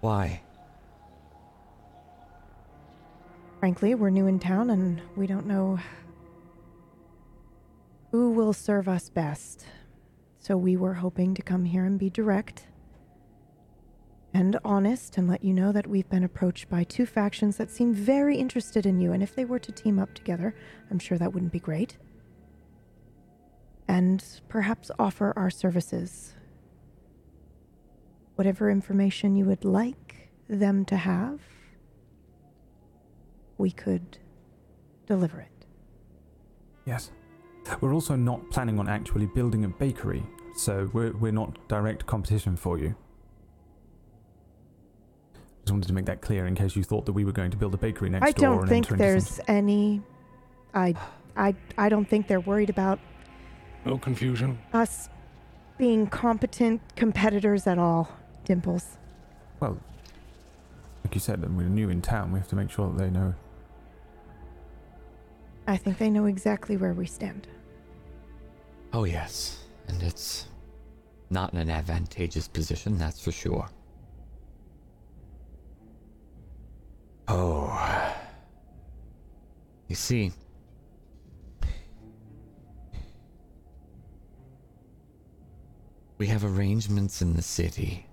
Why?
frankly, we're new in town and we don't know who will serve us best. So we were hoping to come here and be direct and honest and let you know that we've been approached by two factions that seem very interested in you. And if they were to team up together, I'm sure that wouldn't be great. And perhaps offer our services. Whatever information you would like them to have, we could deliver it.
Yes. We're also not planning on actually building a bakery, so we're, we're not direct competition for you. Just wanted to make that clear in case you thought that we were going to build a bakery next
I
door.
don't
and
think
enter into some
there's any. I, I, I don't think they're worried about
No confusion.
us being competent competitors at all, Dimples.
Well, like you said, we're new in town. We have to make sure that they know.
I think they know exactly where we stand.
Oh, yes. And it's not in an advantageous position, that's for sure. Oh. You see, we have arrangements in the city,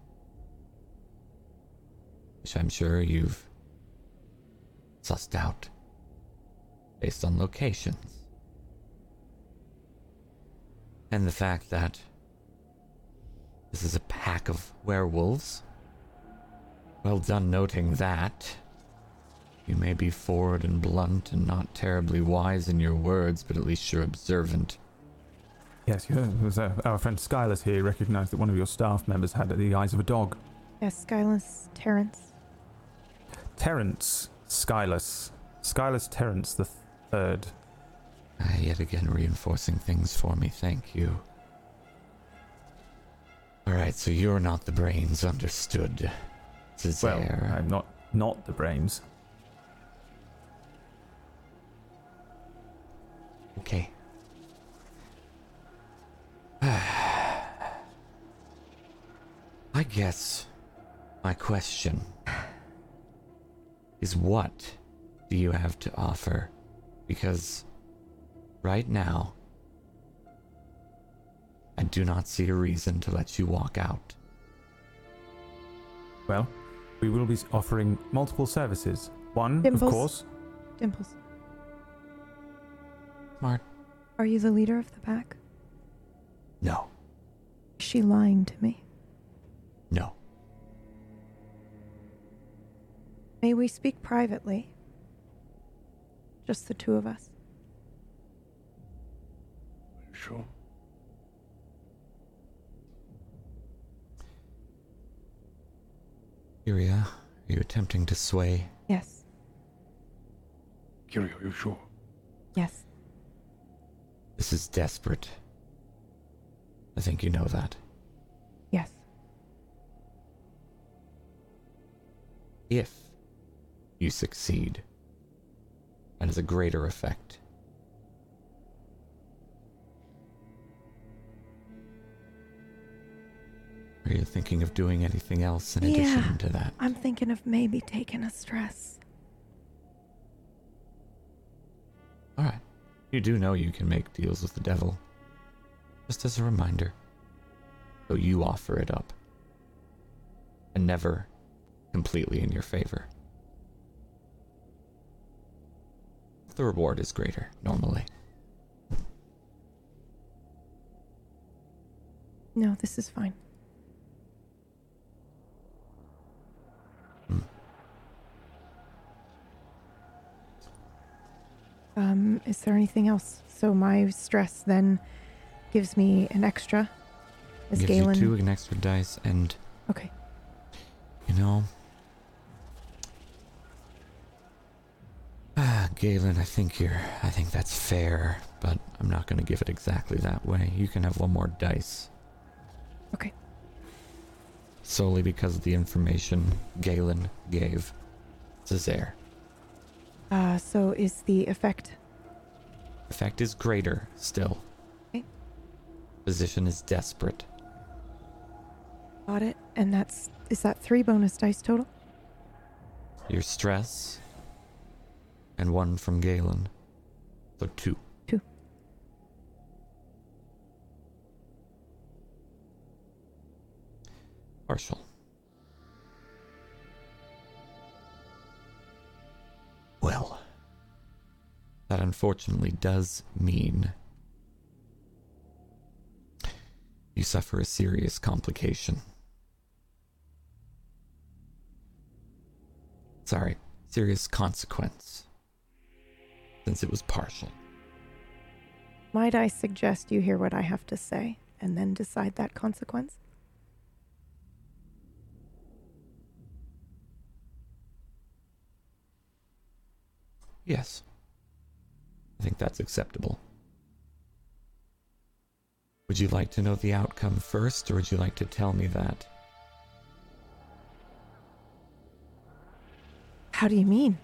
which I'm sure you've sussed out based on locations and the fact that this is a pack of werewolves. Well done noting that. You may be forward and blunt and not terribly wise in your words, but at least you're observant.
Yes, you know, was, uh, our friend Skylar's here recognized that one of your staff members had the eyes of a dog.
Yes, Skyless, Terrence.
Terence Skylus. Skylus Terence the third.
Uh, yet again, reinforcing things for me. Thank you. All right, so you're not the brains, understood.
Well,
Cesare.
I'm not not the brains.
Okay. <sighs> I guess my question is what do you have to offer? Because right now, I do not see a reason to let you walk out.
Well, we will be offering multiple services. One, of
Dimples.
course.
Dimples,
Mart?
are you the leader of the pack?
No,
Is she lying to me?
no.
May we speak privately? Just the two of us.
Sure.
Iria, are you attempting to sway?
Yes,
Kiri, are you sure?
yes.
This is desperate. I think you know that.
Yes.
if you succeed and has a greater effect. Are you thinking of doing anything else in
Yeah.
addition to that?
I'm thinking of maybe taking a stress.
All right. You do know you can make deals with the devil. Just as a reminder. So you offer it up. And never completely in your favor. The reward is greater, normally.
No, this is fine. Um, is there anything else? So my stress then gives me an extra. Is
Gives
Galen
you two an extra dice, and
okay?
you know. Ah, Galen, I think you're. I think that's fair, but I'm not going to give it exactly that way. You can have one more dice.
Okay.
solely because of the information Galen gave Cesaire.
Uh, so is the effect
Effect is greater still.
Okay.
Position is desperate.
got it? And that's is that three bonus dice total?
Your stress and one from Galen. So two.
Two.
Partial. Well, that unfortunately does mean you suffer a serious complication. Sorry, serious consequence. Since it was partial.
Might I suggest you hear what I have to say and then decide that consequence?
Yes. I think that's acceptable. Would you like to know the outcome first, or would you like to tell me that?
How do you mean?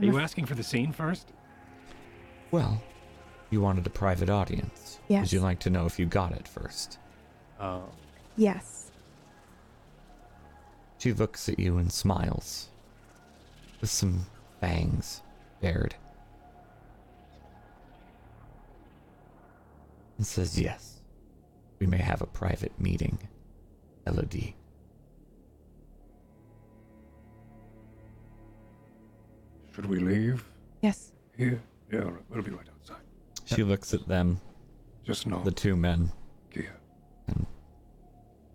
Are you asking for the scene first?
Well, you wanted a private audience. Would
Yes.
you like to know if you got it first?
Uh,
Oh.
Yes.
She looks at you and smiles, with some fangs bared, and says, Yes, we may have a private meeting, Elodie.
Should we leave
Yes.
here? Yeah, all right. We'll be right outside.
She looks at them,
Just not
the two men,
here.
and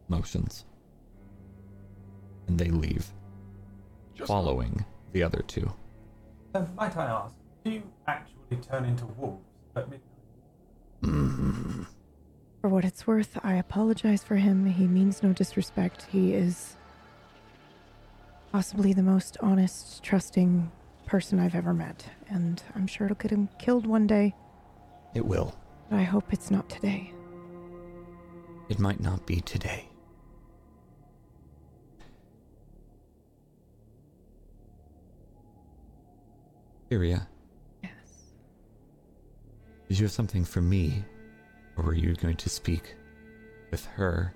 motions. And they leave,
Just
following the other two.
Um, might I ask, do you actually turn into wolves at midnight?
For what it's worth, I apologize for him. He means no disrespect. He is possibly the most honest, trusting person I've ever met, and I'm sure it'll get him killed one day,
It will.
but I hope it's not today.
It might not be today. Iria,
Yes.
did you have something for me? Or were you going to speak with her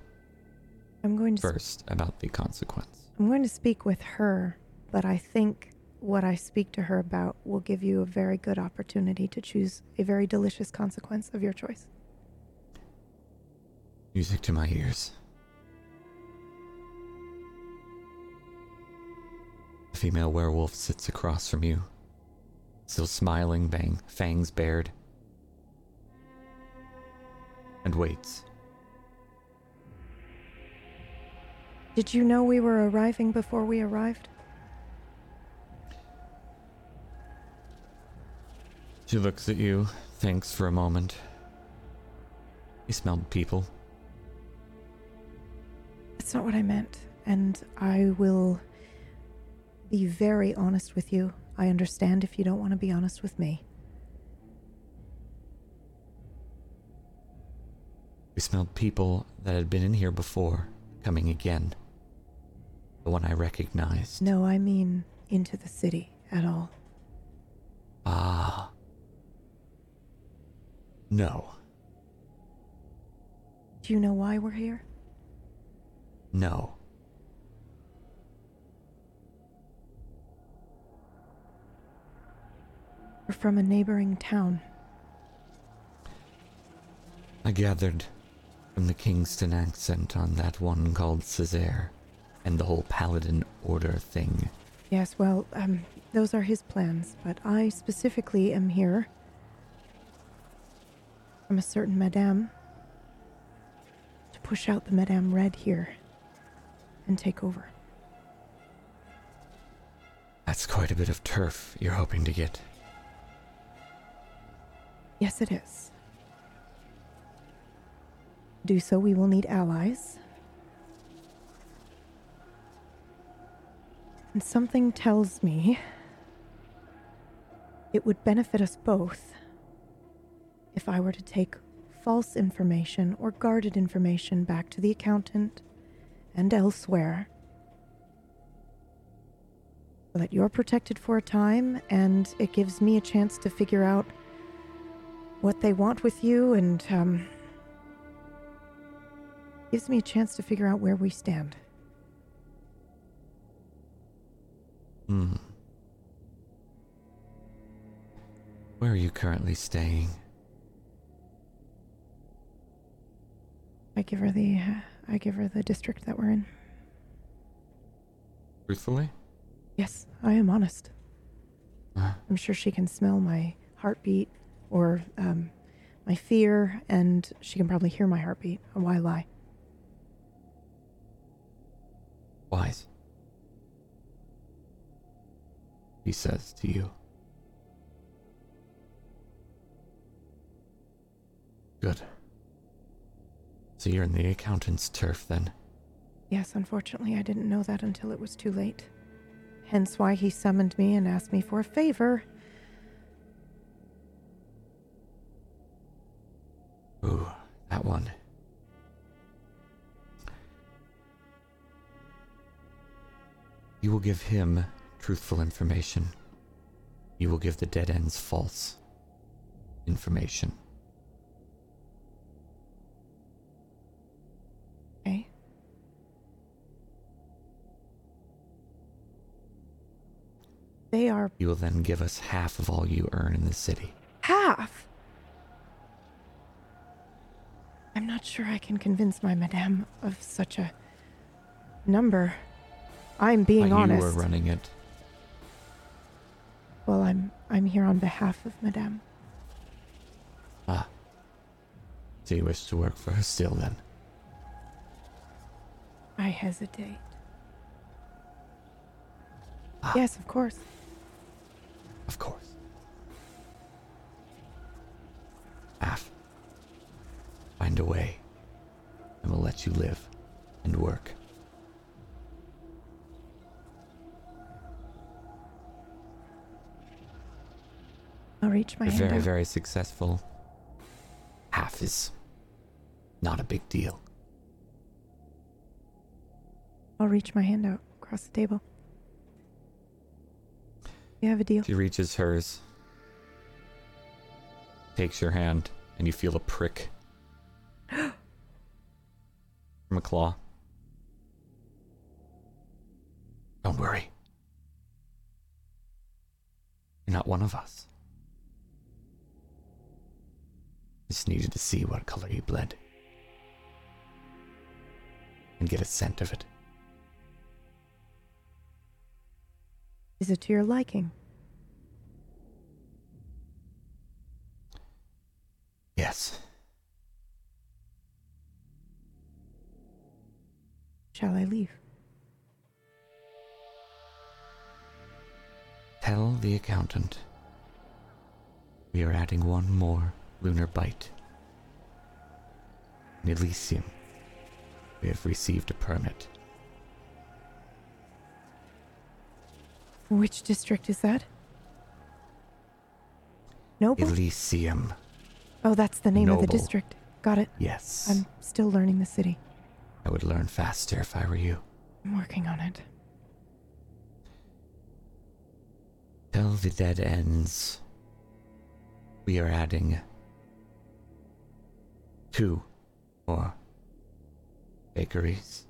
I'm going to sp-
first about the consequence?
I'm going to speak with her, but I think what I speak to her about will give you a very good opportunity to choose a very delicious consequence of your choice.
Music to my ears. The female werewolf sits across from you, still smiling, bang, fangs bared, and waits.
Did you know we were arriving before we arrived?
She looks at you, thinks for a moment. You smelled people.
That's not what I meant. And I will be very honest with you. I understand if you don't want to be honest with me.
We smelled people that had been in here before, coming again. The one I recognized.
No, I mean into the city at all.
Ah. No.
Do you know why we're here?
No.
We're from a neighboring town.
I gathered from the Kingston accent on that one called Caesar and the whole paladin order thing.
Yes, well, um, those are his plans, but I specifically am here from a certain Madame to push out the Madame Red here and take over.
That's quite a bit of turf you're hoping to get.
Yes, it is. To do so, we will need allies. And something tells me it would benefit us both if I were to take false information or guarded information back to the accountant and elsewhere. So that you're protected for a time, and it gives me a chance to figure out what they want with you and um, gives me a chance to figure out where we stand.
Hmm. Where are you currently staying?
I give her the uh, I give her the district that we're in.
Truthfully?
Yes, I am honest.
Uh,
I'm sure she can smell my heartbeat or um, my fear, and she can probably hear my heartbeat. Why lie?
wise. He says to you. Good. So you're in the accountant's turf then.
Yes, unfortunately, I didn't know that until it was too late. Hence why he summoned me and asked me for a favor.
Ooh, that one. You will give him truthful information. You will give the dead ends false information.
Okay. They are
You will then give us half of all you earn in the city.
half. I'm not sure I can convince my madame of such a number. I'm being
But
honest.
you are running it.
Well, I'm I'm here on behalf of Madame.
Ah. So you wish to work for her still then?
I hesitate.
Ah.
Yes, of course.
Of course. Af. Find a way. And we'll let you live and work.
I'll reach my
You're
hand
very,
out.
very successful. Half is not a big deal.
I'll reach my hand out across the table. You have a deal.
She reaches hers, takes your hand, and you feel a prick <gasps> from a claw. Don't worry. You're not one of us. Just needed to see what color you bled and get a scent of it.
Is it to your liking?
Yes.
Shall I leave?
Tell the accountant we are adding one more lunar bite. In Elysium, we have received a permit.
Which district is that? Noble?
Elysium,
oh, that's the name of the
Noble.
district. Got it.
yes.
I'm still learning the city.
I would learn faster if I were you.
I'm working on it.
Tell the dead ends we are adding two more bakeries.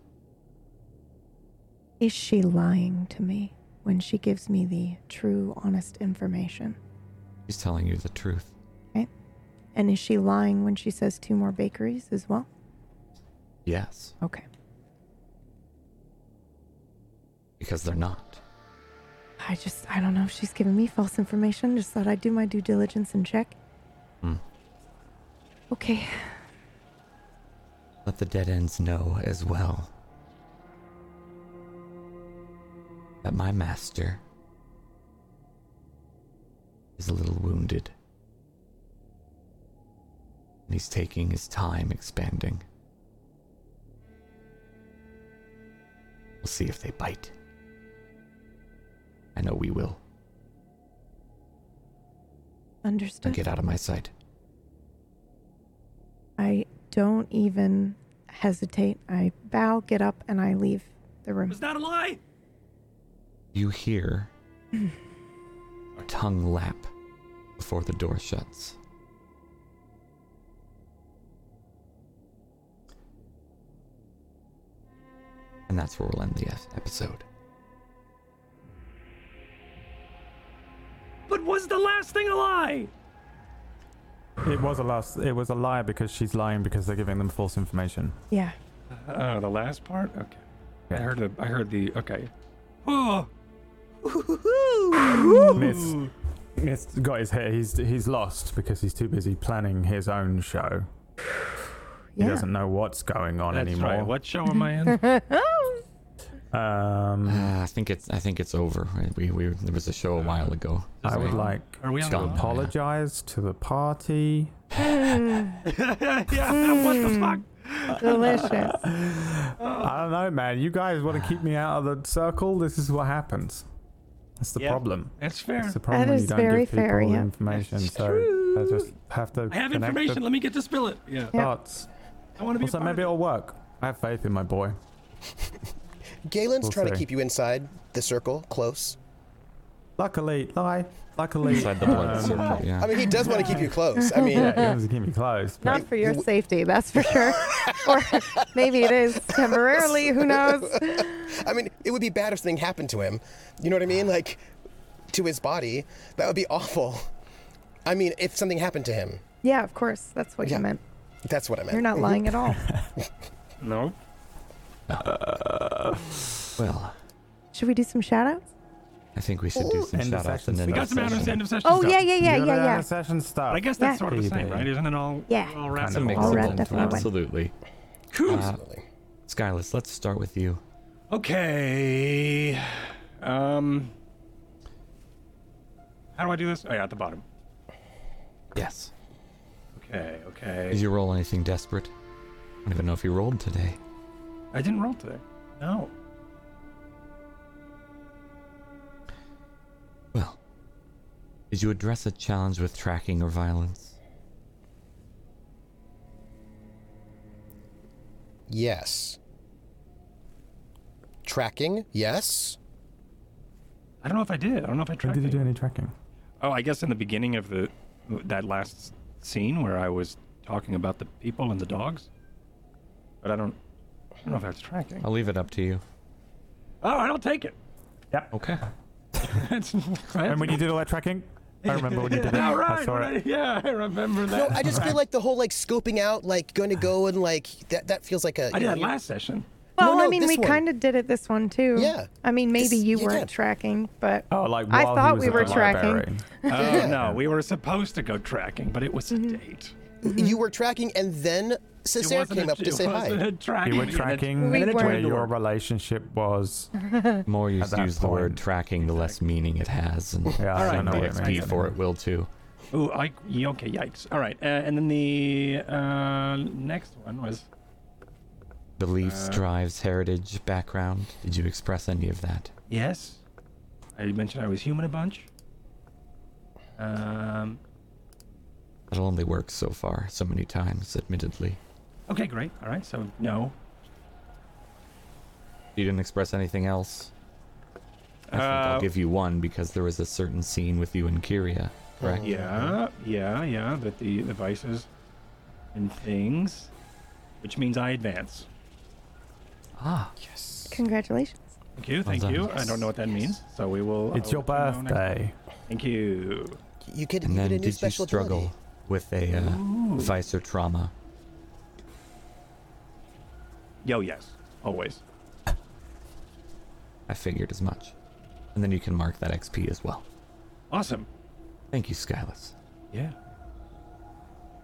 Is she lying to me when she gives me the true, honest information?
He's telling you the truth.
Okay. And is she lying when she says two more bakeries as well?
Yes,
Okay.
because they're not.
I just, I don't know if she's giving me false information. Just thought I'd do my due diligence and check.
Hmm.
Okay.
Let the dead ends know as well that my master is a little wounded. And he's taking his time expanding. We'll see if they bite. I know we will. Now
Understood.
get out of my sight.
I don't even hesitate. I bow, get up, and I leave the room.
Was that a lie?
You hear a tongue lap before the door shuts. And that's where we'll end the es- episode.
But was the last thing a lie?
It was a last. It was a lie because she's lying because they're giving them false information.
Yeah.
Oh, the last part. Okay. I
Yeah.
heard the. I heard the. Okay. Oh,
Miss, Miss got his hair. He's he's lost because he's too busy planning his own show.
Yeah.
He doesn't know what's going on
that's
anymore.
right. What show am I in?
Um,
Uh, I think it's I think it's over. We, we there was a show a while ago.
I would like
Are we on?
to
Scum.
the-
apologize to the party.
yeah. What the fuck?
Delicious.
I don't know, man. You guys want to keep me out of the circle? This is what happens. That's the
Yeah.
problem.
That's fair.
It's the problem when
is
you don't
very
give people
fair, yeah.
information.
It's
so I just have to
I have
connect
information.
the
Let me get to spill it. Yeah.
Yeah.
dots.
I want to be.
Also,
a part
maybe
of
it'll work. I have faith in my boy.
Galen's
We'll
trying to
see.
keep you inside the circle, close.
Luckily, lie. Luckily,
Inside the blood
um,
circle, yeah.
I mean, he does want to keep you close. I mean,
yeah, it was keeping me close. but-
Not for your safety, that's for sure. or maybe it is temporarily. Who knows?
I mean, it would be bad if something happened to him. You know what I mean? Like, to his body, that would be awful. I mean, if something happened to him,
Yeah, of course. That's what
Yeah.
you meant.
that's what I meant.
You're not lying at
<laughs>
all.
it. No.
Well,
Should we do some shout outs?
I think we should do some
End of
shout outs
session.
and then
We
We got some out of end of session.
Oh,
stuff.
yeah, <laughs> yeah, yeah,
You're
yeah,
not out
yeah.
of session stuff.
But I guess that's
Yeah.
sort of the same,
Baby.
right? Isn't it all?
Yeah.
All wrapped
It's a
up?
mix
All
of
wrapped
them,
up in one.
absolutely.
Cool.
Uh,
Absolutely.
Skyless, let's start with you.
Okay. Um. How do I do this? Oh yeah, at the bottom.
Yes.
Okay.
Did
Okay.
you roll anything desperate? I don't even know if you rolled today.
I didn't roll today. No.
Well, did you address a challenge with tracking or violence?
Yes. Tracking, yes.
I don't know if I did. I don't know if I tried.
Did you do any tracking?
Oh, I guess in the beginning of the that last scene where I was talking about the people and the dogs. But I don't. I don't know if that's tracking.
I'll leave it up to you.
Oh, I don't take it. <laughs>
Okay.
That's, that's <laughs>
And when you did all that tracking, I remember when you did it.
Oh,
I
right,
saw
right.
it.
Yeah, I remember
No,
that.
I just feel like the whole like scoping out, like going to go and like that. That feels like
I
a. you
did
know,
that
you're-
last session.
Well,
no,
I mean,
this
we
one.
kind of did it this one too.
Yeah.
I mean, maybe
This-
you
you
weren't
did.
tracking, but
Oh, like
I
while he
thowt
was
we
at
were
the
tracking.
<laughs>
library.
Oh no, we were supposed to go tracking, but it was a
Mm-hmm.
date.
You were tracking, and then
It
Cesare
wasn't
came
a-
up to
it
say
wasn't
hi.
a tracking.
You were
and it-
tracking
We
it
were.
where
turned
your
to work.
relationshore was.
The more you
<laughs> At that
use the word
point.
tracking, the less meaning it has, and
Yeah, I don't know
the
what it
XP
means.
for it will too.
Ooh, I, yeah, okay, yikes. All right, uh, and then the uh, next one was
Uh.
Beliefs, drives, heritage, background. Did you express any of that?
yes. I mentioned I was human a bunch. Um.
That'll only work so far, so many times, admittedly.
Okay, great. All right, so no.
You didn't express anything else? I think
Uh,
I'll give you one because there was a certain scene with you and Kyria,
Mm.
correct?
Yeah, yeah, yeah. But the the vices and things, which means I advance.
Ah,
Congratulations.
Thank you, thank
done.
you. I don't know what that means, so we will.
It's
I'll
your
let you know next-
birthday.
Thank you.
You
and
could, you get
then
a new
did you
special
struggle?
ability.
with a uh, visor trauma.
Yo, yes, always.
I figured as much. And then you can mark that XP as well.
Awesome.
Thank you, Skylus.
Yeah.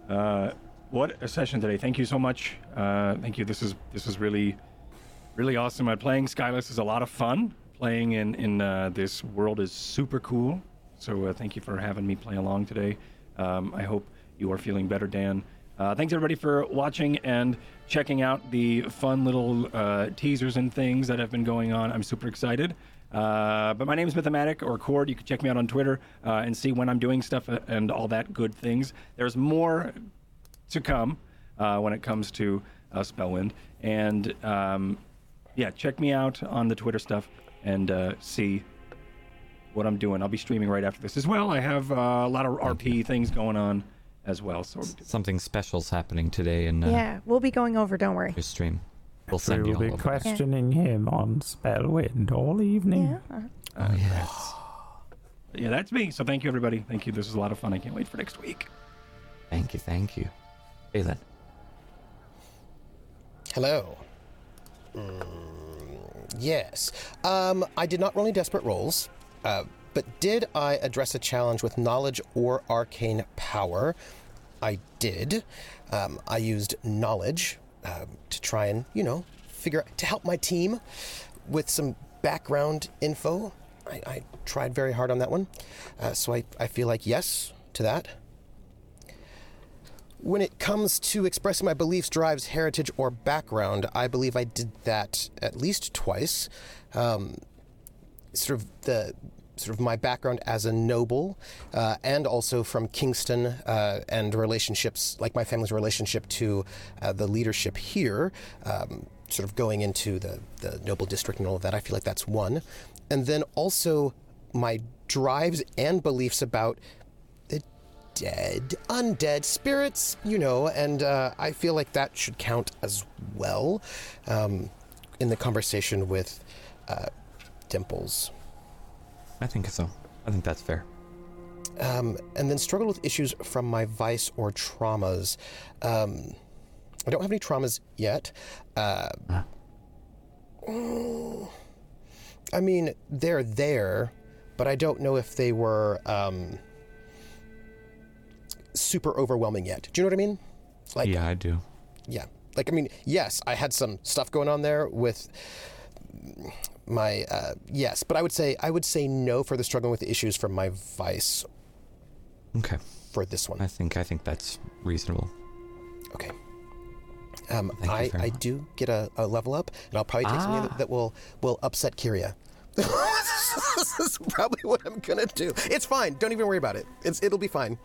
Uh, what a session today! Thank you so much. Uh, thank you. This is this is really, really awesome. Uh, playing Skyless is a lot of fun. Playing in in uh, this world is super cool. So uh, thank you for having me play along today. Um, I hope you are feeling better, Dan. Uh, thanks everybody for watching and checking out the fun little uh, teasers and things that have been going on. I'm super excited. Uh, but my name is Mythomatic or Cord. You can check me out on Twitter uh, and see when I'm doing stuff uh, and all that good things. There's more to come uh, when it comes to uh, Spellwind. And um, yeah, check me out on the Twitter stuff and uh, see what I'm doing. I'll be streaming right after this as well. I have uh, a lot of RP things going on as well. So
Something special's happening today in uh,
yeah, we'll be going over. Don't worry.
your stream. We'll
We
send you
will
all
be
over.
questioning him on Spellwind all evening.
Yeah. uh,
Oh, yes.
yeah, that's me. So thank you, everybody. Thank you. This was a lot of fun. I can't wait for next week.
Thank you, thank you. Jalen,
Hello. Mm, yes. Um, I did not roll any desperate rolls, uh, but did I address a challenge with knowledge or arcane power? I did. Um, I used knowledge um, to try and, you know, figure to help my team with some background info. I, I tried very hard on that one. Uh, so I, I feel like yes to that. When it comes to expressing my beliefs, drives, heritage, or background, I believe I did that at least twice. Um, sort of the sort of my background as a noble, uh, and also from Kingston uh, and relationships, like my family's relationship to uh, the leadership here. Um, sort of going into the the noble district and all of that. I feel like that's one, and then also my drives and beliefs about the dead, undead spirits, you know, and uh, I feel like that should count as well um, in the conversation with uh, Dimples.
I think so. I think that's fair.
Um, and then struggle with issues from my vice or traumas. Um, I don't have any traumas yet. Uh, mm, <sighs> I mean, they're there, but I don't know if they were um, super overwhelming yet. Do you know what I mean? Like,
yeah, I do.
yeah like i mean yes i had some stuff going on there with my uh, yes but i would say i would say no for the struggling with the issues from my vice
Okay.
for this one
I think I think that's reasonable.
okay um,
you
I,
very
I
much. Ah.
do get a, a level up and i'll probably take something that, that will will upset kiria <laughs> this is probably what i'm gonna do it's fine don't even worry about it it's it'll be fine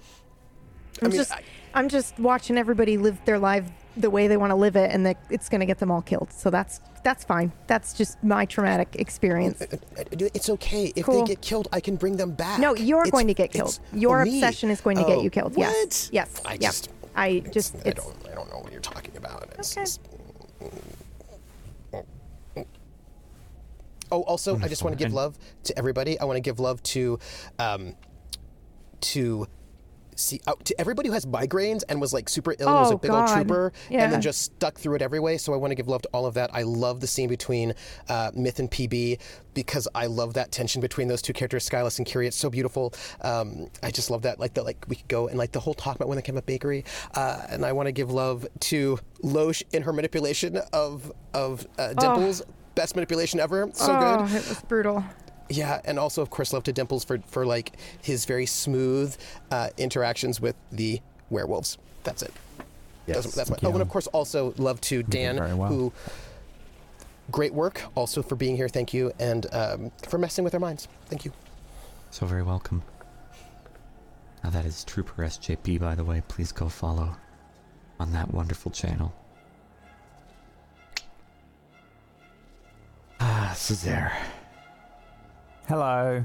I'm
mean,
just,
I-
I... am just watching everybody live their life the way they want to live it, and that it's gonna get them all killed. So that's that's fine. That's just my traumatic experience.
Uh, It's okay. If
Cool.
they get killed, I can bring them back.
No, you're
uh, It's-
going to get killed.
it's
Your
me.
obsession is going to
Oh,
get you killed. Yes.
what?
Yes.
I
yeah.
just,
I
it's-
just.
I
It's.
don't, I don't know what you're talking about. It's,
Okay.
it's- Oh, also, I just want to give love to everybody. I want to give love to, um, to. See, oh, to everybody who has migraines and was like super ill, and was
Oh,
a big old
God.
trooper, and
Yeah.
then just stuck through it every way. So I want to give love to all of that. I love the scene between uh, Myth and PB because I love that tension between those two characters, Skyless and Kiri. It's so beautiful. Um, I just love that. Like that, like we could go and like the whole talk about when they came up bakery. Uh, and I want to give love to Loesch in her manipulation of of uh, Dimples. Best manipulation ever. So good.
Oh, it was brutal.
Yeah, and also of course love to Dimples for for like his very smooth uh, interactions with the werewolves. That's it. that's, that's my, oh, and of course also love to Dan,
very well.
who great work also for being here. Thank you, and um, for messing with our minds. Thank you.
So very welcome. Now that is Trooper SJP, by the way. Please go follow on that wonderful channel. Ah, Cesare.
Hello.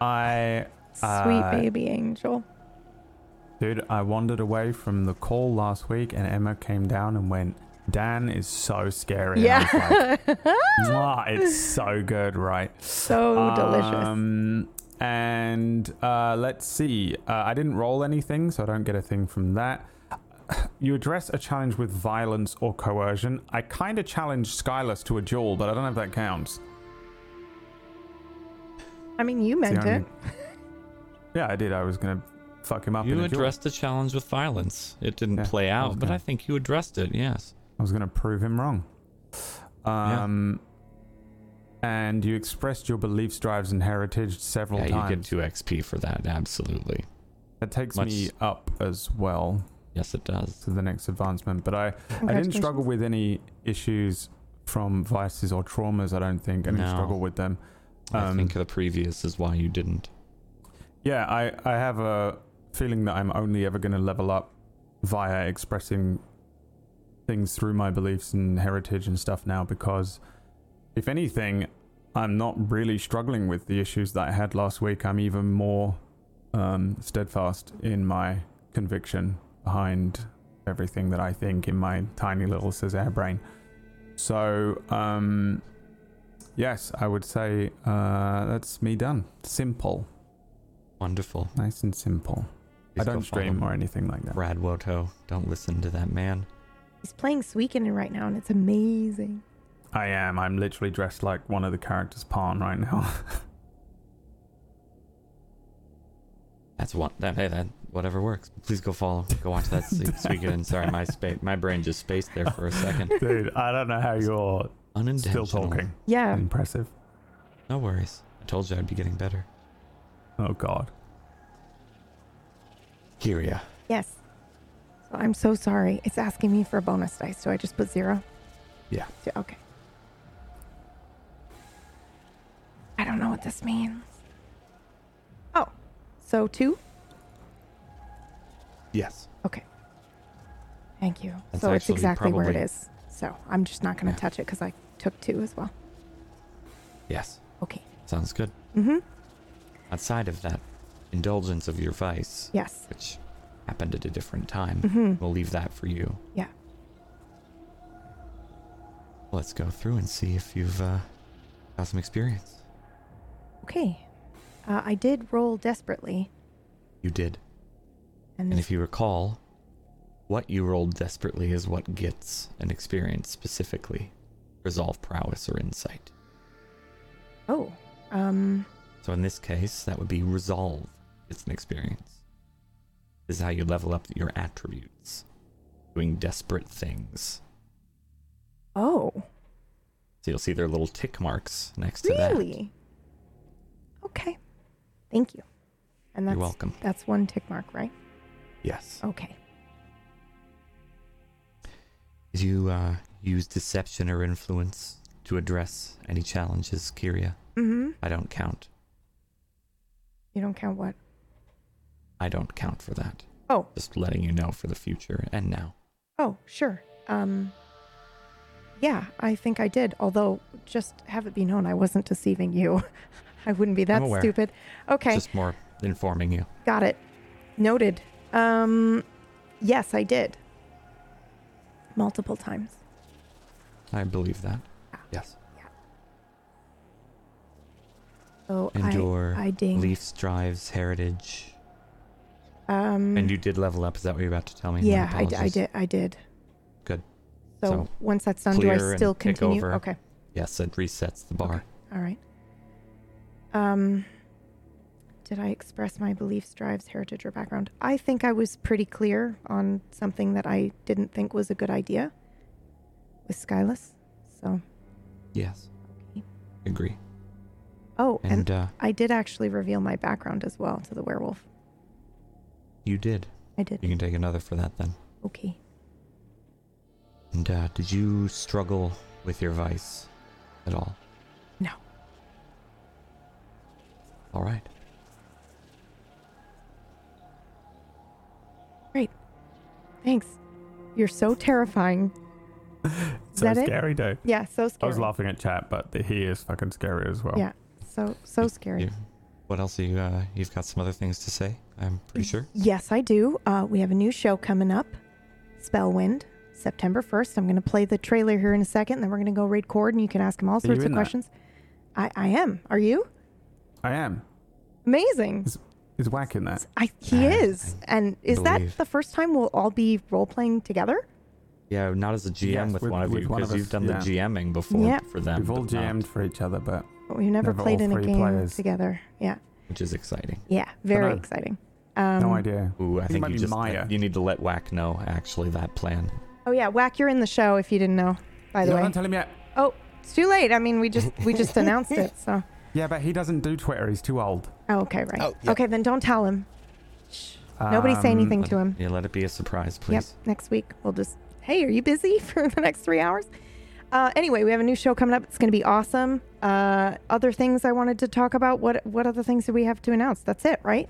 I.
Sweet
uh,
baby angel.
Dude, I wandered away from the call last week and Emma came down and went, Dan is so scary. And I was like, <laughs>
Yeah. <laughs>
"Mwah, it's so good, right?
so delicious.
Um, And uh, let's see. Uh, I didn't roll anything, so I don't get a thing from that. <sighs> You address a challenge with violence or coercion. I kind of challenged Skylus to a duel, but I don't know if that counts.
I mean, you meant
only-
it.
Yeah, I did. I was gonna fuck him up. in
You
a duel.
addressed the challenge with violence. It didn't
Yeah,
play
I
out,
was
but
gonna-
I think you addressed it. Yes.
I was gonna prove him wrong. Um, and you expressed your beliefs, drives, and heritage several
yeah,
times.
you get two XP for that. Absolutely.
That takes
Much-
me up as well
Yes, it does.
to the next advancement. But I, I didn't struggle with any issues from vices or traumas. I don't think I didn't
No.
struggle with them.
I
Um,
think the previous is why you didn't.
Yeah, I, I have a feeling that I'm only ever going to level up via expressing things through my beliefs and heritage and stuff now because, if anything, I'm not really struggling with the issues that I had last week. I'm even more um, steadfast in my conviction behind everything that I think in my tiny little Cesare brain. So, um, yes, I would say uh, that's me done. Simple.
Wonderful.
Nice and simple. I
Please go
don't
follow
stream or anything like that.
Brad Woto. Don't listen to that man.
He's playing Suikoden right now, and it's amazing.
I am. I'm literally dressed like one of the characters' pawn right now.
<laughs>
That's one. That, hey, that whatever works. Please go follow. Go watch that
<laughs>
se- speaking. Sorry, my spa- my brain just spaced there for a second.
Dude, I don't know how you're
Unintentional.
still talking.
Yeah,
Impressive.
No worries. I told you I'd be getting better.
Oh god.
Kyria.
yes. So I'm so sorry. It's asking me for a bonus dice, so I just put zero.
Yeah.
So- Okay. I don't know what this means. Oh, so two?
Yes.
Okay. Thank you.
That's
so it's
actually
exactly where it
probably-
is. So I'm just not going to
Yeah.
touch it because I took two as well.
Yes.
Okay.
Sounds good.
Mm-hmm.
Outside of that indulgence of your vice,
Yes.
which happened at a different time,
Mm-hmm.
we'll leave that for you.
Yeah.
Let's go through and see if you've uh, got some experience.
Okay. Uh, I did roll desperately.
You did.
And,
And if you recall, what you rolled desperately is what gets an experience specifically resolve prowess or insight.
oh, um,
So in this case, that would be resolve. It's an experience. This is how you level up your attributes, doing desperate things.
oh,
So you'll see there are little tick marks next to that.
really? Okay. Thank you. And
You're
that's
welcome.
that's one tick mark, right?
Yes.
Okay.
Did you uh, use deception or influence to address any challenges, Kyria?
Mm-hmm.
I don't count.
You don't count what?
I don't count for that.
Oh,
Just letting you know for the future and now.
oh, sure. Um, yeah, I think I did. Although, just have it be known, I wasn't deceiving you. <laughs> I wouldn't be that
aware.
stupid. Okay.
Just more informing you.
Got it. Noted. Um, yes, I did. Multiple times.
I believe that. Yes.
So
And
Oh, I,
your
I ding.
beliefs, drives, heritage.
Um,
And you did level up. Is that what you're about to tell me? My
yeah, I, d- I
apologies.
did. I did.
Good.
So,
So,
once that's done, do I
clear and
still
kick
continue?
over.
Okay.
Yes, it resets the bar.
All right. Um, did I express my beliefs, drives, heritage, or background? I think I was pretty clear on something that I didn't think was a good idea with Skyless. So,
Yes. Agree.
oh, and,
And uh,
I did actually reveal my background as well to the werewolf.
you did.
I did.
You can take another for that then.
Okay.
And uh, did you struggle with your vice at all?
No.
All right.
Thanks. You're so terrifying. Is
So
that it?
scary, dude.
Yeah, so
I
scary.
was laughing at chat, but the, he is fucking scary as well.
Yeah, so so scary.
You, what else? Are you uh, you've got some other things to say. I'm pretty sure.
Yes, I do. Uh, we have a new show coming up, Spellwind, September 1st. I'm going to play the trailer here in a second, then we're going to go raid Cord, and you can ask him all
you
sorts
in
of
that?
questions. I, I am. Are you?
I am.
Amazing.
Is, is Whack in that?
I, he is. And is
believe.
that the first time we'll all be role playing together?
Yeah, not as a GM
Yes,
with,
with-
one of
with
you
one of
because
us,
you've done
yeah.
the GMing before
Yeah.
for them.
We've all
but not-
GM'd for each other, but
But We've never
Never all
played in a
three
game
players.
together. Yeah.
which is exciting.
Yeah. Very
no.
exciting. Um,
no idea.
Ooh, I
It
think
might
you
be
just uh,
Maya.
you need to let Whack know actually that plan.
Oh yeah, Whack, you're in the show if you didn't know, by the
no,
way.
don't tell him yet.
oh, it's too late. I mean we just we just announced it, so
Yeah, but he doesn't do Twitter. He's too old.
Oh, okay, right.
Oh, yeah.
Okay, then don't tell him. Nobody say
Um,
anything to him.
Yeah, let it be a surprise,
Yep.
please.
Next week we'll just hey, are you busy <laughs> for the next three hours? Uh, anyway, we have a new show coming up. It's going to be awesome. Uh, other things I wanted to talk about. What what other things do we have to announce? That's it, right?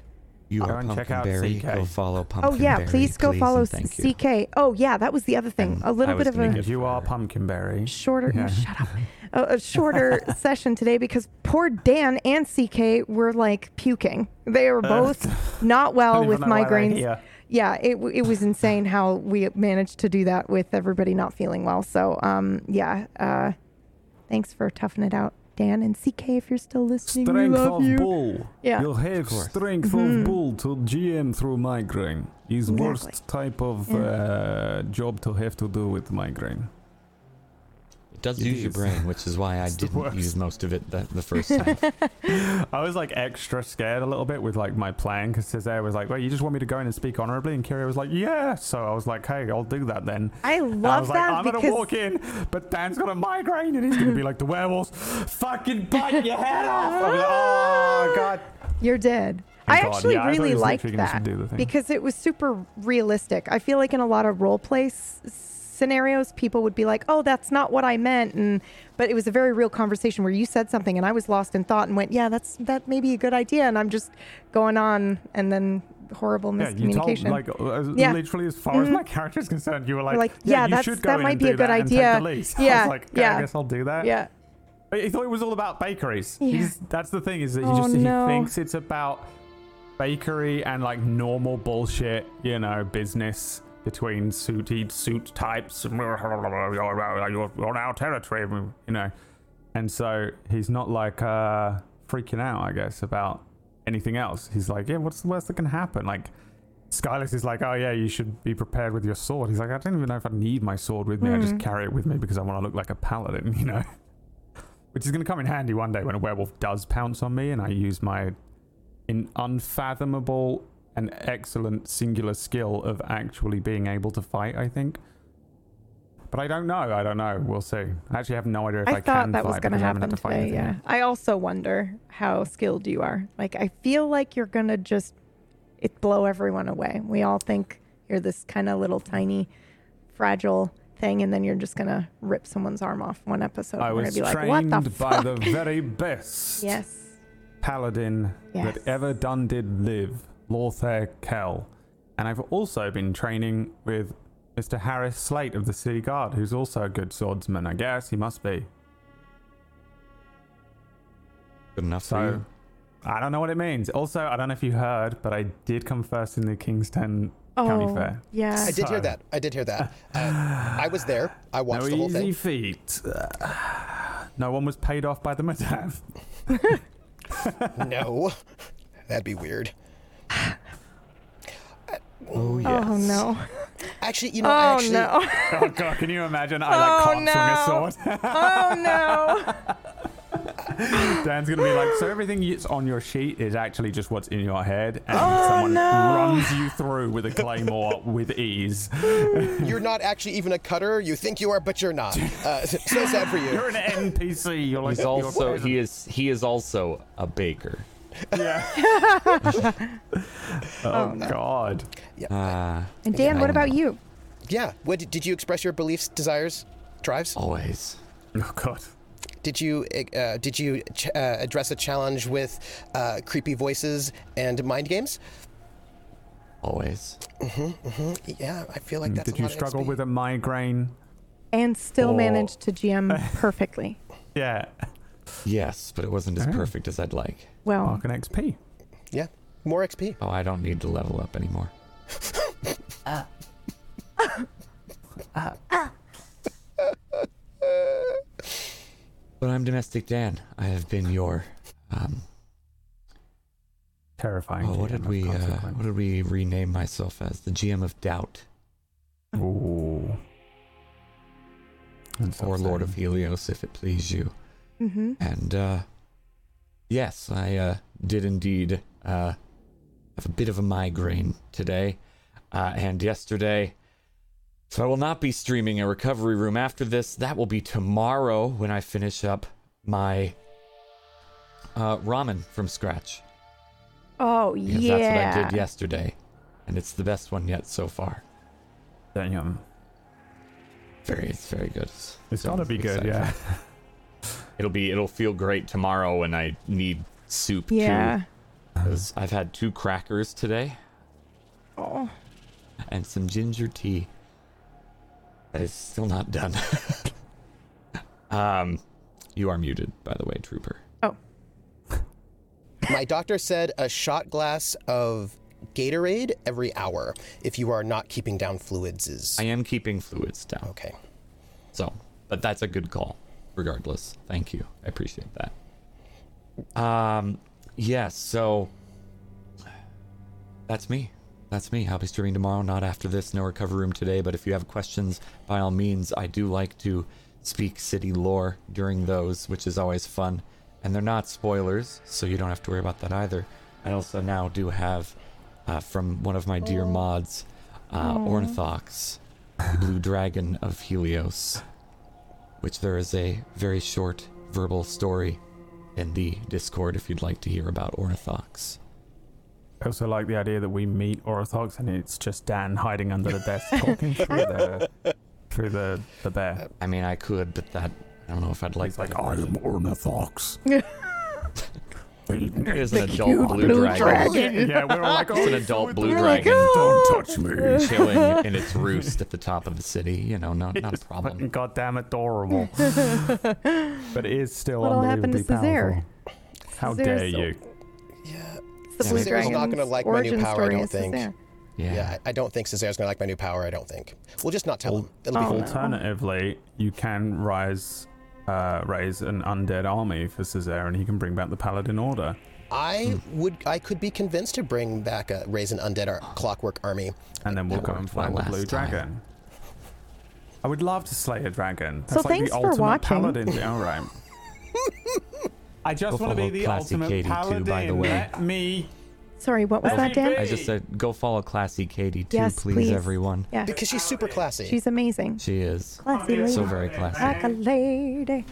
You
Go
are
and check
Pumpkin
out
Berry.
CK.
Go follow Pumpkin
Oh yeah,
Berry,
please go follow
and thank you.
CK. Oh yeah, that was the other thing.
And
a
I
little
was
bit of
gonna
a
get-
If you are Pumpkinberry,
shorter.
Yeah.
<laughs> Shut
<laughs>
up. A, a shorter session today because poor Dan and CK were like puking. They were both
<laughs>
not
don't
well
Uh, even
with
know why they're
migraines.
here.
Yeah, it, w- it was insane how we managed to do that with everybody not feeling well. So, um, yeah, uh, thanks for toughing it out, Dan and CK. If you're still listening, we
Strength
love
of
you.
bull.
Yeah. Mm-hmm.
You'll have
course.
strength of bull to GM through migraine. Is worst type of
Yeah.
uh, job to have to do with migraine.
It does
It
use your
is.
brain, which is
<laughs>
why I
the
didn't
worst.
use most of it the, the
<laughs>
first time.
I was like extra scared a little bit with like my plan because Cesare was like, "Wait, you just want me to go in and speak honorably?" And Kira was like, "Yeah." So I was like, "Hey, I'll do that then."
I
And I
love
was like,
that
I'm
because
gonna walk in, but Dan's got a migraine and he's gonna be like, "The werewolves, fucking bite your
<laughs>
head off!" I was like, "Oh god."
You're dead. I
Thank God.
actually
Yeah, I thought
really
he was
liked
literally gonna
that
do the thing.
because it was super realistic. I feel like in a lot of role play s- scenarios, people would be like, "Oh, that's not what I meant," and but it was a very real conversation where you said something and I was lost in thought and went, "Yeah, that's that may be a good idea," and I'm just going on and then horrible
Yeah, you told
miscommunication.
like uh, as-
Yeah. Mm-hmm.
literally as far as my <laughs> character's concerned, you were like,
like, yeah,
"Yeah, you
that's-
should go
that
in
might
and
be a
do
good
that and take
idea.
the lease." I
Yeah,
was like, "Okay,
yeah.
I guess I'll do that."
yeah,
But He thought it was all about bakeries.
Yeah.
He's, that's the thing is that he
Oh,
just
no.
he thinks it's about bakery and like normal bullshit, you know, business between suited suit types. <laughs> You're on our territory, you know, and so he's not like uh, freaking out, I guess, about anything else. He's like, yeah, what's the worst that can happen? Like. Skyless is like, oh yeah, you should be prepared with your sword. He's like, I don't even know if I need my sword with me. I
Hmm.
just carry it with me because I want to look like a paladin, <laughs> you know which is going to come in handy one day when a werewolf does pounce on me and I use my in unfathomable and excellent singular skill of actually being able to fight, I think. But I don't know. I don't know. We'll see. I actually have no idea if I,
I thought
can
that
fight
was going to
because I haven't
happen
had to fight
today.
anything
Yeah,
yet.
I also wonder how skilled you are. Like, I feel like you're going to just it blow everyone away. We all think you're this kind of little tiny, fragile thing, and then you're just going to rip someone's arm off one episode.
I
We're
was
gonna be like, what
trained
the
by
fuck?
the very
<laughs>
best
yes.
paladin
Yes.
that ever done did live, Lorthair Kell. And I've also been training with Mr. Harris Slate of the City Guard, who's also a good swordsman, I guess. He must be.
Good enough for
So
you.
I don't know what it means. Also, I don't know if you heard, but I did come first in the Kingston County
Oh,
Fair.
yeah.
I did hear
Sorry.
that. I did hear that. Uh, I was there. I watched
No
the whole
easy
thing.
feat. <sighs> No one was paid off by the madame.
<laughs> No, <laughs> that'd be weird.
Oh no.
Actually, you know, I
Oh
actually,
no.
Oh <laughs> god, can you imagine? I like
Oh,
can't
no.
swing a
<laughs> Oh
<laughs>
no.
sword. Dan's gonna be like, so everything that's on your sheet is actually just what's in your head, and someone runs you through with a claymore with ease.
you're not actually even a cutter. You think you are, but you're
<laughs>
not. Uh, so sad for you.
You're an NPC. You're like
He's
you're
also
present.
he is he is also a baker.
Yeah. oh god.
Ah,
And Dan, what about you?
Yeah. What did, did you express your beliefs, desires, drives?
always.
Oh god.
Did you uh, did you ch- uh, address a challenge with uh, creepy voices and mind games?
Always.
Yeah, I feel like that's.
Mm, Did
a
you
lot of
struggle
XP.
with a migraine?
And still
Oh.
managed to
<laughs>
GM perfectly.
Yeah.
Yes, but it wasn't as perfect as I'd like.
Well,
Mark an XP.
Yeah, more XP.
Oh, I don't need to level up anymore. But I'm Domestic Dan. I have been your um,
terrifying.
Oh, what
GM
did
of
we uh,
consequence.
what did we rename myself as? The GM of Doubt
Ooh. And
or Lord of
something.
Helios, if it please you.
Mm-hmm.
And uh, yes, I uh, did indeed uh, have a bit of a migraine today uh, and yesterday. So I will not be streaming a recovery room after this. That will be tomorrow when I finish up my uh, ramen from scratch.
Oh
Because
yeah.
that's what I did yesterday. And it's the best one yet so far.
Damn.
Very, it's very good.
It's
So
gotta be good,
excited for
yeah.
It'll be it'll feel great tomorrow when I need soup
Yeah.
too. 'cause I've had two crackers today
Oh.
and some ginger tea. That is still not done. <laughs> um you are muted, by the way, trooper.
Oh.
<laughs> My doctor said a shot glass of Gatorade every hour if you are not keeping down fluids is.
I am keeping fluids down.
Okay.
So, but that's a good call, regardless. Thank you. I appreciate that. Um, yes. so that's me. That's me. I'll be streaming tomorrow, not after this, no recovery room today. But if you have questions, by all means, I do like to speak city lore during those, which is always fun. And they're not spoilers, so you don't have to worry about that either. I also now do have, uh, from one of my dear mods, uh, Ornithox, the blue dragon of Helios, which there is a very short verbal story in the Discord if you'd like to hear about Ornithox.
I also like the idea that we meet Orthogs and it's just Dan hiding under the
<laughs>
desk talking through the through the, the bear.
I mean, I could, but that I don't know if I'd like.
He's Uh, like, I am Ornithox.
It is an adult blue, dragon.
<laughs>
yeah, we're all like,
It's
oh,
an adult blue dragon
<laughs> don't touch
<laughs>
me.
chilling in its roost at the top of the city. You know, not not a problem.
Goddamn
<laughs>
adorable. but it is still
What'll happen to
unbelievably
Caesar?
powerful. How
Caesar's
dare
so-
you?
Yeah.
It's the
Yeah.
blue
Caesar's
dragon.
not gonna like my new power, I don't think.
Yeah.
Yeah, I I don't think Cesare's gonna like my new power. I don't think. We'll just not tell him. It'll be
Oh,
fine.
no.
Alternatively, you can rise, uh, raise an undead army for Caesar, and he can bring back the Paladin Order.
I would. I could be convinced to bring back a raise an undead ar- clockwork army.
and then we'll
That
go and
worked well
find the
last
blue
time.
dragon. I would love to slay a dragon. That's
So
like
thanks
the
for
ultimate
watching.
Paladin. All right.
<laughs>
I just
Go
want to
follow
be the
Classy
ultimate
Katie too, by the
paladin.
way.
Let me.
Sorry, what was
Let
that,
me
Dan?
be.
I just said, go follow Classy Katie too,
Yes,
please,
please.
everyone.
Yeah.
Because she's super classy.
She's amazing.
She is
Classy lady.
so very classy.
Like a lady.